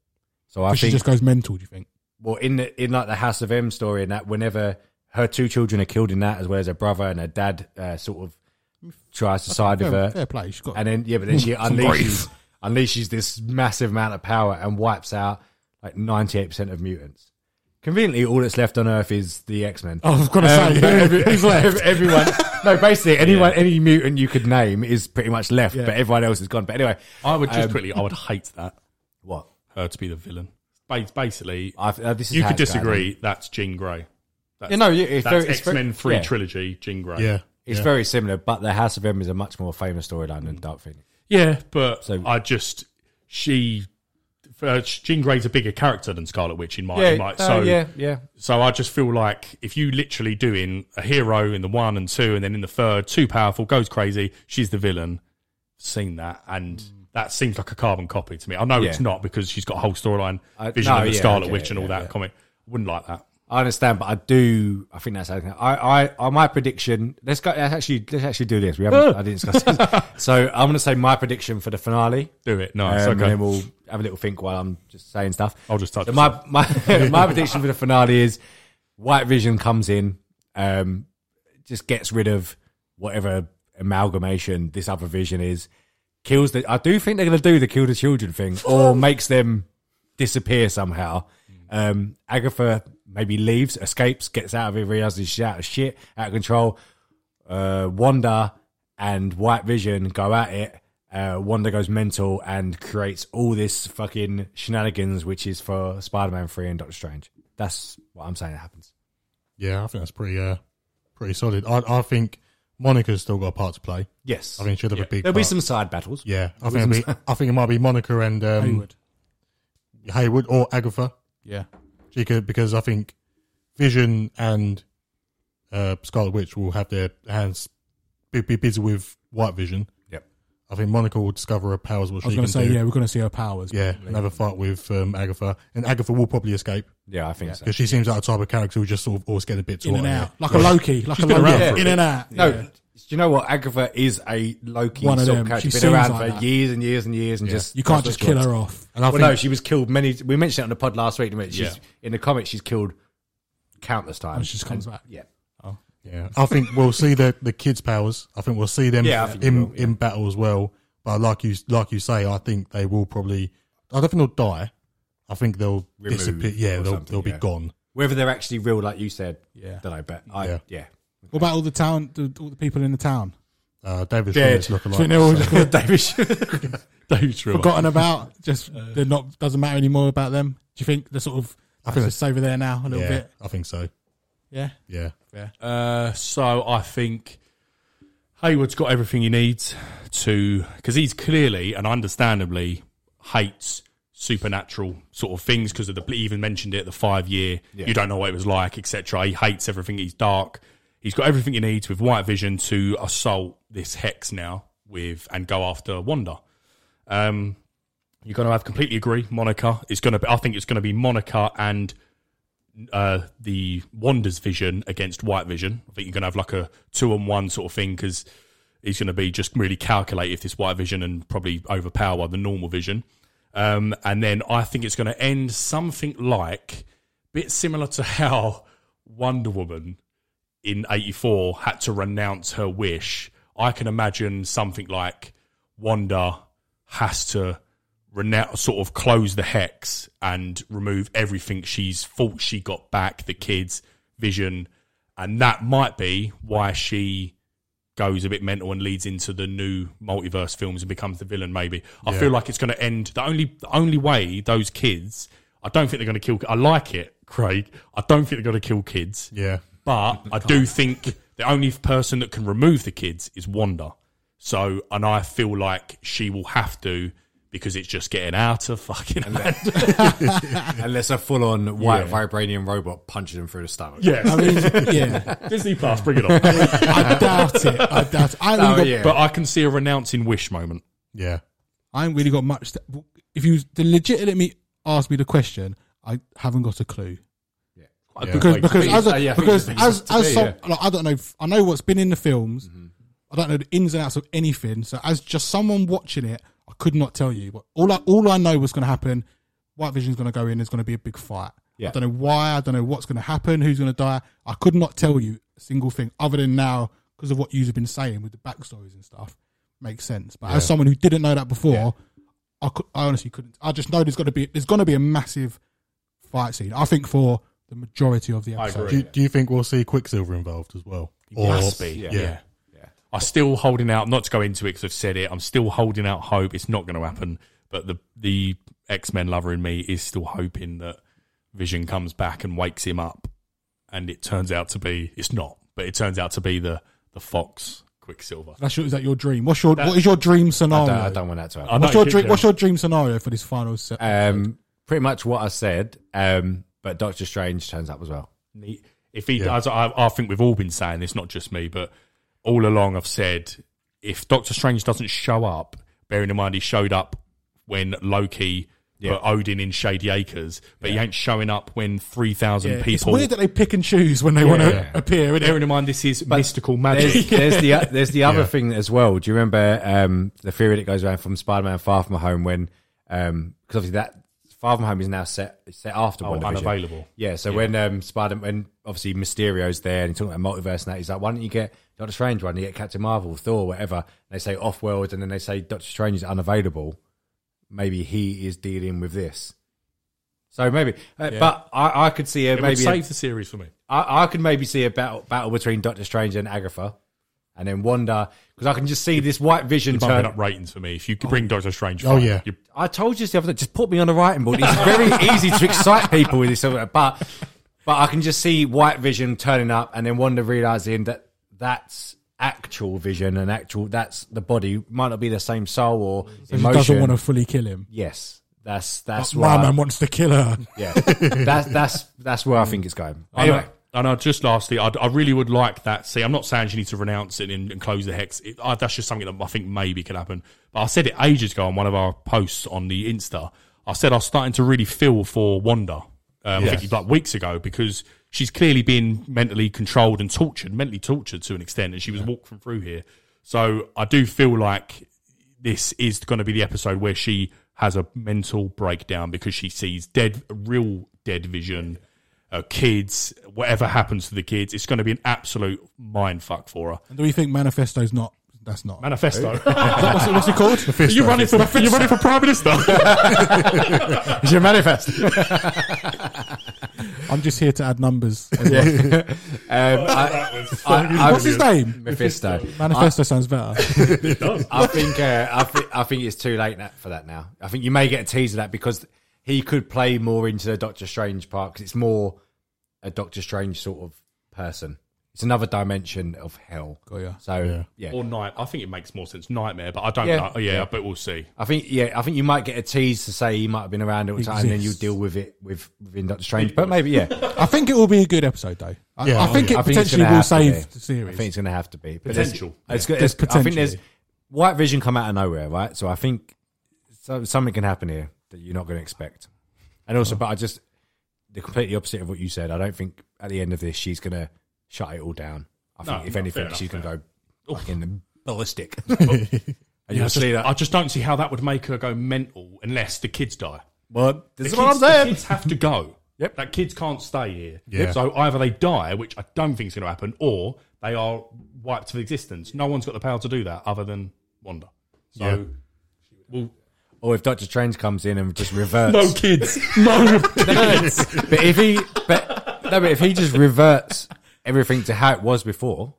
S1: So I
S5: She
S1: think
S5: just goes mental. Do you think?
S1: well in the in like the House of M story and that whenever her two children are killed in that as well as her brother and her dad uh, sort of tries to side with
S5: fair,
S1: her
S5: fair play. She's got.
S1: and then yeah, but then she unleashes unleashes this massive amount of power and wipes out like ninety eight percent of mutants. Conveniently, all that's left on Earth is the X Men.
S5: I was gonna say,
S1: but
S5: who- who's left?
S1: Everyone, no, basically anyone, any mutant you could name is pretty much left, but everyone else is gone. But anyway,
S3: I would
S1: Um,
S3: just quickly. I would hate that
S1: what?
S3: her to be the villain. Ba- Basically,
S1: I, uh, this is
S3: you
S1: how
S3: could
S1: it's going.
S3: disagree. That's Jean Grey. That's,
S1: Yeah, no, you- if
S3: that's
S1: there- it's
S3: X Men
S1: very-
S3: Three
S1: yeah.
S3: trilogy. Jean Grey.
S2: Yeah.
S1: It's very similar, but the House of M is a much more famous storyline than Dark Phoenix.
S3: Yeah, but
S1: So-
S3: I just she uh, Jean Grey's a bigger character than Scarlet Witch in my in my
S1: uh,
S3: so
S1: yeah, yeah.
S3: so I just feel like if you literally doing a hero in the one and two and then in the third too powerful goes crazy she's the villain seen that and that seems like a carbon copy to me I know it's
S1: Mm. Yeah.
S3: not because she's got a whole storyline
S1: I-
S3: vision
S1: no,
S3: of the
S1: yeah,
S3: Scarlet
S1: okay,
S3: Witch and all
S1: yeah,
S3: that
S1: yeah.
S3: comic I wouldn't like that
S1: I understand, but I do. I think that's. I, I, I, my prediction. Let's go. Let's actually, let's actually do this. We haven't. I didn't discuss this. So I'm going to say my prediction for the finale,
S3: do it
S1: um,
S3: nice
S1: and
S3: okay
S1: then we'll have a little think while I'm just saying stuff.
S3: I'll just touch
S1: So my my my prediction for the finale is White Vision comes in, um, just gets rid of whatever amalgamation this other Vision is, kills the. I do think they're going to do the kill the children thing, or makes them disappear somehow. Um, Agatha maybe leaves, escapes, gets out of it, realizes she's out of shit, out of control. Uh, Wanda and White Vision go at it. Uh, Wanda goes mental and creates all this fucking shenanigans, which is for Spider Man 3 and Doctor Strange. That's what I'm saying happens.
S2: Yeah, I think that's pretty uh, pretty solid. I, I think Monica's still got a part to play.
S1: Yes.
S2: I think she'll have a big
S1: There'll be
S2: part.
S1: some side battles.
S2: Yeah, I think, it'll be, I think it might be Monica and um, Hayward.
S5: Hayward.
S2: or Agatha.
S4: Yeah.
S2: She could, because I think Vision and uh, Scarlet Witch will have their hands be, be busy with White Vision.
S1: Yep.
S2: I think Monica will discover her powers. What
S5: I was
S2: she
S5: gonna
S2: can
S5: say,
S2: do.
S5: yeah, we're gonna see her powers.
S2: yeah, and have a fight with um, Agatha, and Agatha will probably escape
S1: Yeah, I think so.
S2: because she seems like a type of character who just sort of always get a bit
S5: In
S2: tired
S5: and
S2: of
S5: out,
S2: it.
S5: like a Loki, like a
S2: been around
S5: Loki,
S2: for
S5: in and out.
S1: No,
S5: Yeah.
S1: do you know what? Agatha is a Loki
S5: One of
S1: sort
S5: them.
S1: of character.
S5: She
S1: She's been around
S5: seems like
S1: for
S5: that.
S1: years and years and years, and just
S5: you can't
S1: that's
S5: just
S1: what she
S5: kill
S1: wants.
S5: her off.
S2: And I
S1: Well,
S2: think
S1: no, she was killed many. We mentioned it on the pod last week. Didn't we? She's
S3: Yeah.
S1: in the comics. She's killed countless times.
S5: And she just comes back.
S1: Yeah,
S2: Yeah, I think we'll see the the kids' powers. I think we'll see them
S1: Yeah, I think
S2: in
S1: you will, yeah.
S2: in battle as well. But like you like you say, I think they will probably. I don't think they'll die. I think they'll
S1: Removed
S2: disappear. Yeah,
S1: or
S2: they'll
S1: something,
S2: they'll be
S1: yeah.
S2: gone.
S1: whether they're actually real, like you said,
S5: Yeah.
S1: don't know. But I,
S2: Yeah.
S1: yeah,
S5: What about all the town, the, all the people in the town?
S2: Uh, David
S1: Dead.
S2: Schwimmer's look
S5: I think they're all
S2: alike.
S5: just
S1: yeah. David,
S3: Dave's true.
S5: forgotten about. Just
S2: Uh,
S5: they're not doesn't matter anymore about them. Do you think they're sort of? I think
S2: think
S5: just over there now a little
S2: Yeah,
S5: bit.
S2: I think so.
S5: Yeah.
S2: Yeah,
S3: Uh, so I think Hayward's got everything he needs to because he's clearly and understandably hates supernatural sort of things because of the he even mentioned it the five year you don't know what it was like etc. He hates everything. He's dark. He's got everything he needs with White Vision to assault this hex now with and go after Wanda. Um, you're going to have completely agree. Monica is going to be. I think it's going to be Monica and uh, the Wander's vision against White vision. I think you're going to have like a two on one sort of thing because he's going to be just really calculated if this White vision and probably overpower the normal vision. Um, and then I think it's going to end something like bit similar to how Wonder Woman in 84 had to renounce her wish I can imagine something like Wanda has to rena- sort of close the hex and remove everything she's thought she got back, the kids, vision, and that might be why she goes a bit mental and leads into the new multiverse films and becomes the villain. Maybe I feel like it's going to end. The only the only way those kids, I don't think they're going to kill. I like it, Craig. I don't think they're going to kill kids.
S2: Yeah.
S3: But I do think the only person that can remove the kids is Wanda. So, and I feel like she will have to because it's just getting out of fucking hand.
S1: Unless a full on white vibranium robot punches him through the stomach.
S3: Yeah,
S4: I mean, yeah,
S3: Disney Plus, bring it on.
S4: I doubt it. I doubt. It. I ain't really
S1: Oh,
S4: got
S1: yeah.
S3: But I can see a renouncing wish moment.
S2: Yeah.
S4: I ain't really got much. To, if you to legitimately ask me the question, I haven't got a clue.
S3: Yeah.
S4: Because because
S1: think
S4: as
S1: it's-
S4: a,
S1: uh, yeah, I think
S4: because
S1: it's-
S4: as
S1: it's-
S4: as
S1: yeah, Mm-hmm.
S4: some, like, I don't know if- I know what's been in the films. I don't know the ins and outs of anything. So as just someone watching it, I could not tell you. But all I all I know was going to happen. White Vision's going to go in. There's going to be a big fight.
S1: Yeah.
S4: I don't know why. I don't know what's going to happen. Who's going to die? I could not tell you a single thing other than now because of what you've been saying with the backstories and stuff. Makes sense. But as someone who didn't know that before, I, could, I honestly couldn't. I just know there's got to be there's going to be a massive fight scene. I think for the majority of the episode.
S3: agree.
S2: Do you, do you think we'll see Quicksilver involved as well? Or,
S3: must be. Yeah.
S2: Yeah.
S3: I'm still holding out, not to go into it because I've said it, I'm still holding out hope. It's not going to happen. But the, the X Men lover in me is still hoping that Vision comes back and wakes him up. And it turns out to be, it's not, but it turns out to be the, the Fox Quicksilver.
S4: That's your, is that your dream? What's your what is your dream
S1: I,
S4: scenario?
S1: don't, I don't want that to happen.
S3: I know
S4: what's your
S3: it
S4: dream?
S3: could-
S4: What's your dream scenario for this final set?
S1: Um, pretty much what I said, um, but Doctor Strange turns up as well.
S3: He- if he does, I, I think we've all been saying this, not just me, but all along I've said if Doctor Strange doesn't show up, bearing in mind he showed up when Loki put Odin in Shady Acres, but he ain't showing up when 3,000
S4: it's
S3: people.
S4: weird that they pick and choose when they want to
S1: yeah.
S4: appear. Isn't it?
S3: bearing in mind this is mystical
S1: There's,
S3: magic.
S1: there's the there's the other thing as well. Do you remember um, the theory that goes around from Spider-Man: Far From Home when because obviously that Far From Home is now set set after
S3: Oh,
S1: WandaVision.
S3: unavailable.
S1: Yeah, so when um, Spider when obviously Mysterio's there and he's talking about multiverse and that, he's like, why don't you get Doctor Strange? Why don't you get Captain Marvel, Thor, whatever? And they say off world, and then they say Doctor Strange is unavailable. Maybe he is dealing with this. So maybe, uh, but I, I could see a
S3: It
S1: maybe
S3: would save the series for me.
S1: I, I could maybe see a battle battle between Doctor Strange and Agatha, and then Wanda because I can just see this white vision
S3: Bumping
S1: turn.
S3: up ratings for me. If you could bring Doctor Strange,
S2: Oh,
S3: fine.
S2: yeah.
S3: You-
S1: I told you the other day, just put me on the writing board. It's very easy to excite people with this, sort of- but but I can just see White Vision turning up, and then Wanda realizing that that's actual vision and actual that's the body might not be the same soul or
S4: She
S1: emotion.
S4: doesn't want to fully kill him.
S1: yes, that's that's
S4: My
S1: why.
S4: man wants to kill her.
S1: Yeah, that's that's that's where I think it's going.
S3: I know.
S1: Anyway,
S3: And I just lastly, I'd, I really would like that. See, I'm not saying you need to renounce it and, and close the hex. It, I, that's just something that I think maybe could happen. But I said it ages ago on one of our posts on the Insta. I said I was starting to really feel for Wanda. Um, I think it's like weeks ago because she's clearly been mentally controlled and tortured, mentally tortured to an extent, and she was walking through here. So I do feel like this is going to be the episode where she has a mental breakdown because she sees dead, real dead vision, uh, kids, whatever happens to the kids. It's going to be an absolute mind fuck for her.
S4: And do we think manifesto's not? That's not.
S3: Manifesto.
S4: what's, it, what's it called?
S3: you're running for you're running for prime minister.
S1: it's your manifest.
S4: I'm just here to add numbers.
S1: Um, I, I, I,
S4: What's his name?
S1: Mephisto.
S4: Manifesto sounds better.
S1: I think uh, I, th- I think it's too late na- for that now. I think you may get a tease of that because he could play more into the Doctor Strange part because it's more a Doctor Strange sort of person. It's another dimension of hell.
S4: Got ya.
S1: So Oh, yeah.
S3: Or night. I think it makes more sense. Nightmare, but I don't
S1: Yeah.
S3: know. Yeah,
S1: Yeah.
S3: but we'll see.
S1: I think yeah, I think you might get a tease to say he might have been around all the time, and then you'll
S4: Exists.
S1: deal with it with within Doctor Strange. But maybe yeah,
S4: I think it will be a good episode though. I,
S2: Yeah,
S4: I think
S2: I
S4: it
S1: I think it's
S4: potentially
S1: gonna
S4: will
S1: have to
S4: save
S1: be.
S4: the
S1: I
S4: series.
S1: think it's going to have to be But
S3: Potential.
S1: There's, it's, go-
S4: There's
S1: it's- I think there's
S4: potentially.
S1: White Vision come out of nowhere, right? So I think so, something can happen here that you're not going to expect. And also, but I just the completely opposite of what you said. I don't think at the end of this she's going to shut it all down. I think
S3: No,
S1: if
S3: no,
S1: anything,
S3: fair enough,
S1: she's going
S3: fair
S1: to go fucking ballistic. and you'll see that.
S3: I just don't see how that would make her go mental unless the kids die.
S1: well, this
S3: The
S1: is what I'm
S3: kids- the
S1: saying.
S3: kids have to go.
S1: Yep.
S3: That kids can't stay here.
S2: Yeah.
S3: So either they die, which I don't think is going to happen, or they are wiped of existence. No one's got the power to do that other than Wanda. So,
S2: Yeah.
S3: well,
S1: Or if Doctor Strange comes in and just reverts.
S3: no kids, no kids.
S1: But if he, but no, but if he just reverts everything to how it was before,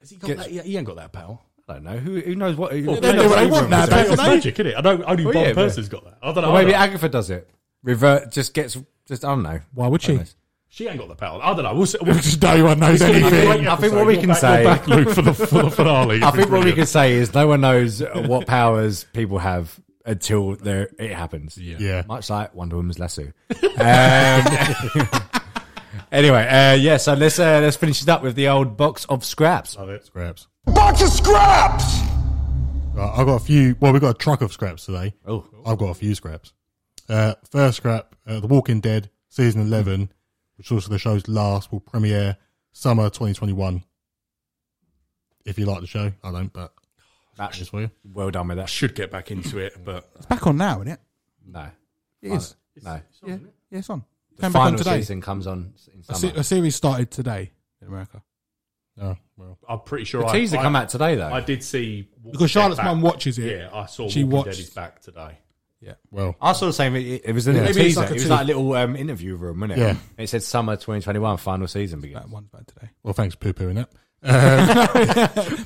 S3: Has he, got that? He, he ain't got that power.
S1: I don't know who who knows what. Who,
S3: they
S2: know what they want now,
S3: That's
S2: don't they?
S3: magic, isn't it? I know only one
S1: Oh, yeah, but-
S3: person's got that. I don't know.
S1: Or maybe
S3: I don't know.
S1: Agatha does it. Revert just gets just I don't know.
S5: Why would she?
S3: she ain't got the power. I don't know. We'll, see- we'll
S2: no one knows anything.
S1: I think what we can say.
S3: back Luke for the, for the finale.
S1: I think what we can say is no one knows what powers people have until they're- it happens.
S2: Yeah.
S1: Much like Wonder Woman's lasso. Um, anyway, uh, yeah. So let's uh, let's finish it up with the old box of scraps.
S2: Scraps.
S6: Bunch of scraps!
S2: Right, I've got a few. Well, we've got a truck of scraps today.
S1: Oh,
S2: I've got a few scraps. Uh, first scrap, uh, The Walking Dead season eleven, which is also the show's last, will premiere summer twenty twenty one. If you like the show, I don't, but
S1: that's
S2: it's for you.
S1: well done with that.
S3: should get back into it, but
S4: It's back on now, isn't it?
S1: No,
S4: It is.
S1: no.
S4: Yeah, yeah, it's on.
S1: The
S4: Came back on
S1: final
S4: today.
S1: season comes on in
S4: A, se-
S1: summer.
S4: a series started today in America
S2: Oh well,
S3: I'm pretty sure
S1: The
S3: I,
S1: teaser
S3: I,
S1: come out today though.
S3: I did see
S4: because Charlotte's
S3: back.
S4: mum watches it.
S3: Yeah, I saw
S4: She
S3: she Walking Dead
S4: watched-
S3: is back today.
S2: well,
S1: I saw the same. It, it was in the
S4: Maybe it's
S1: teaser.
S4: like a
S1: it was
S4: teaser.
S1: like a little um, interview room, wasn't it?
S2: Yeah.
S1: And it said summer 2021 final season begins.
S4: That one's bad today.
S2: well, thanks poo pooing that.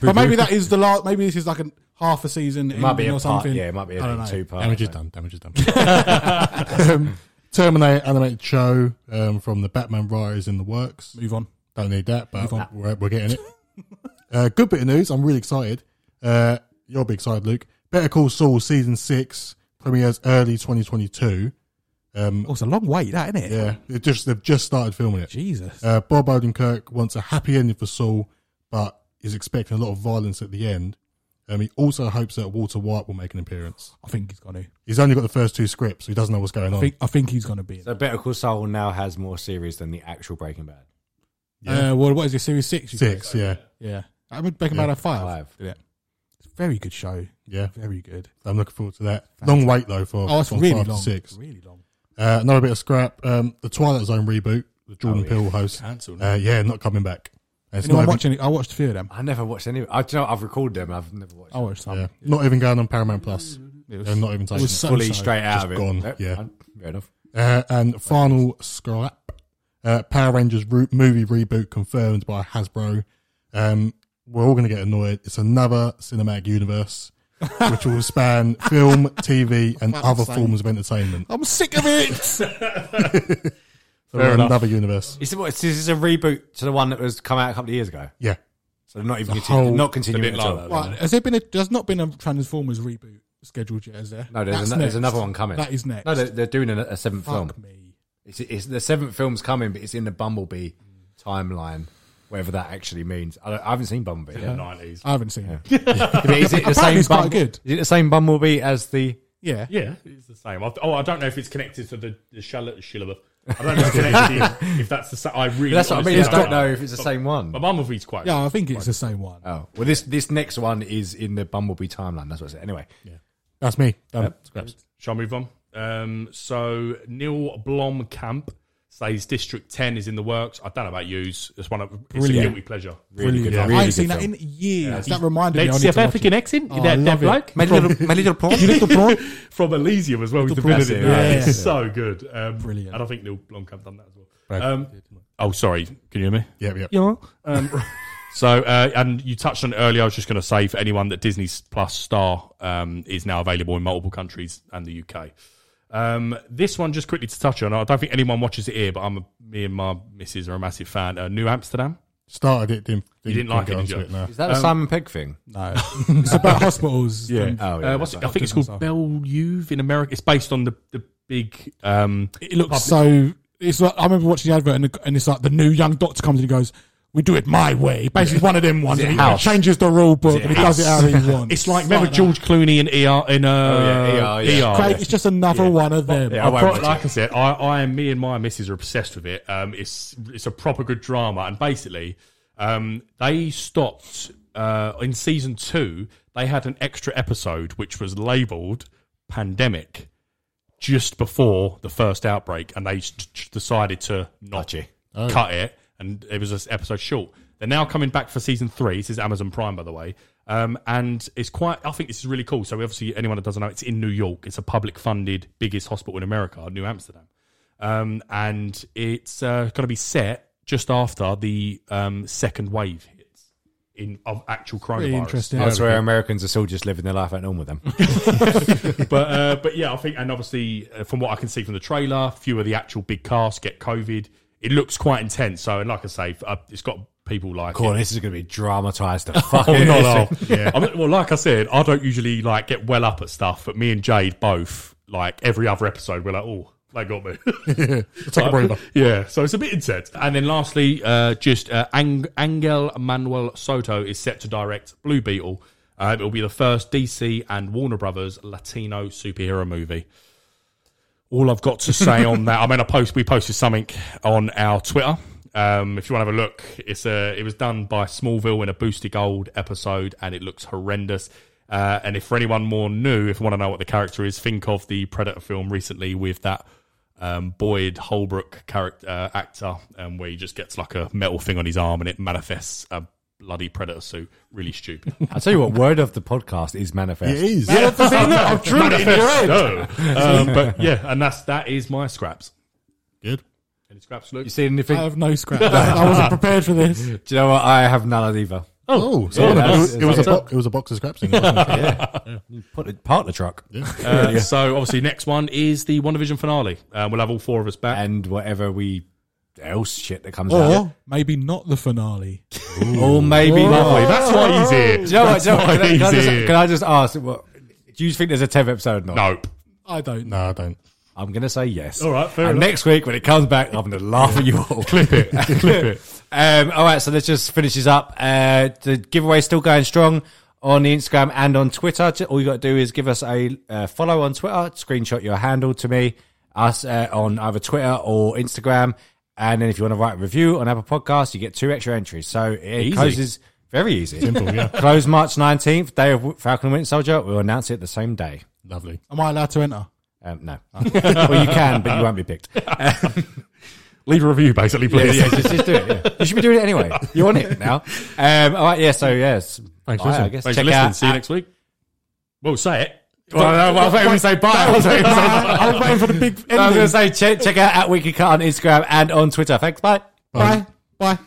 S4: But maybe that is the last. Maybe this is like a half a season.
S1: It might be
S4: or
S1: a part.
S4: something.
S1: Yeah, it might be
S4: I don't
S1: a
S4: know.
S1: two part.
S2: Damage is done. Damage is done. um, Terminator animated show um, from the Batman writers in the works.
S4: Move on.
S2: Don't need that, but we're, we're getting it. uh, good bit of news. I'm really excited. Uh, you'll be excited, Luke. Better Call Saul season six premieres early 2022.
S4: Oh, it's a long wait, that isn't it?
S2: Yeah, it just they've just started filming it.
S4: Jesus.
S2: Uh, Bob Odenkirk wants a happy ending for Saul, but is expecting a lot of violence at the end. Um, he also hopes that Walter White will make an appearance.
S4: I think he's gonna.
S2: He's only got the first two scripts, so he doesn't know what's going
S4: I
S2: on.
S4: think I think he's gonna be. In.
S1: So Better Call Saul now has more series than the actual Breaking Bad.
S2: Yeah.
S4: Uh, well, what is it? Series six. you
S2: Six, yeah,
S4: said? Yeah. I mean, Breaking Bad had five.
S1: Five.
S4: Yeah. It's a very good show.
S2: yeah.
S4: Very good.
S2: I'm looking forward to that. Long wait though for
S4: Oh, it's
S2: from
S4: really
S2: five to
S4: long.
S2: six.
S4: Really long.
S2: Uh, another bit of scrap. Um, the Twilight Zone reboot. The Jordan
S1: Oh, yeah.
S2: Peele host.
S3: Cancelled.
S2: Uh, yeah, not coming back. And It's
S4: Anyone
S2: not even,
S4: watching it? I watched a few of them.
S1: I never watched any. I do you know I've recorded them. I've never watched.
S4: I
S1: them.
S4: watched some.
S2: yeah, not even going on Paramount Plus.
S4: It was,
S2: They're not even
S4: it
S2: touching
S4: was
S2: it.
S4: so
S1: fully
S4: sad.
S1: straight out
S2: Just
S1: of it.
S2: gone,
S1: Nope.
S2: yeah.
S1: Fair enough.
S2: Uh, and final scrap. Uh, Power Rangers ro- movie reboot confirmed by Hasbro. Um, we're all going to get annoyed. It's another cinematic universe, which will span film, TV, and other forms of entertainment.
S4: I'm sick of it.
S2: So we're another universe.
S1: Is it what? This is a reboot to the one that was come out a couple of years ago.
S2: Yeah.
S1: So they're not even
S2: The
S1: continu-
S2: whole-
S1: not continuing
S3: bit
S1: at all.
S3: like that.
S4: right, has there been a? There's not been a Transformers reboot scheduled yet, is there?
S1: No, there's,
S4: That's
S1: an- there's
S4: next.
S1: another one coming.
S4: That is next.
S1: No, they're, they're doing a, a seventh film.
S4: Fuck me.
S1: It's, it's the seventh film's coming, but it's in the Bumblebee timeline, whatever that actually means. I, don't, I haven't seen Bumblebee.
S3: in
S1: yet.
S3: the 90s.
S4: I haven't seen it.
S1: But is it the
S4: Apparently
S1: same?
S4: it's quite
S1: Bumble-
S4: good.
S1: Is it the same Bumblebee as the?
S4: Yeah.
S3: Yeah, it's the same. I've, oh, I don't know if it's connected to the, the Charlotte Shillabeth. I don't know if, it's connected, if that's the same. I really
S1: That's what I mean. I
S3: honestly
S1: don't know if it's the same
S3: My
S1: one.
S3: mum will read quite.
S4: Yeah, I think it's the same one.
S1: Oh well, this this next one is in the Bumblebee timeline. That's what I said. Anyway,
S2: That's me. Done.
S3: Shall I move on? Um, so Neil Blomkamp says District 10 is in the works. I don't know about yous. It's one of it's a guilty pleasure.
S1: really good.
S2: Yeah.
S1: Really
S4: I
S1: good
S4: ain't seen that
S1: film.
S4: in years. That reminded me. I
S3: Let's
S4: need
S3: see if
S4: to watch it.
S3: African accent.
S4: Oh, I
S3: that that
S4: love it.
S3: bloke
S1: My little, my little prawn.
S3: from Elysium as well. He's the
S1: prawn.
S3: villain in
S1: That's it,
S3: that.
S1: yeah.
S3: It's so good. Um,
S4: Brilliant.
S3: And I think Neil Blomkamp done that as well.
S2: Right.
S3: Um, oh, sorry. Can you hear me?
S2: Yeah, yeah.
S3: So, uh, and you touched on it earlier. I was just going to say for anyone that Disney Plus Star um, is now available in multiple countries and the UK. Um, this one, just quickly to touch on, I don't think anyone watches it here, but I'm a, me and my missus are a massive fan. Uh, New Amsterdam.
S2: Started it, didn't, didn't,
S3: didn't like
S2: get
S3: it,
S2: onto
S3: did you?
S2: no.
S1: Is that a Simon Pegg thing?
S4: No, it's about hospitals. Yeah,
S1: Oh,
S3: Uh, what's it? I think it's
S4: different
S3: called Bellevue in America. It's based on the, the big. Um,
S4: it looks so. It's like I remember watching the advert, and, the, and it's like the new young doctor comes and he goes, "We do it my way." Basically, one of them ones.
S1: it
S4: and he
S1: House?
S4: changes the rule book and he does it how he wants.
S3: it's like remember George Clooney in ER in uh,
S1: yeah, ER, yeah.
S3: ER.
S4: Craig, it's just another one of them.
S1: Yeah, I won't
S3: Pro-
S1: watch
S3: like I said, I, I and me and my missus are obsessed with it. Um, it's it's a proper good drama, and basically, um, they stopped uh, in season two. They had an extra episode which was labelled "pandemic" just before the first outbreak, and they s- t- decided to not
S1: Gotcha.
S3: cut it, and it was an episode short. They're now coming back for season three. This is Amazon Prime, by the way. Um, and it's quite, I think this is really cool. So, obviously, anyone that doesn't know, it's in New York. It's a public funded, biggest hospital in America, New Amsterdam. Um, and it's uh, going to be set just after the um, second wave hits in of actual coronavirus.
S4: interesting.
S1: That's where Americans are still just living their life at normal. Then
S3: but uh, but yeah, I think, and obviously uh, from what I can see from the trailer, few of the actual big cast get COVID. It looks quite intense. So, and like I say, uh, it's got people like
S1: God, this is going to be dramatized. The fuck
S3: Oh,
S1: it
S3: not
S1: is.
S3: at all. I mean, well, like I said, I don't usually like get well up at stuff, but me and Jade both like every other episode, we're like, oh, they got me.
S2: Take a breather.
S3: yeah, so it's a bit intense. And then lastly, uh, just uh, Ang- Angel Manuel Soto is set to direct Blue Beetle. Um, it'll be the first DC and Warner Brothers Latino superhero movie. All I've got to say on that, I mean, I post we posted something on our Twitter. Um, if you want to have a look, it's a it was done by Smallville in a boosted gold episode, and it looks horrendous. Uh, and if for anyone more new, if you want to know what the character is, think of the Predator film recently with that um, Boyd Holbrook character uh, actor, um, where he just gets like a metal thing on his arm and it manifests a bloody predator suit. Really stupid.
S1: I tell you what, word of the podcast is manifest.
S2: It is.
S1: I've drilled it in your head.
S3: no, um, but yeah, and that's that is my scraps.
S2: Good.
S3: Any scraps, Luke?
S1: You seen anything?
S3: Uh,
S5: I have no scrap. I wasn't prepared for this.
S1: Do you know what? I have none either.
S2: Oh, so
S1: Yeah,
S2: it, was,
S1: that's-
S2: it was a bo- it was a box of scraps. In there,
S1: Put it, part the truck
S3: Uh, so obviously, next one is the One Division finale. Uh, we'll have all four of us back.
S1: and whatever we else shit that
S3: Oh.
S1: comes out.
S4: Or maybe not the finale.
S1: Or maybe
S3: Lovely. That's why he's here.
S1: Do you know what?
S3: Oh. That's
S1: Do you know what?
S3: why
S1: Can, I,
S3: he's
S1: can I
S3: here.
S1: just, can I just ask? What, do you think there's a 10th episode? Not?
S3: Nope.
S4: I don't know.
S2: no, I don't.
S1: I'm going to say yes.
S3: All right, fair
S1: and
S3: enough.
S1: next week when it comes back, I'm going to laugh at you all. Clip it. Clip it. Um, all right, so let's just finish this up. Uh, the giveaway's still going strong on the Instagram and on Twitter. Ju- All you got to do is give us a uh, follow on Twitter, screenshot your handle to me, us uh, on either Twitter or Instagram. And then if you want to write a review on Apple Podcasts, you get two extra entries. So it closes very easy. Simple, yeah. Close March 19th, day of Falcon and Winter Soldier. We'll announce it the same day.
S2: Lovely.
S4: Am I allowed to enter?
S1: Um, no. well, you can, but you won't be picked.
S3: Leave a review, basically, please.
S1: Yeah, yeah, just, just do it. yeah. You should be doing it anyway. You're on it now. Um, all right, yeah, so yes.
S3: Thanks
S1: for listening. Thanks for
S3: for
S1: listening.
S3: See you next week. Well, say it.
S1: Well, no, I was waiting to say bye. I was waiting, for the big I was going to say, check, check out at Weekly Cut on Instagram and on Twitter. Thanks, bye.
S4: Bye. Bye.